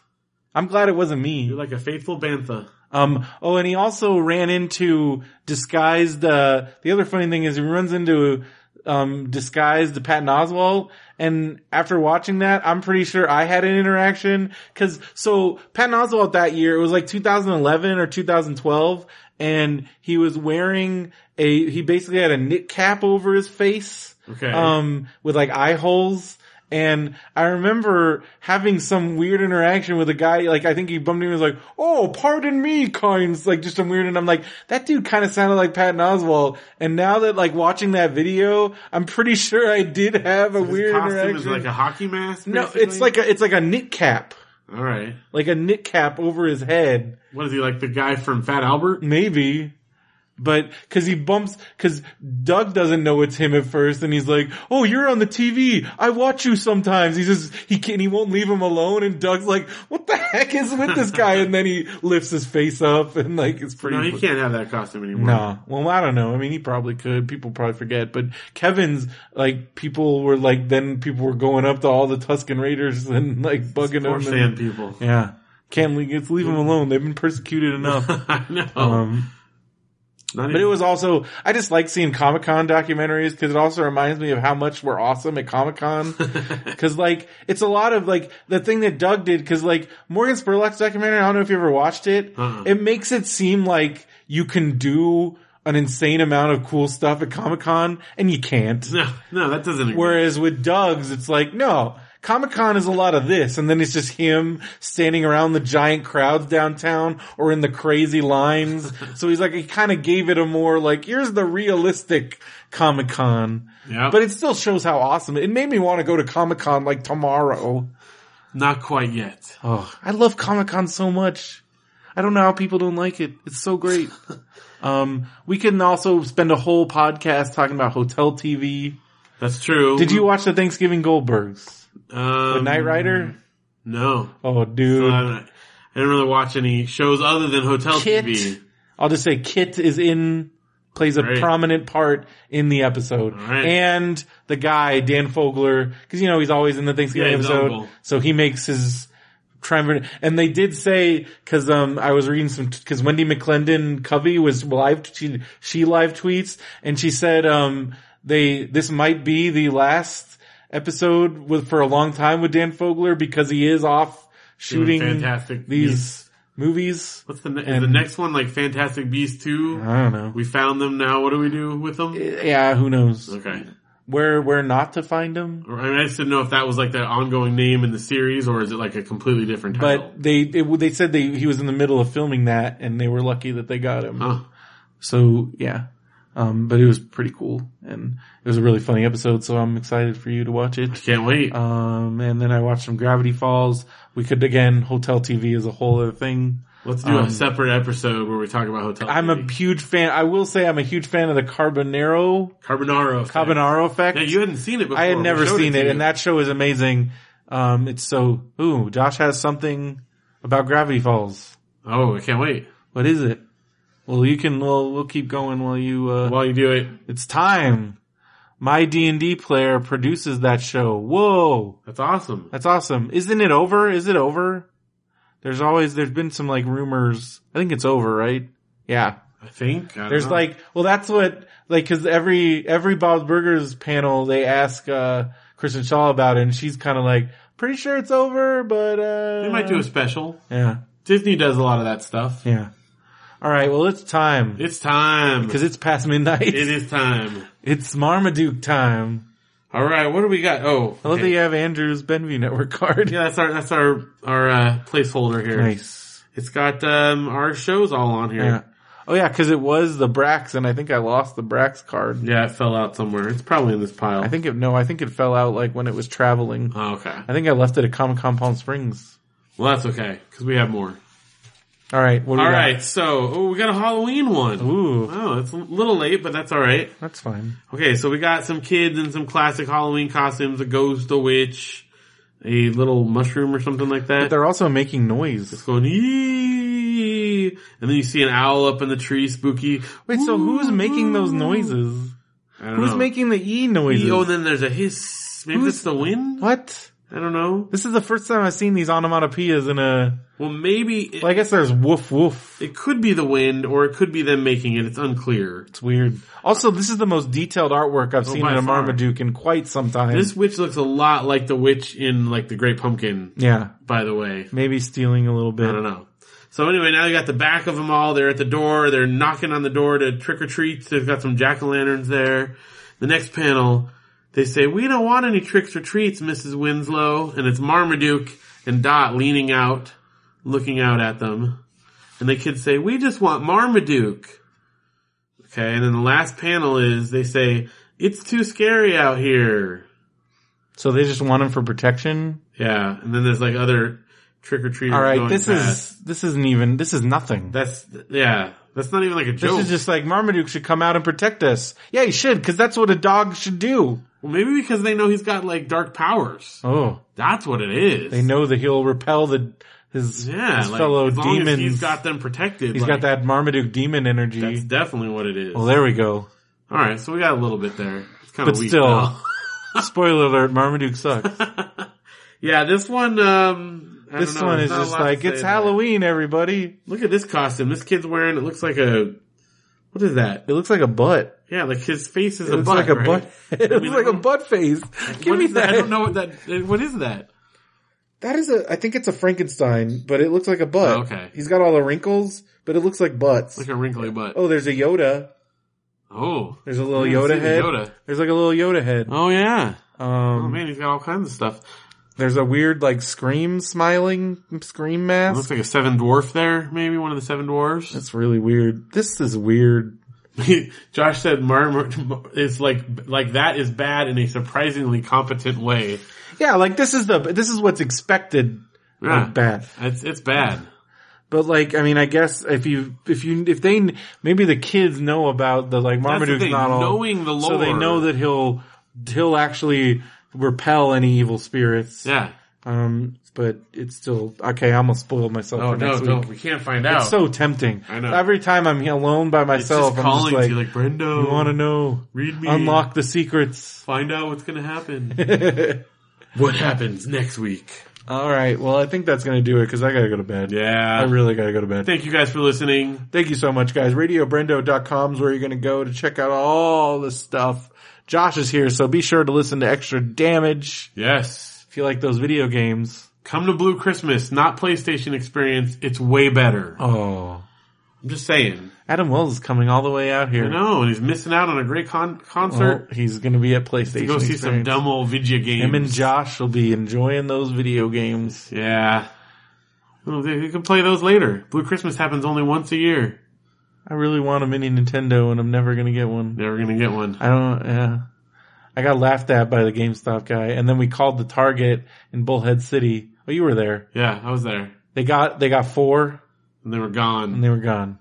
[SPEAKER 2] I'm glad it wasn't me.
[SPEAKER 3] You're like a faithful bantha.
[SPEAKER 2] Um, oh, and he also ran into disguised, uh, the other funny thing is he runs into, um, disguised Patton Oswald. And after watching that, I'm pretty sure I had an interaction. Cause, so Patton Oswald that year, it was like 2011 or 2012. And he was wearing a, he basically had a knit cap over his face.
[SPEAKER 3] Okay.
[SPEAKER 2] Um, with like Um, eye holes. And I remember having some weird interaction with a guy, like I think he bumped me and was like, oh, pardon me, kinds, like just some weird, and I'm like, that dude kind of sounded like Patton Oswald. And now that like watching that video, I'm pretty sure I did have a
[SPEAKER 3] His
[SPEAKER 2] weird
[SPEAKER 3] costume
[SPEAKER 2] interaction.
[SPEAKER 3] is like a hockey mask.
[SPEAKER 2] no,
[SPEAKER 3] basically?
[SPEAKER 2] it's like a, it's like a knit cap,
[SPEAKER 3] all right.
[SPEAKER 2] like a knit cap over his head.
[SPEAKER 3] What is he like? The guy from Fat Albert?
[SPEAKER 2] Maybe. But, cause he bumps, cause Doug doesn't know it's him at first and he's like, oh, you're on the TV. I watch you sometimes. He says, he can, he won't leave him alone and Doug's like, what the heck is with this guy? And then he lifts his face up and like, it's pretty.
[SPEAKER 3] No, he can't have that costume anymore.
[SPEAKER 2] No. Well, I don't know. I mean, he probably could. People probably forget, but Kevin's, like, people were like, then people were going up to all the Tuscan Raiders and like bugging
[SPEAKER 3] Poor
[SPEAKER 2] him. [LAUGHS]
[SPEAKER 3] fan
[SPEAKER 2] And,
[SPEAKER 3] people.
[SPEAKER 2] yeah. Can't leave, just leave him alone. They've been persecuted enough.
[SPEAKER 3] [LAUGHS] I know.
[SPEAKER 2] Um,
[SPEAKER 3] Not
[SPEAKER 2] But it
[SPEAKER 3] even-
[SPEAKER 2] was also, I just like seeing Comic Con documentaries because it also reminds me of how much we're awesome at Comic Con. Cause like, it's a lot of like, the thing that Doug did, cause like, Morgan Spurlock's documentary, I don't know if you ever watched it,
[SPEAKER 3] Uh-uh.
[SPEAKER 2] it makes it seem like you can do an insane amount of cool stuff at Comic Con and you can't.
[SPEAKER 3] [LAUGHS] no, no, that doesn't. exist.
[SPEAKER 2] Whereas with Doug's, it's like, no, Comic Con is a lot of this, and then it's just him standing around the giant crowds downtown or in the crazy lines. so he's like, he kind of gave it a more like, here's the realistic Comic Con.
[SPEAKER 3] yeah,
[SPEAKER 2] But it still shows how awesome it, it made me want to go to Comic Con like tomorrow.
[SPEAKER 3] not quite yet.
[SPEAKER 2] Oh, I love Comic Con so much. I don't know how people don't like it. It's so great. um, we can also spend a whole podcast talking about hotel TV.
[SPEAKER 3] That's true.
[SPEAKER 2] Did you watch the Thanksgiving Goldbergs?
[SPEAKER 3] um,
[SPEAKER 2] The Knight Rider?
[SPEAKER 3] No,
[SPEAKER 2] Oh, dude.
[SPEAKER 3] I, don't- I didn't really watch any shows other than Hotel
[SPEAKER 2] Kit.
[SPEAKER 3] TV.
[SPEAKER 2] I'll just say Kit is in, plays a
[SPEAKER 3] Great.
[SPEAKER 2] prominent part in the episode.
[SPEAKER 3] All right.
[SPEAKER 2] And the guy, Dan Fogler, cause you know, he's always in the Thanksgiving
[SPEAKER 3] Yeah, his
[SPEAKER 2] episode.
[SPEAKER 3] uncle.
[SPEAKER 2] So he makes his triumvirate. And they did say, cause, um, I was reading some, cause Wendy McClendon Covey was live, she, she live tweets and she said, um, they, this might be the last episode with, for a long time with Dan Fogler because he is off shooting
[SPEAKER 3] Fantastic
[SPEAKER 2] these
[SPEAKER 3] Beasts.
[SPEAKER 2] movies.
[SPEAKER 3] What's the, ne- is
[SPEAKER 2] And- Uh,
[SPEAKER 3] the next one? Like Fantastic Beasts 2?
[SPEAKER 2] I don't know.
[SPEAKER 3] We found them now. What do we do with them?
[SPEAKER 2] Yeah, who knows
[SPEAKER 3] Okay.
[SPEAKER 2] where where not to find them?
[SPEAKER 3] I, mean, I just didn't know if that was like the ongoing name in the series or is it like a completely different title?
[SPEAKER 2] But they it, they said they he was in the middle of filming that, and they were lucky that they got him.
[SPEAKER 3] Huh.
[SPEAKER 2] So yeah, um, but it was pretty cool, and it was a really funny episode. So I'm excited for you to watch it.
[SPEAKER 3] Can't wait.
[SPEAKER 2] Um, and then I watched some Gravity Falls. We could again hotel TV is a whole other thing.
[SPEAKER 3] Let's do
[SPEAKER 2] um,
[SPEAKER 3] a separate episode where we talk about Hotel
[SPEAKER 2] I'm a
[SPEAKER 3] TV.
[SPEAKER 2] huge fan. I will say I'm a huge fan of the Carbonaro
[SPEAKER 3] Carbonaro. effect.
[SPEAKER 2] Carbonaro effect.
[SPEAKER 3] Yeah, you hadn't seen it before.
[SPEAKER 2] I had
[SPEAKER 3] We
[SPEAKER 2] never
[SPEAKER 3] showed
[SPEAKER 2] seen
[SPEAKER 3] to
[SPEAKER 2] it,
[SPEAKER 3] you.
[SPEAKER 2] and that show is amazing. Um, it's so ooh, Josh has something about Gravity Falls.
[SPEAKER 3] Oh, I can't wait.
[SPEAKER 2] What is it? Well, you can. Well, we'll keep going while you. Uh,
[SPEAKER 3] While you do it,
[SPEAKER 2] it's time. My D and D player produces that show. Whoa,
[SPEAKER 3] that's awesome.
[SPEAKER 2] that's awesome! Isn't it over? Is it over? There's always there's been some like rumors. I think it's over, right? Yeah.
[SPEAKER 3] I think I don't
[SPEAKER 2] There's
[SPEAKER 3] know.
[SPEAKER 2] like, well, that's what like because every every Bob's Burgers panel they ask uh Kristen Shaw about it, and she's kind of like, pretty sure it's over, but uh
[SPEAKER 3] we might do a special.
[SPEAKER 2] yeah,
[SPEAKER 3] Disney does a lot of that stuff.
[SPEAKER 2] yeah. All right, well, it's time
[SPEAKER 3] It's time.
[SPEAKER 2] because it's past midnight.
[SPEAKER 3] It is time.
[SPEAKER 2] [LAUGHS] It's Marmaduke time.
[SPEAKER 3] All right, what do we got? Oh,
[SPEAKER 2] I love
[SPEAKER 3] okay.
[SPEAKER 2] that you have Andrew's Benview Network card.
[SPEAKER 3] yeah, that's our that's our our uh, placeholder here.
[SPEAKER 2] [LAUGHS] Nice.
[SPEAKER 3] It's got um, our shows all on here.
[SPEAKER 2] Yeah. Oh yeah, because it was the Brax, and I think I lost the Brax card.
[SPEAKER 3] Yeah, it fell out somewhere. It's probably in this pile.
[SPEAKER 2] I think it no, I think it fell out like when it was traveling.
[SPEAKER 3] oh, okay.
[SPEAKER 2] I think I left it at Comic Con Palm Springs.
[SPEAKER 3] Well, that's okay because we have more.
[SPEAKER 2] All right, what do
[SPEAKER 3] All
[SPEAKER 2] we got?
[SPEAKER 3] right, so oh, we got a Halloween one.
[SPEAKER 2] Ooh,
[SPEAKER 3] Oh, it's a little late, but that's all right.
[SPEAKER 2] that's fine.
[SPEAKER 3] Okay, so we got some kids in some classic Halloween costumes: a ghost, a witch, a little mushroom or something like that.
[SPEAKER 2] But they're also making noise.
[SPEAKER 3] It's going "Ee." and then you see an owl up in the tree, spooky.
[SPEAKER 2] Wait, so who's making those noises?
[SPEAKER 3] I don't
[SPEAKER 2] Who's
[SPEAKER 3] know.
[SPEAKER 2] making the E noises?
[SPEAKER 3] Oh, and then there's a hiss. Maybe
[SPEAKER 2] Who's-
[SPEAKER 3] it's the wind.
[SPEAKER 2] what?
[SPEAKER 3] I don't know.
[SPEAKER 2] This is the first time I've seen these onomatopoeias in a.
[SPEAKER 3] Well, maybe it,
[SPEAKER 2] Well, I guess there's woof woof.
[SPEAKER 3] it could be the wind, or it could be them making it. It's unclear.
[SPEAKER 2] It's weird. Also, this is the most detailed artwork I've seen
[SPEAKER 3] by
[SPEAKER 2] in a
[SPEAKER 3] far.
[SPEAKER 2] Marmaduke in quite some time.
[SPEAKER 3] Oh This witch looks a lot like the witch in like the Great Pumpkin.
[SPEAKER 2] yeah,
[SPEAKER 3] By the way,
[SPEAKER 2] maybe stealing a little
[SPEAKER 3] I
[SPEAKER 2] bit.
[SPEAKER 3] don't know. So anyway, now you got the back of them all. They're at the door. They're knocking on the door to trick or treat. They've got some jack o' lanterns there. The next panel, They say, we don't want any tricks or treats, Mrs. Winslow. And it's Marmaduke and Dot leaning out, looking out at them. And the kids say, we just want Marmaduke. Okay. And then the last panel is they say, it's too scary out here.
[SPEAKER 2] So they just want him for protection.
[SPEAKER 3] Yeah. And then there's like other trick or treaters.
[SPEAKER 2] All right,
[SPEAKER 3] going
[SPEAKER 2] this
[SPEAKER 3] past.
[SPEAKER 2] is this isn't even this is nothing.
[SPEAKER 3] that's yeah. That's not even like a
[SPEAKER 2] This
[SPEAKER 3] joke.
[SPEAKER 2] is just like Marmaduke should come out and protect us. Yeah, he should, because that's what a dog should do.
[SPEAKER 3] well, maybe because they know he's got like dark powers.
[SPEAKER 2] Oh,
[SPEAKER 3] That's what it is.
[SPEAKER 2] they know that he'll repel the his
[SPEAKER 3] Yeah,
[SPEAKER 2] his
[SPEAKER 3] like,
[SPEAKER 2] fellow
[SPEAKER 3] as long as
[SPEAKER 2] demons.
[SPEAKER 3] he's got them protected.
[SPEAKER 2] He's
[SPEAKER 3] like,
[SPEAKER 2] got that Marmaduke demon
[SPEAKER 3] That's
[SPEAKER 2] energy.
[SPEAKER 3] definitely what it is.
[SPEAKER 2] Well, there we
[SPEAKER 3] [LAUGHS]
[SPEAKER 2] go.
[SPEAKER 3] All right, so we got a little bit there. It's kind
[SPEAKER 2] But
[SPEAKER 3] of weak.
[SPEAKER 2] still.
[SPEAKER 3] now.
[SPEAKER 2] Spoiler alert: Marmaduke sucks.
[SPEAKER 3] yeah, this one. Um, [LAUGHS] I
[SPEAKER 2] this
[SPEAKER 3] don't know,
[SPEAKER 2] one
[SPEAKER 3] there's
[SPEAKER 2] is
[SPEAKER 3] not a
[SPEAKER 2] just
[SPEAKER 3] lot to
[SPEAKER 2] like
[SPEAKER 3] say
[SPEAKER 2] it's
[SPEAKER 3] there.
[SPEAKER 2] Halloween, everybody.
[SPEAKER 3] Look at this costume. This kid's wearing. It looks like a. What is that?
[SPEAKER 2] It looks like a butt.
[SPEAKER 3] Yeah, like his face is
[SPEAKER 2] It
[SPEAKER 3] a
[SPEAKER 2] looks
[SPEAKER 3] butt.
[SPEAKER 2] like a
[SPEAKER 3] right?
[SPEAKER 2] butt. [LAUGHS] It looks
[SPEAKER 3] mean,
[SPEAKER 2] like
[SPEAKER 3] I
[SPEAKER 2] a
[SPEAKER 3] don't-
[SPEAKER 2] butt face. Give
[SPEAKER 3] What
[SPEAKER 2] me
[SPEAKER 3] is that?
[SPEAKER 2] that.
[SPEAKER 3] I don't know what that. What is that?
[SPEAKER 2] That is a. I think it's a Frankenstein, but it looks like a butt.
[SPEAKER 3] Oh, okay.
[SPEAKER 2] He's got all the wrinkles, but it looks like butts.
[SPEAKER 3] Like a wrinkly butt.
[SPEAKER 2] oh, there's a Yoda.
[SPEAKER 3] Oh,
[SPEAKER 2] There's a little
[SPEAKER 3] I haven't
[SPEAKER 2] Yoda
[SPEAKER 3] seen the
[SPEAKER 2] head.
[SPEAKER 3] Yoda.
[SPEAKER 2] There's like a little Yoda head.
[SPEAKER 3] Oh yeah.
[SPEAKER 2] Um,
[SPEAKER 3] Oh man, he's got all kinds of stuff.
[SPEAKER 2] there's a weird like scream, smiling scream
[SPEAKER 3] It
[SPEAKER 2] mask.
[SPEAKER 3] looks like a seven dwarf there. Maybe one of the seven dwarfs.
[SPEAKER 2] That's really weird. This is weird.
[SPEAKER 3] [LAUGHS] Josh said Marmor is like like that is bad in a surprisingly competent way.
[SPEAKER 2] Yeah, like this is the this is what's expected.
[SPEAKER 3] Yeah.
[SPEAKER 2] Like, bad.
[SPEAKER 3] It's it's bad.
[SPEAKER 2] But like, I mean, I guess if you, if you, if they, maybe the kids know about the like
[SPEAKER 3] That's the
[SPEAKER 2] Marmaduke's
[SPEAKER 3] thing.
[SPEAKER 2] not all,
[SPEAKER 3] Knowing the lore,
[SPEAKER 2] so they know that he'll, he'll actually repel any evil spirits.
[SPEAKER 3] Yeah.
[SPEAKER 2] Um, but it's still, okay, I almost spoiled myself
[SPEAKER 3] Oh
[SPEAKER 2] for
[SPEAKER 3] no,
[SPEAKER 2] next
[SPEAKER 3] no,
[SPEAKER 2] week.
[SPEAKER 3] we can't find out.
[SPEAKER 2] It's so tempting.
[SPEAKER 3] I know.
[SPEAKER 2] Every time I'm alone by
[SPEAKER 3] it's just
[SPEAKER 2] myself, I'm
[SPEAKER 3] calling
[SPEAKER 2] just like,
[SPEAKER 3] to you, like Brendo.
[SPEAKER 2] you want to know,
[SPEAKER 3] read me?
[SPEAKER 2] unlock the secrets. [LAUGHS]
[SPEAKER 3] Find out what's gonna happen.
[SPEAKER 2] all
[SPEAKER 3] what happens next week?
[SPEAKER 2] right. Well, I think that's going to do it because I got to go to bed. I
[SPEAKER 3] Yeah.
[SPEAKER 2] really got to go to bed.
[SPEAKER 3] Thank you guys for listening.
[SPEAKER 2] Thank you so much, guys. RadioBrendo.com is where you're going to go to check out all the stuff. Josh is here, so be sure to listen to Extra Damage
[SPEAKER 3] Yes.
[SPEAKER 2] if you like those video games.
[SPEAKER 3] Come to Blue Christmas, not PlayStation Experience. It's way better.
[SPEAKER 2] Oh.
[SPEAKER 3] I'm just saying.
[SPEAKER 2] Adam Wells is coming all the way out
[SPEAKER 3] I
[SPEAKER 2] here.
[SPEAKER 3] know, and he's missing out on a great con- concert.
[SPEAKER 2] Well, he's going to be at PlayStation.
[SPEAKER 3] to go see some
[SPEAKER 2] Oh, Experience.
[SPEAKER 3] dumb old video games.
[SPEAKER 2] Him and Josh will be enjoying those video games.
[SPEAKER 3] Yeah. Well, they, they can play those later. Blue Christmas happens only once a year.
[SPEAKER 2] I really want a mini Nintendo, and I'm never going to get one.
[SPEAKER 3] Never gonna get one.
[SPEAKER 2] I don't. Yeah. I got laughed at by the GameStop guy, and then we called the Target in Bullhead City. Oh, you were there.
[SPEAKER 3] Yeah, I was there.
[SPEAKER 2] They got they got four,
[SPEAKER 3] And they were
[SPEAKER 2] and
[SPEAKER 3] gone.
[SPEAKER 2] they were gone.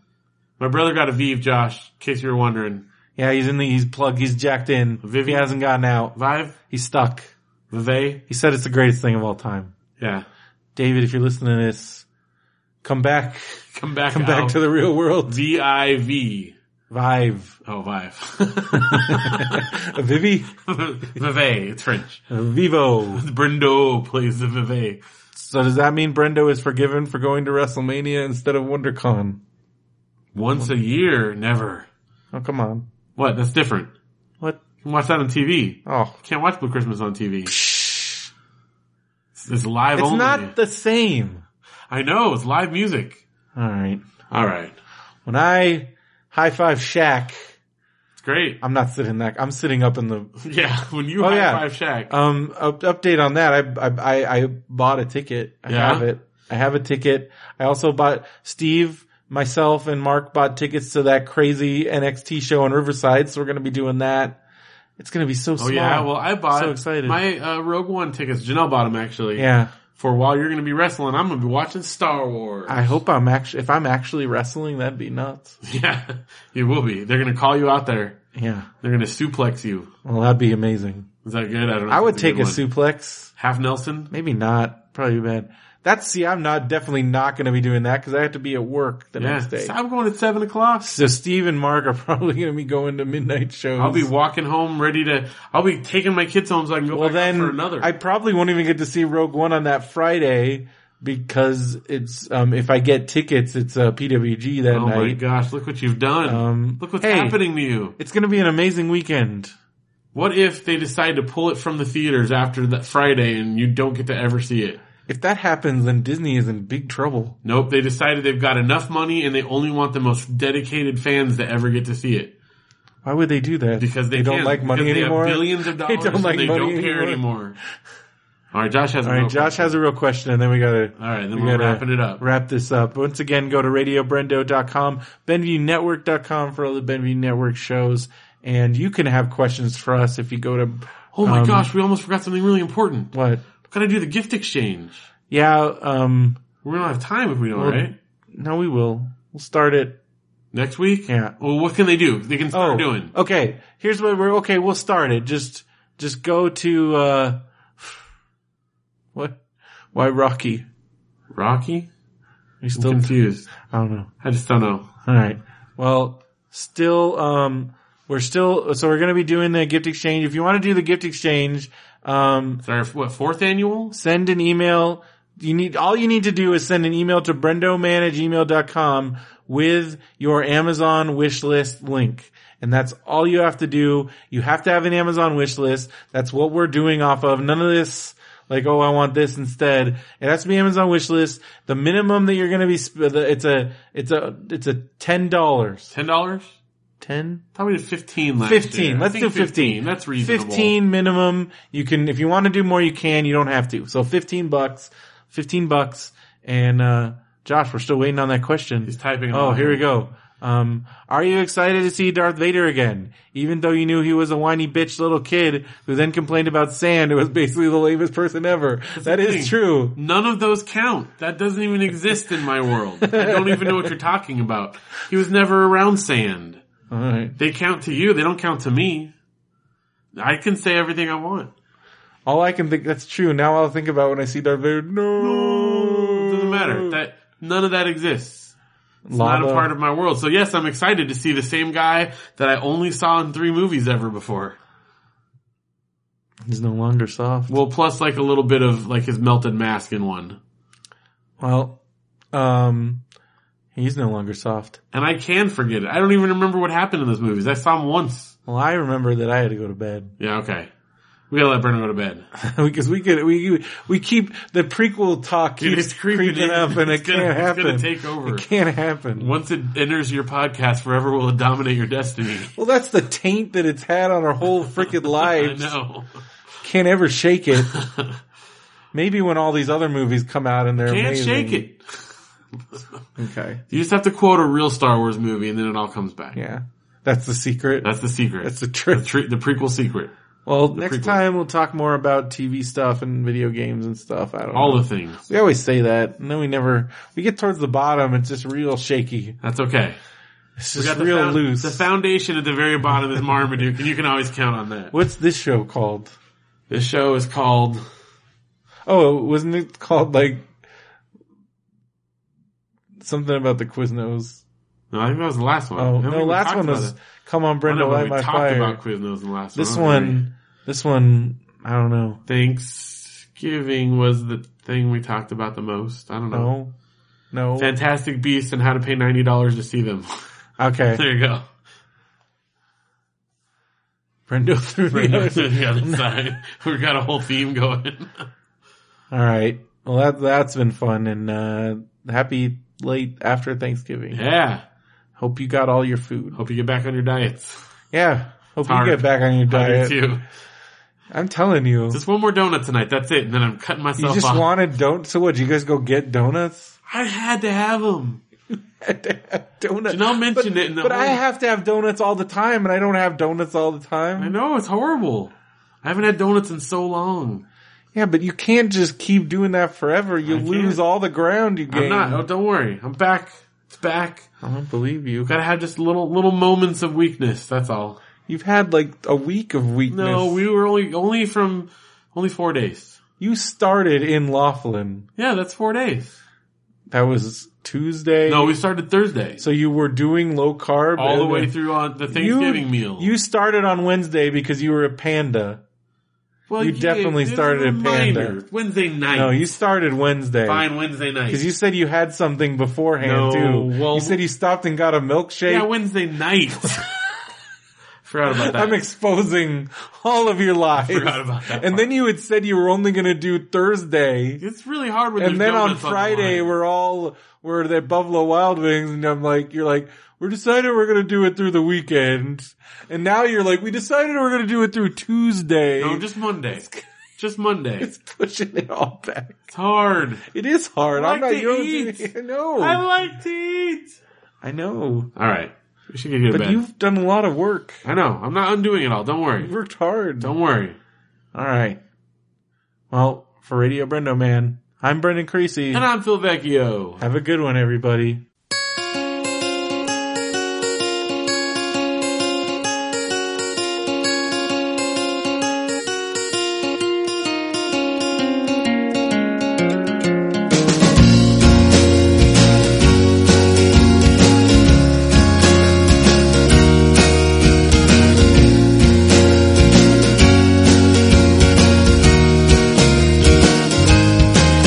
[SPEAKER 3] My brother got a Vive, Josh, in case you were wondering.
[SPEAKER 2] Yeah, he's in the, he's plugged, he's jacked in.
[SPEAKER 3] Vivi-
[SPEAKER 2] He hasn't gotten out.
[SPEAKER 3] Vive?
[SPEAKER 2] He's stuck.
[SPEAKER 3] Vive?
[SPEAKER 2] He said it's the greatest thing of all time.
[SPEAKER 3] Yeah.
[SPEAKER 2] David, if you're listening to this, come back,
[SPEAKER 3] Come back
[SPEAKER 2] come back
[SPEAKER 3] [LAUGHS]
[SPEAKER 2] to the real world.
[SPEAKER 3] V-I-V. [LAUGHS]
[SPEAKER 2] Vive.
[SPEAKER 3] Oh, Vive.
[SPEAKER 2] Vivi?
[SPEAKER 3] Vive. It's French.
[SPEAKER 2] Vivo.
[SPEAKER 3] Brendo plays the Vive.
[SPEAKER 2] So does that mean Brendo is forgiven for going to WrestleMania instead of WonderCon?
[SPEAKER 3] Once a year, never.
[SPEAKER 2] Oh, come on.
[SPEAKER 3] What? That's different.
[SPEAKER 2] What?
[SPEAKER 3] You can watch that on TV.
[SPEAKER 2] Oh.
[SPEAKER 3] Can't watch Blue Christmas on TV. It's, it's live
[SPEAKER 2] It's
[SPEAKER 3] only.
[SPEAKER 2] not the same.
[SPEAKER 3] I know, it's live music.
[SPEAKER 2] Alright.
[SPEAKER 3] Alright.
[SPEAKER 2] When I high five Shaq,
[SPEAKER 3] It's great. [LAUGHS]
[SPEAKER 2] I'm not sitting that, I'm sitting up in the
[SPEAKER 3] Yeah, when you
[SPEAKER 2] Oh,
[SPEAKER 3] high
[SPEAKER 2] yeah.
[SPEAKER 3] five Shaq.
[SPEAKER 2] Um, up, update on that. I, I, I, I bought a ticket. I
[SPEAKER 3] Yeah?
[SPEAKER 2] have it. I have a ticket. I also bought Steve, myself, and Mark bought tickets to that crazy NXT show in Riverside. So we're gonna be doing that. It's gonna be so
[SPEAKER 3] oh
[SPEAKER 2] small.
[SPEAKER 3] yeah, well I bought
[SPEAKER 2] So excited.
[SPEAKER 3] my uh, Rogue One tickets. Janelle bought them actually.
[SPEAKER 2] yeah.
[SPEAKER 3] For while you're gonna be wrestling, I'm gonna be watching Star Wars.
[SPEAKER 2] I hope I'm actually if I'm actually wrestling, that'd be nuts.
[SPEAKER 3] [LAUGHS] yeah, you will be. They're gonna call you out there.
[SPEAKER 2] Yeah.
[SPEAKER 3] They're gonna suplex you.
[SPEAKER 2] Well, that'd be amazing.
[SPEAKER 3] Is that good? I don't know.
[SPEAKER 2] I
[SPEAKER 3] if
[SPEAKER 2] would
[SPEAKER 3] that's a
[SPEAKER 2] take
[SPEAKER 3] good
[SPEAKER 2] a
[SPEAKER 3] one.
[SPEAKER 2] suplex.
[SPEAKER 3] Half Nelson.
[SPEAKER 2] Maybe not. Probably bad. That's see, I'm not definitely not gonna be doing that because I have to be at work the
[SPEAKER 3] Yeah.
[SPEAKER 2] next day.
[SPEAKER 3] So I'm going at seven o'clock.
[SPEAKER 2] So Steve and Mark are [LAUGHS] probably going to be going to midnight shows.
[SPEAKER 3] I'll be walking home ready to. I'll be taking my kids home so I can go
[SPEAKER 2] Mm. well.
[SPEAKER 3] back out
[SPEAKER 2] Then
[SPEAKER 3] for another.
[SPEAKER 2] I probably won't even get to see Rogue One on that Friday because it's um if I get tickets, it's uh, PWG that
[SPEAKER 3] oh my
[SPEAKER 2] night.
[SPEAKER 3] gosh! Look what you've done.
[SPEAKER 2] Um,
[SPEAKER 3] look what's
[SPEAKER 2] hey,
[SPEAKER 3] happening to you.
[SPEAKER 2] It's going to be an amazing weekend.
[SPEAKER 3] What if they decide to pull it from the theaters after that Friday and you don't get to ever see it?
[SPEAKER 2] If that happens, then Disney is in big trouble.
[SPEAKER 3] Nope, they decided they've got enough money and they only want the most dedicated fans to ever get to see it.
[SPEAKER 2] Why would they do that?
[SPEAKER 3] because they,
[SPEAKER 2] don't
[SPEAKER 3] can,
[SPEAKER 2] like money
[SPEAKER 3] because they have
[SPEAKER 2] anymore.
[SPEAKER 3] billions of dollars.
[SPEAKER 2] [LAUGHS] They don't like
[SPEAKER 3] and they
[SPEAKER 2] money
[SPEAKER 3] don't care anymore. All right, Josh has.
[SPEAKER 2] All right, Josh has a real question, and then we gotta.
[SPEAKER 3] All right, then
[SPEAKER 2] we
[SPEAKER 3] we're
[SPEAKER 2] gotta
[SPEAKER 3] wrapping it up.
[SPEAKER 2] Wrap this up. Once again, go to radiobrendo.com, BenviewNetwork.com for all the Benview Network shows, and you can have questions for us if you go to.
[SPEAKER 3] Oh my
[SPEAKER 2] um,
[SPEAKER 3] gosh, we almost forgot something really important.
[SPEAKER 2] What?
[SPEAKER 3] We gotta do the gift exchange.
[SPEAKER 2] Yeah. Um.
[SPEAKER 3] We don't have time if we don't,
[SPEAKER 2] Well-
[SPEAKER 3] right?
[SPEAKER 2] No, we will. We'll start it.
[SPEAKER 3] Next week?
[SPEAKER 2] Yeah. Oh.
[SPEAKER 3] Well, what can they do? They can start doing.
[SPEAKER 2] Okay. Here's what we're okay. We'll start it. Just just go to uh what? Why Rocky?
[SPEAKER 3] Rocky?
[SPEAKER 2] You
[SPEAKER 3] I'm
[SPEAKER 2] still
[SPEAKER 3] confused.
[SPEAKER 2] I don't know.
[SPEAKER 3] I just don't know.
[SPEAKER 2] All right. Well, still um we're still so we're going to be doing the gift exchange. If you want to do the gift exchange, um
[SPEAKER 3] It's our what fourth annual?
[SPEAKER 2] send an email. You need all you need to do is send an email to brendoman at gmail.com with your Amazon wish list link. And that's all you have to do. You have to have an Amazon wish list. That's what we're doing off of. None of this like, oh, I want this instead. It has to be Amazon wish list. The minimum that you're going to be, sp- the- it's a, it's a, it's a ten dollars.
[SPEAKER 3] Ten dollars?
[SPEAKER 2] Ten
[SPEAKER 3] Thought we did fifteen last year.
[SPEAKER 2] 15.
[SPEAKER 3] I
[SPEAKER 2] Let's
[SPEAKER 3] think
[SPEAKER 2] do 15.
[SPEAKER 3] That's reasonable.
[SPEAKER 2] 15 minimum. You can, if you want to do more, you can. You don't have to. So 15 bucks, 15 bucks. And, uh, Josh, we're still waiting on that question.
[SPEAKER 3] He's typing it
[SPEAKER 2] Oh,
[SPEAKER 3] out.
[SPEAKER 2] here we go. Um, are you excited to see Darth Vader again? Even though you knew he was a whiny bitch little kid who then complained about sand, it was basically the lamest person ever. That
[SPEAKER 3] the
[SPEAKER 2] is
[SPEAKER 3] thing.
[SPEAKER 2] true.
[SPEAKER 3] None of those count. That doesn't even exist in my world. I don't even know what you're talking about. He was never around sand.
[SPEAKER 2] All right.
[SPEAKER 3] They count to you, they don't count to me. I can say everything I want.
[SPEAKER 2] All I can think, that's true. Now I'll think about when I see Darth Vader. No.
[SPEAKER 3] It doesn't matter. That none of that exists. It's not
[SPEAKER 2] Lava.
[SPEAKER 3] a part of my world. So yes, I'm excited to see the same guy that I only saw in three movies ever before.
[SPEAKER 2] He's no longer soft.
[SPEAKER 3] Well, plus like a little bit of like his melted mask in one.
[SPEAKER 2] Well, um, he's no longer soft.
[SPEAKER 3] And I can forget it. I don't even remember what happened in those movies. I saw him once.
[SPEAKER 2] Well, I remember that I had to go to bed [LAUGHS]
[SPEAKER 3] Yeah, okay. We gotta let Brennan go to bed.
[SPEAKER 2] because we could we we keep the prequel talk
[SPEAKER 3] Dude,
[SPEAKER 2] keeps
[SPEAKER 3] it's creeping
[SPEAKER 2] creeping
[SPEAKER 3] in.
[SPEAKER 2] up and it
[SPEAKER 3] It's gonna-
[SPEAKER 2] can't
[SPEAKER 3] it's
[SPEAKER 2] happen.
[SPEAKER 3] gonna take over.
[SPEAKER 2] It can't happen.
[SPEAKER 3] Once it enters your podcast, forever will it dominate your destiny. [LAUGHS]
[SPEAKER 2] Well, that's the taint that it's had on our whole freaking
[SPEAKER 3] I
[SPEAKER 2] lives.
[SPEAKER 3] know. [LAUGHS]
[SPEAKER 2] Can't ever shake it. Maybe when all these other movies come out and they're
[SPEAKER 3] Can't
[SPEAKER 2] amazing.
[SPEAKER 3] shake it.
[SPEAKER 2] Okay,
[SPEAKER 3] You just have to quote a real Star Wars movie and then it all comes back.
[SPEAKER 2] yeah, that's the secret.
[SPEAKER 3] That's the secret.
[SPEAKER 2] That's the trick.
[SPEAKER 3] The, tre- the prequel secret.
[SPEAKER 2] well, next
[SPEAKER 3] prequel.
[SPEAKER 2] time we'll talk more about TV stuff and video games and stuff. I don't know.
[SPEAKER 3] All the things.
[SPEAKER 2] We always say that, and then we never. We get towards the bottom; it's just real shaky.
[SPEAKER 3] That's okay.
[SPEAKER 2] It's
[SPEAKER 3] We
[SPEAKER 2] just
[SPEAKER 3] got the
[SPEAKER 2] real
[SPEAKER 3] found-
[SPEAKER 2] loose.
[SPEAKER 3] The foundation at the very bottom is Marmaduke, and you can always count on that.
[SPEAKER 2] What's this show called?
[SPEAKER 3] This show is called
[SPEAKER 2] Oh, wasn't it called like something about the Quiznos?
[SPEAKER 3] No, I think that was the last one.
[SPEAKER 2] Oh
[SPEAKER 3] Haven't
[SPEAKER 2] no,
[SPEAKER 3] we
[SPEAKER 2] last
[SPEAKER 3] talked
[SPEAKER 2] one
[SPEAKER 3] about
[SPEAKER 2] was
[SPEAKER 3] it?
[SPEAKER 2] "Come on,
[SPEAKER 3] I don't
[SPEAKER 2] Brenda,
[SPEAKER 3] know, but
[SPEAKER 2] light
[SPEAKER 3] we
[SPEAKER 2] my
[SPEAKER 3] talked
[SPEAKER 2] fire."
[SPEAKER 3] about Quiznos in the last
[SPEAKER 2] this
[SPEAKER 3] one. I don't
[SPEAKER 2] one, this one, I don't know.
[SPEAKER 3] think. Thanksgiving was the thing we talked about the most. I don't know.
[SPEAKER 2] No, no.
[SPEAKER 3] Fantastic Beasts and how to pay ninety dollars to see them.
[SPEAKER 2] Okay,
[SPEAKER 3] there you go.
[SPEAKER 2] Brenda threw
[SPEAKER 3] Right
[SPEAKER 2] the other
[SPEAKER 3] to
[SPEAKER 2] [LAUGHS]
[SPEAKER 3] the other side. We've got a whole theme going. [LAUGHS]
[SPEAKER 2] All right. Well, that that's been fun, and uh happy late after Thanksgiving.
[SPEAKER 3] yeah.
[SPEAKER 2] Hope you got all your food.
[SPEAKER 3] Hope you get back on your diets.
[SPEAKER 2] Yeah. Hope
[SPEAKER 3] hard.
[SPEAKER 2] you get back on your
[SPEAKER 3] I do
[SPEAKER 2] diet.
[SPEAKER 3] too.
[SPEAKER 2] I'm telling you.
[SPEAKER 3] Just one more donut tonight. That's it. And then I'm cutting
[SPEAKER 2] you
[SPEAKER 3] myself
[SPEAKER 2] just
[SPEAKER 3] off.
[SPEAKER 2] wanted don't so what, you guys go get donuts? [LAUGHS]
[SPEAKER 3] I had to have them.
[SPEAKER 2] donuts.
[SPEAKER 3] Janelle mentioned
[SPEAKER 2] but,
[SPEAKER 3] it in the
[SPEAKER 2] But I
[SPEAKER 3] morning.
[SPEAKER 2] have to have donuts all the time and I don't have donuts all the
[SPEAKER 3] I
[SPEAKER 2] time.
[SPEAKER 3] know it's horrible. I haven't had donuts in so long.
[SPEAKER 2] Yeah, but you can't just keep doing that forever. You
[SPEAKER 3] I can't.
[SPEAKER 2] lose all the ground you
[SPEAKER 3] I'm
[SPEAKER 2] gain.
[SPEAKER 3] not. Oh, don't worry. I'm back. It's back.
[SPEAKER 2] I don't believe you.
[SPEAKER 3] Gotta have just little little moments of weakness. That's all.
[SPEAKER 2] You've had like a week of weakness.
[SPEAKER 3] No, we were only only from only four days.
[SPEAKER 2] you started in Laughlin.
[SPEAKER 3] Yeah, that's four days.
[SPEAKER 2] That was Tuesday.
[SPEAKER 3] No, we started Thursday,
[SPEAKER 2] So you were doing low carb
[SPEAKER 3] all the
[SPEAKER 2] and
[SPEAKER 3] way
[SPEAKER 2] then-
[SPEAKER 3] through on the Thanksgiving
[SPEAKER 2] you,
[SPEAKER 3] meal.
[SPEAKER 2] You started on Wednesday because you were a panda.
[SPEAKER 3] well,
[SPEAKER 2] you definitely
[SPEAKER 3] it's a
[SPEAKER 2] started at Panda.
[SPEAKER 3] reminder. Wednesday night.
[SPEAKER 2] No, you started Wednesday.
[SPEAKER 3] fine Wednesday night.
[SPEAKER 2] Because you said you had something beforehand
[SPEAKER 3] No,
[SPEAKER 2] too.
[SPEAKER 3] well-
[SPEAKER 2] you said you stopped and got a milkshake.
[SPEAKER 3] yeah, Wednesday night. [LAUGHS]
[SPEAKER 2] [LAUGHS]
[SPEAKER 3] Forgot about that.
[SPEAKER 2] I'm exposing all of your lies.
[SPEAKER 3] Forgot about that
[SPEAKER 2] And then you had said you were only going to do Thursday,
[SPEAKER 3] it's really hard when
[SPEAKER 2] and
[SPEAKER 3] there's
[SPEAKER 2] then on
[SPEAKER 3] donuts the
[SPEAKER 2] Friday
[SPEAKER 3] line.
[SPEAKER 2] we're all we're at Buffalo Wild Wings, and I'm like, you're like, we decided we're gonna do it through the weekend, and now you're like, we decided we're gonna do it through Tuesday.
[SPEAKER 3] No,
[SPEAKER 2] [LAUGHS]
[SPEAKER 3] just Monday. Just Monday.
[SPEAKER 2] it's pushing it all back.
[SPEAKER 3] It's hard.
[SPEAKER 2] It is hard.
[SPEAKER 3] I
[SPEAKER 2] I'm
[SPEAKER 3] like
[SPEAKER 2] not
[SPEAKER 3] to
[SPEAKER 2] your [LAUGHS]
[SPEAKER 3] eat.
[SPEAKER 2] I know.
[SPEAKER 3] I like to eat.
[SPEAKER 2] I know.
[SPEAKER 3] All right. We should get you to
[SPEAKER 2] But
[SPEAKER 3] bed.
[SPEAKER 2] you've done a lot of work.
[SPEAKER 3] I know. I'm not undoing it all. Don't
[SPEAKER 2] You've
[SPEAKER 3] worry.
[SPEAKER 2] worked hard.
[SPEAKER 3] Don't worry.
[SPEAKER 2] All right. Well, for Radio Brendo Man, I'm Brendan Creasy.
[SPEAKER 3] And I'm Phil Vecchio.
[SPEAKER 2] Have a good one, everybody.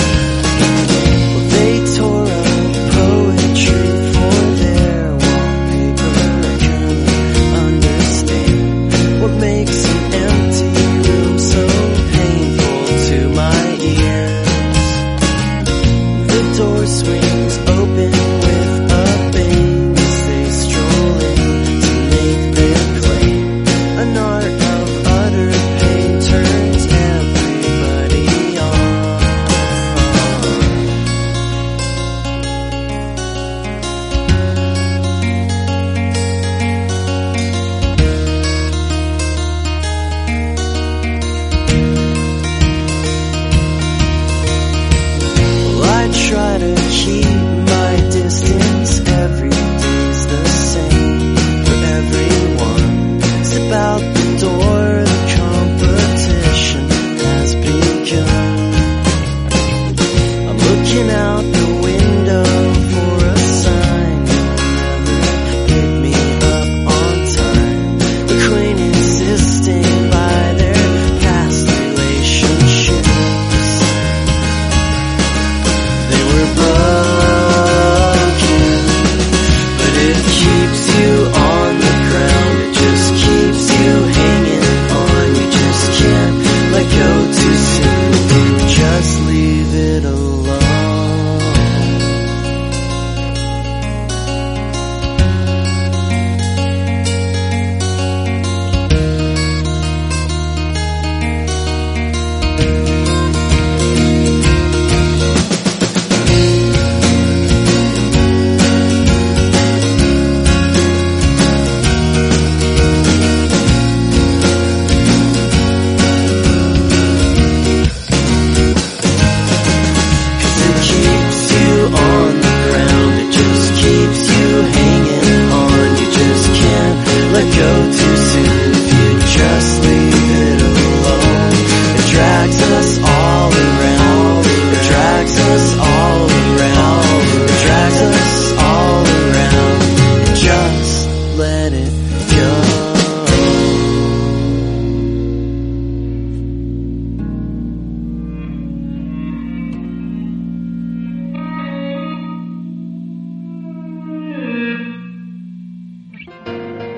[SPEAKER 4] Well, they tore up poetry for their wallpaper. I couldn't understand what makes an empty room so painful to my ears. The door swings open with a bang as they stroll in to make their claim. An art of utter pain turns everybody on. Well, I try to keep my distance. Every day's the same for everyone. Step out the door, the competition has begun. I'm looking out the window for a sign. You'll never pick me up on time. Acquaintance is stained by their past relationships. They were broken, but it keeps you on the ground. It just keeps you hanging on. You just can't let go too soon. Just leave it alone. Cause it keeps you on the ground, it just keeps you hanging on. You just can't let go too soon if you just leave it alone. It drags us all around, it drags us all around, it drags us all around. And just let it go.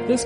[SPEAKER 5] This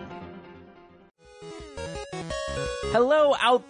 [SPEAKER 6] Hello out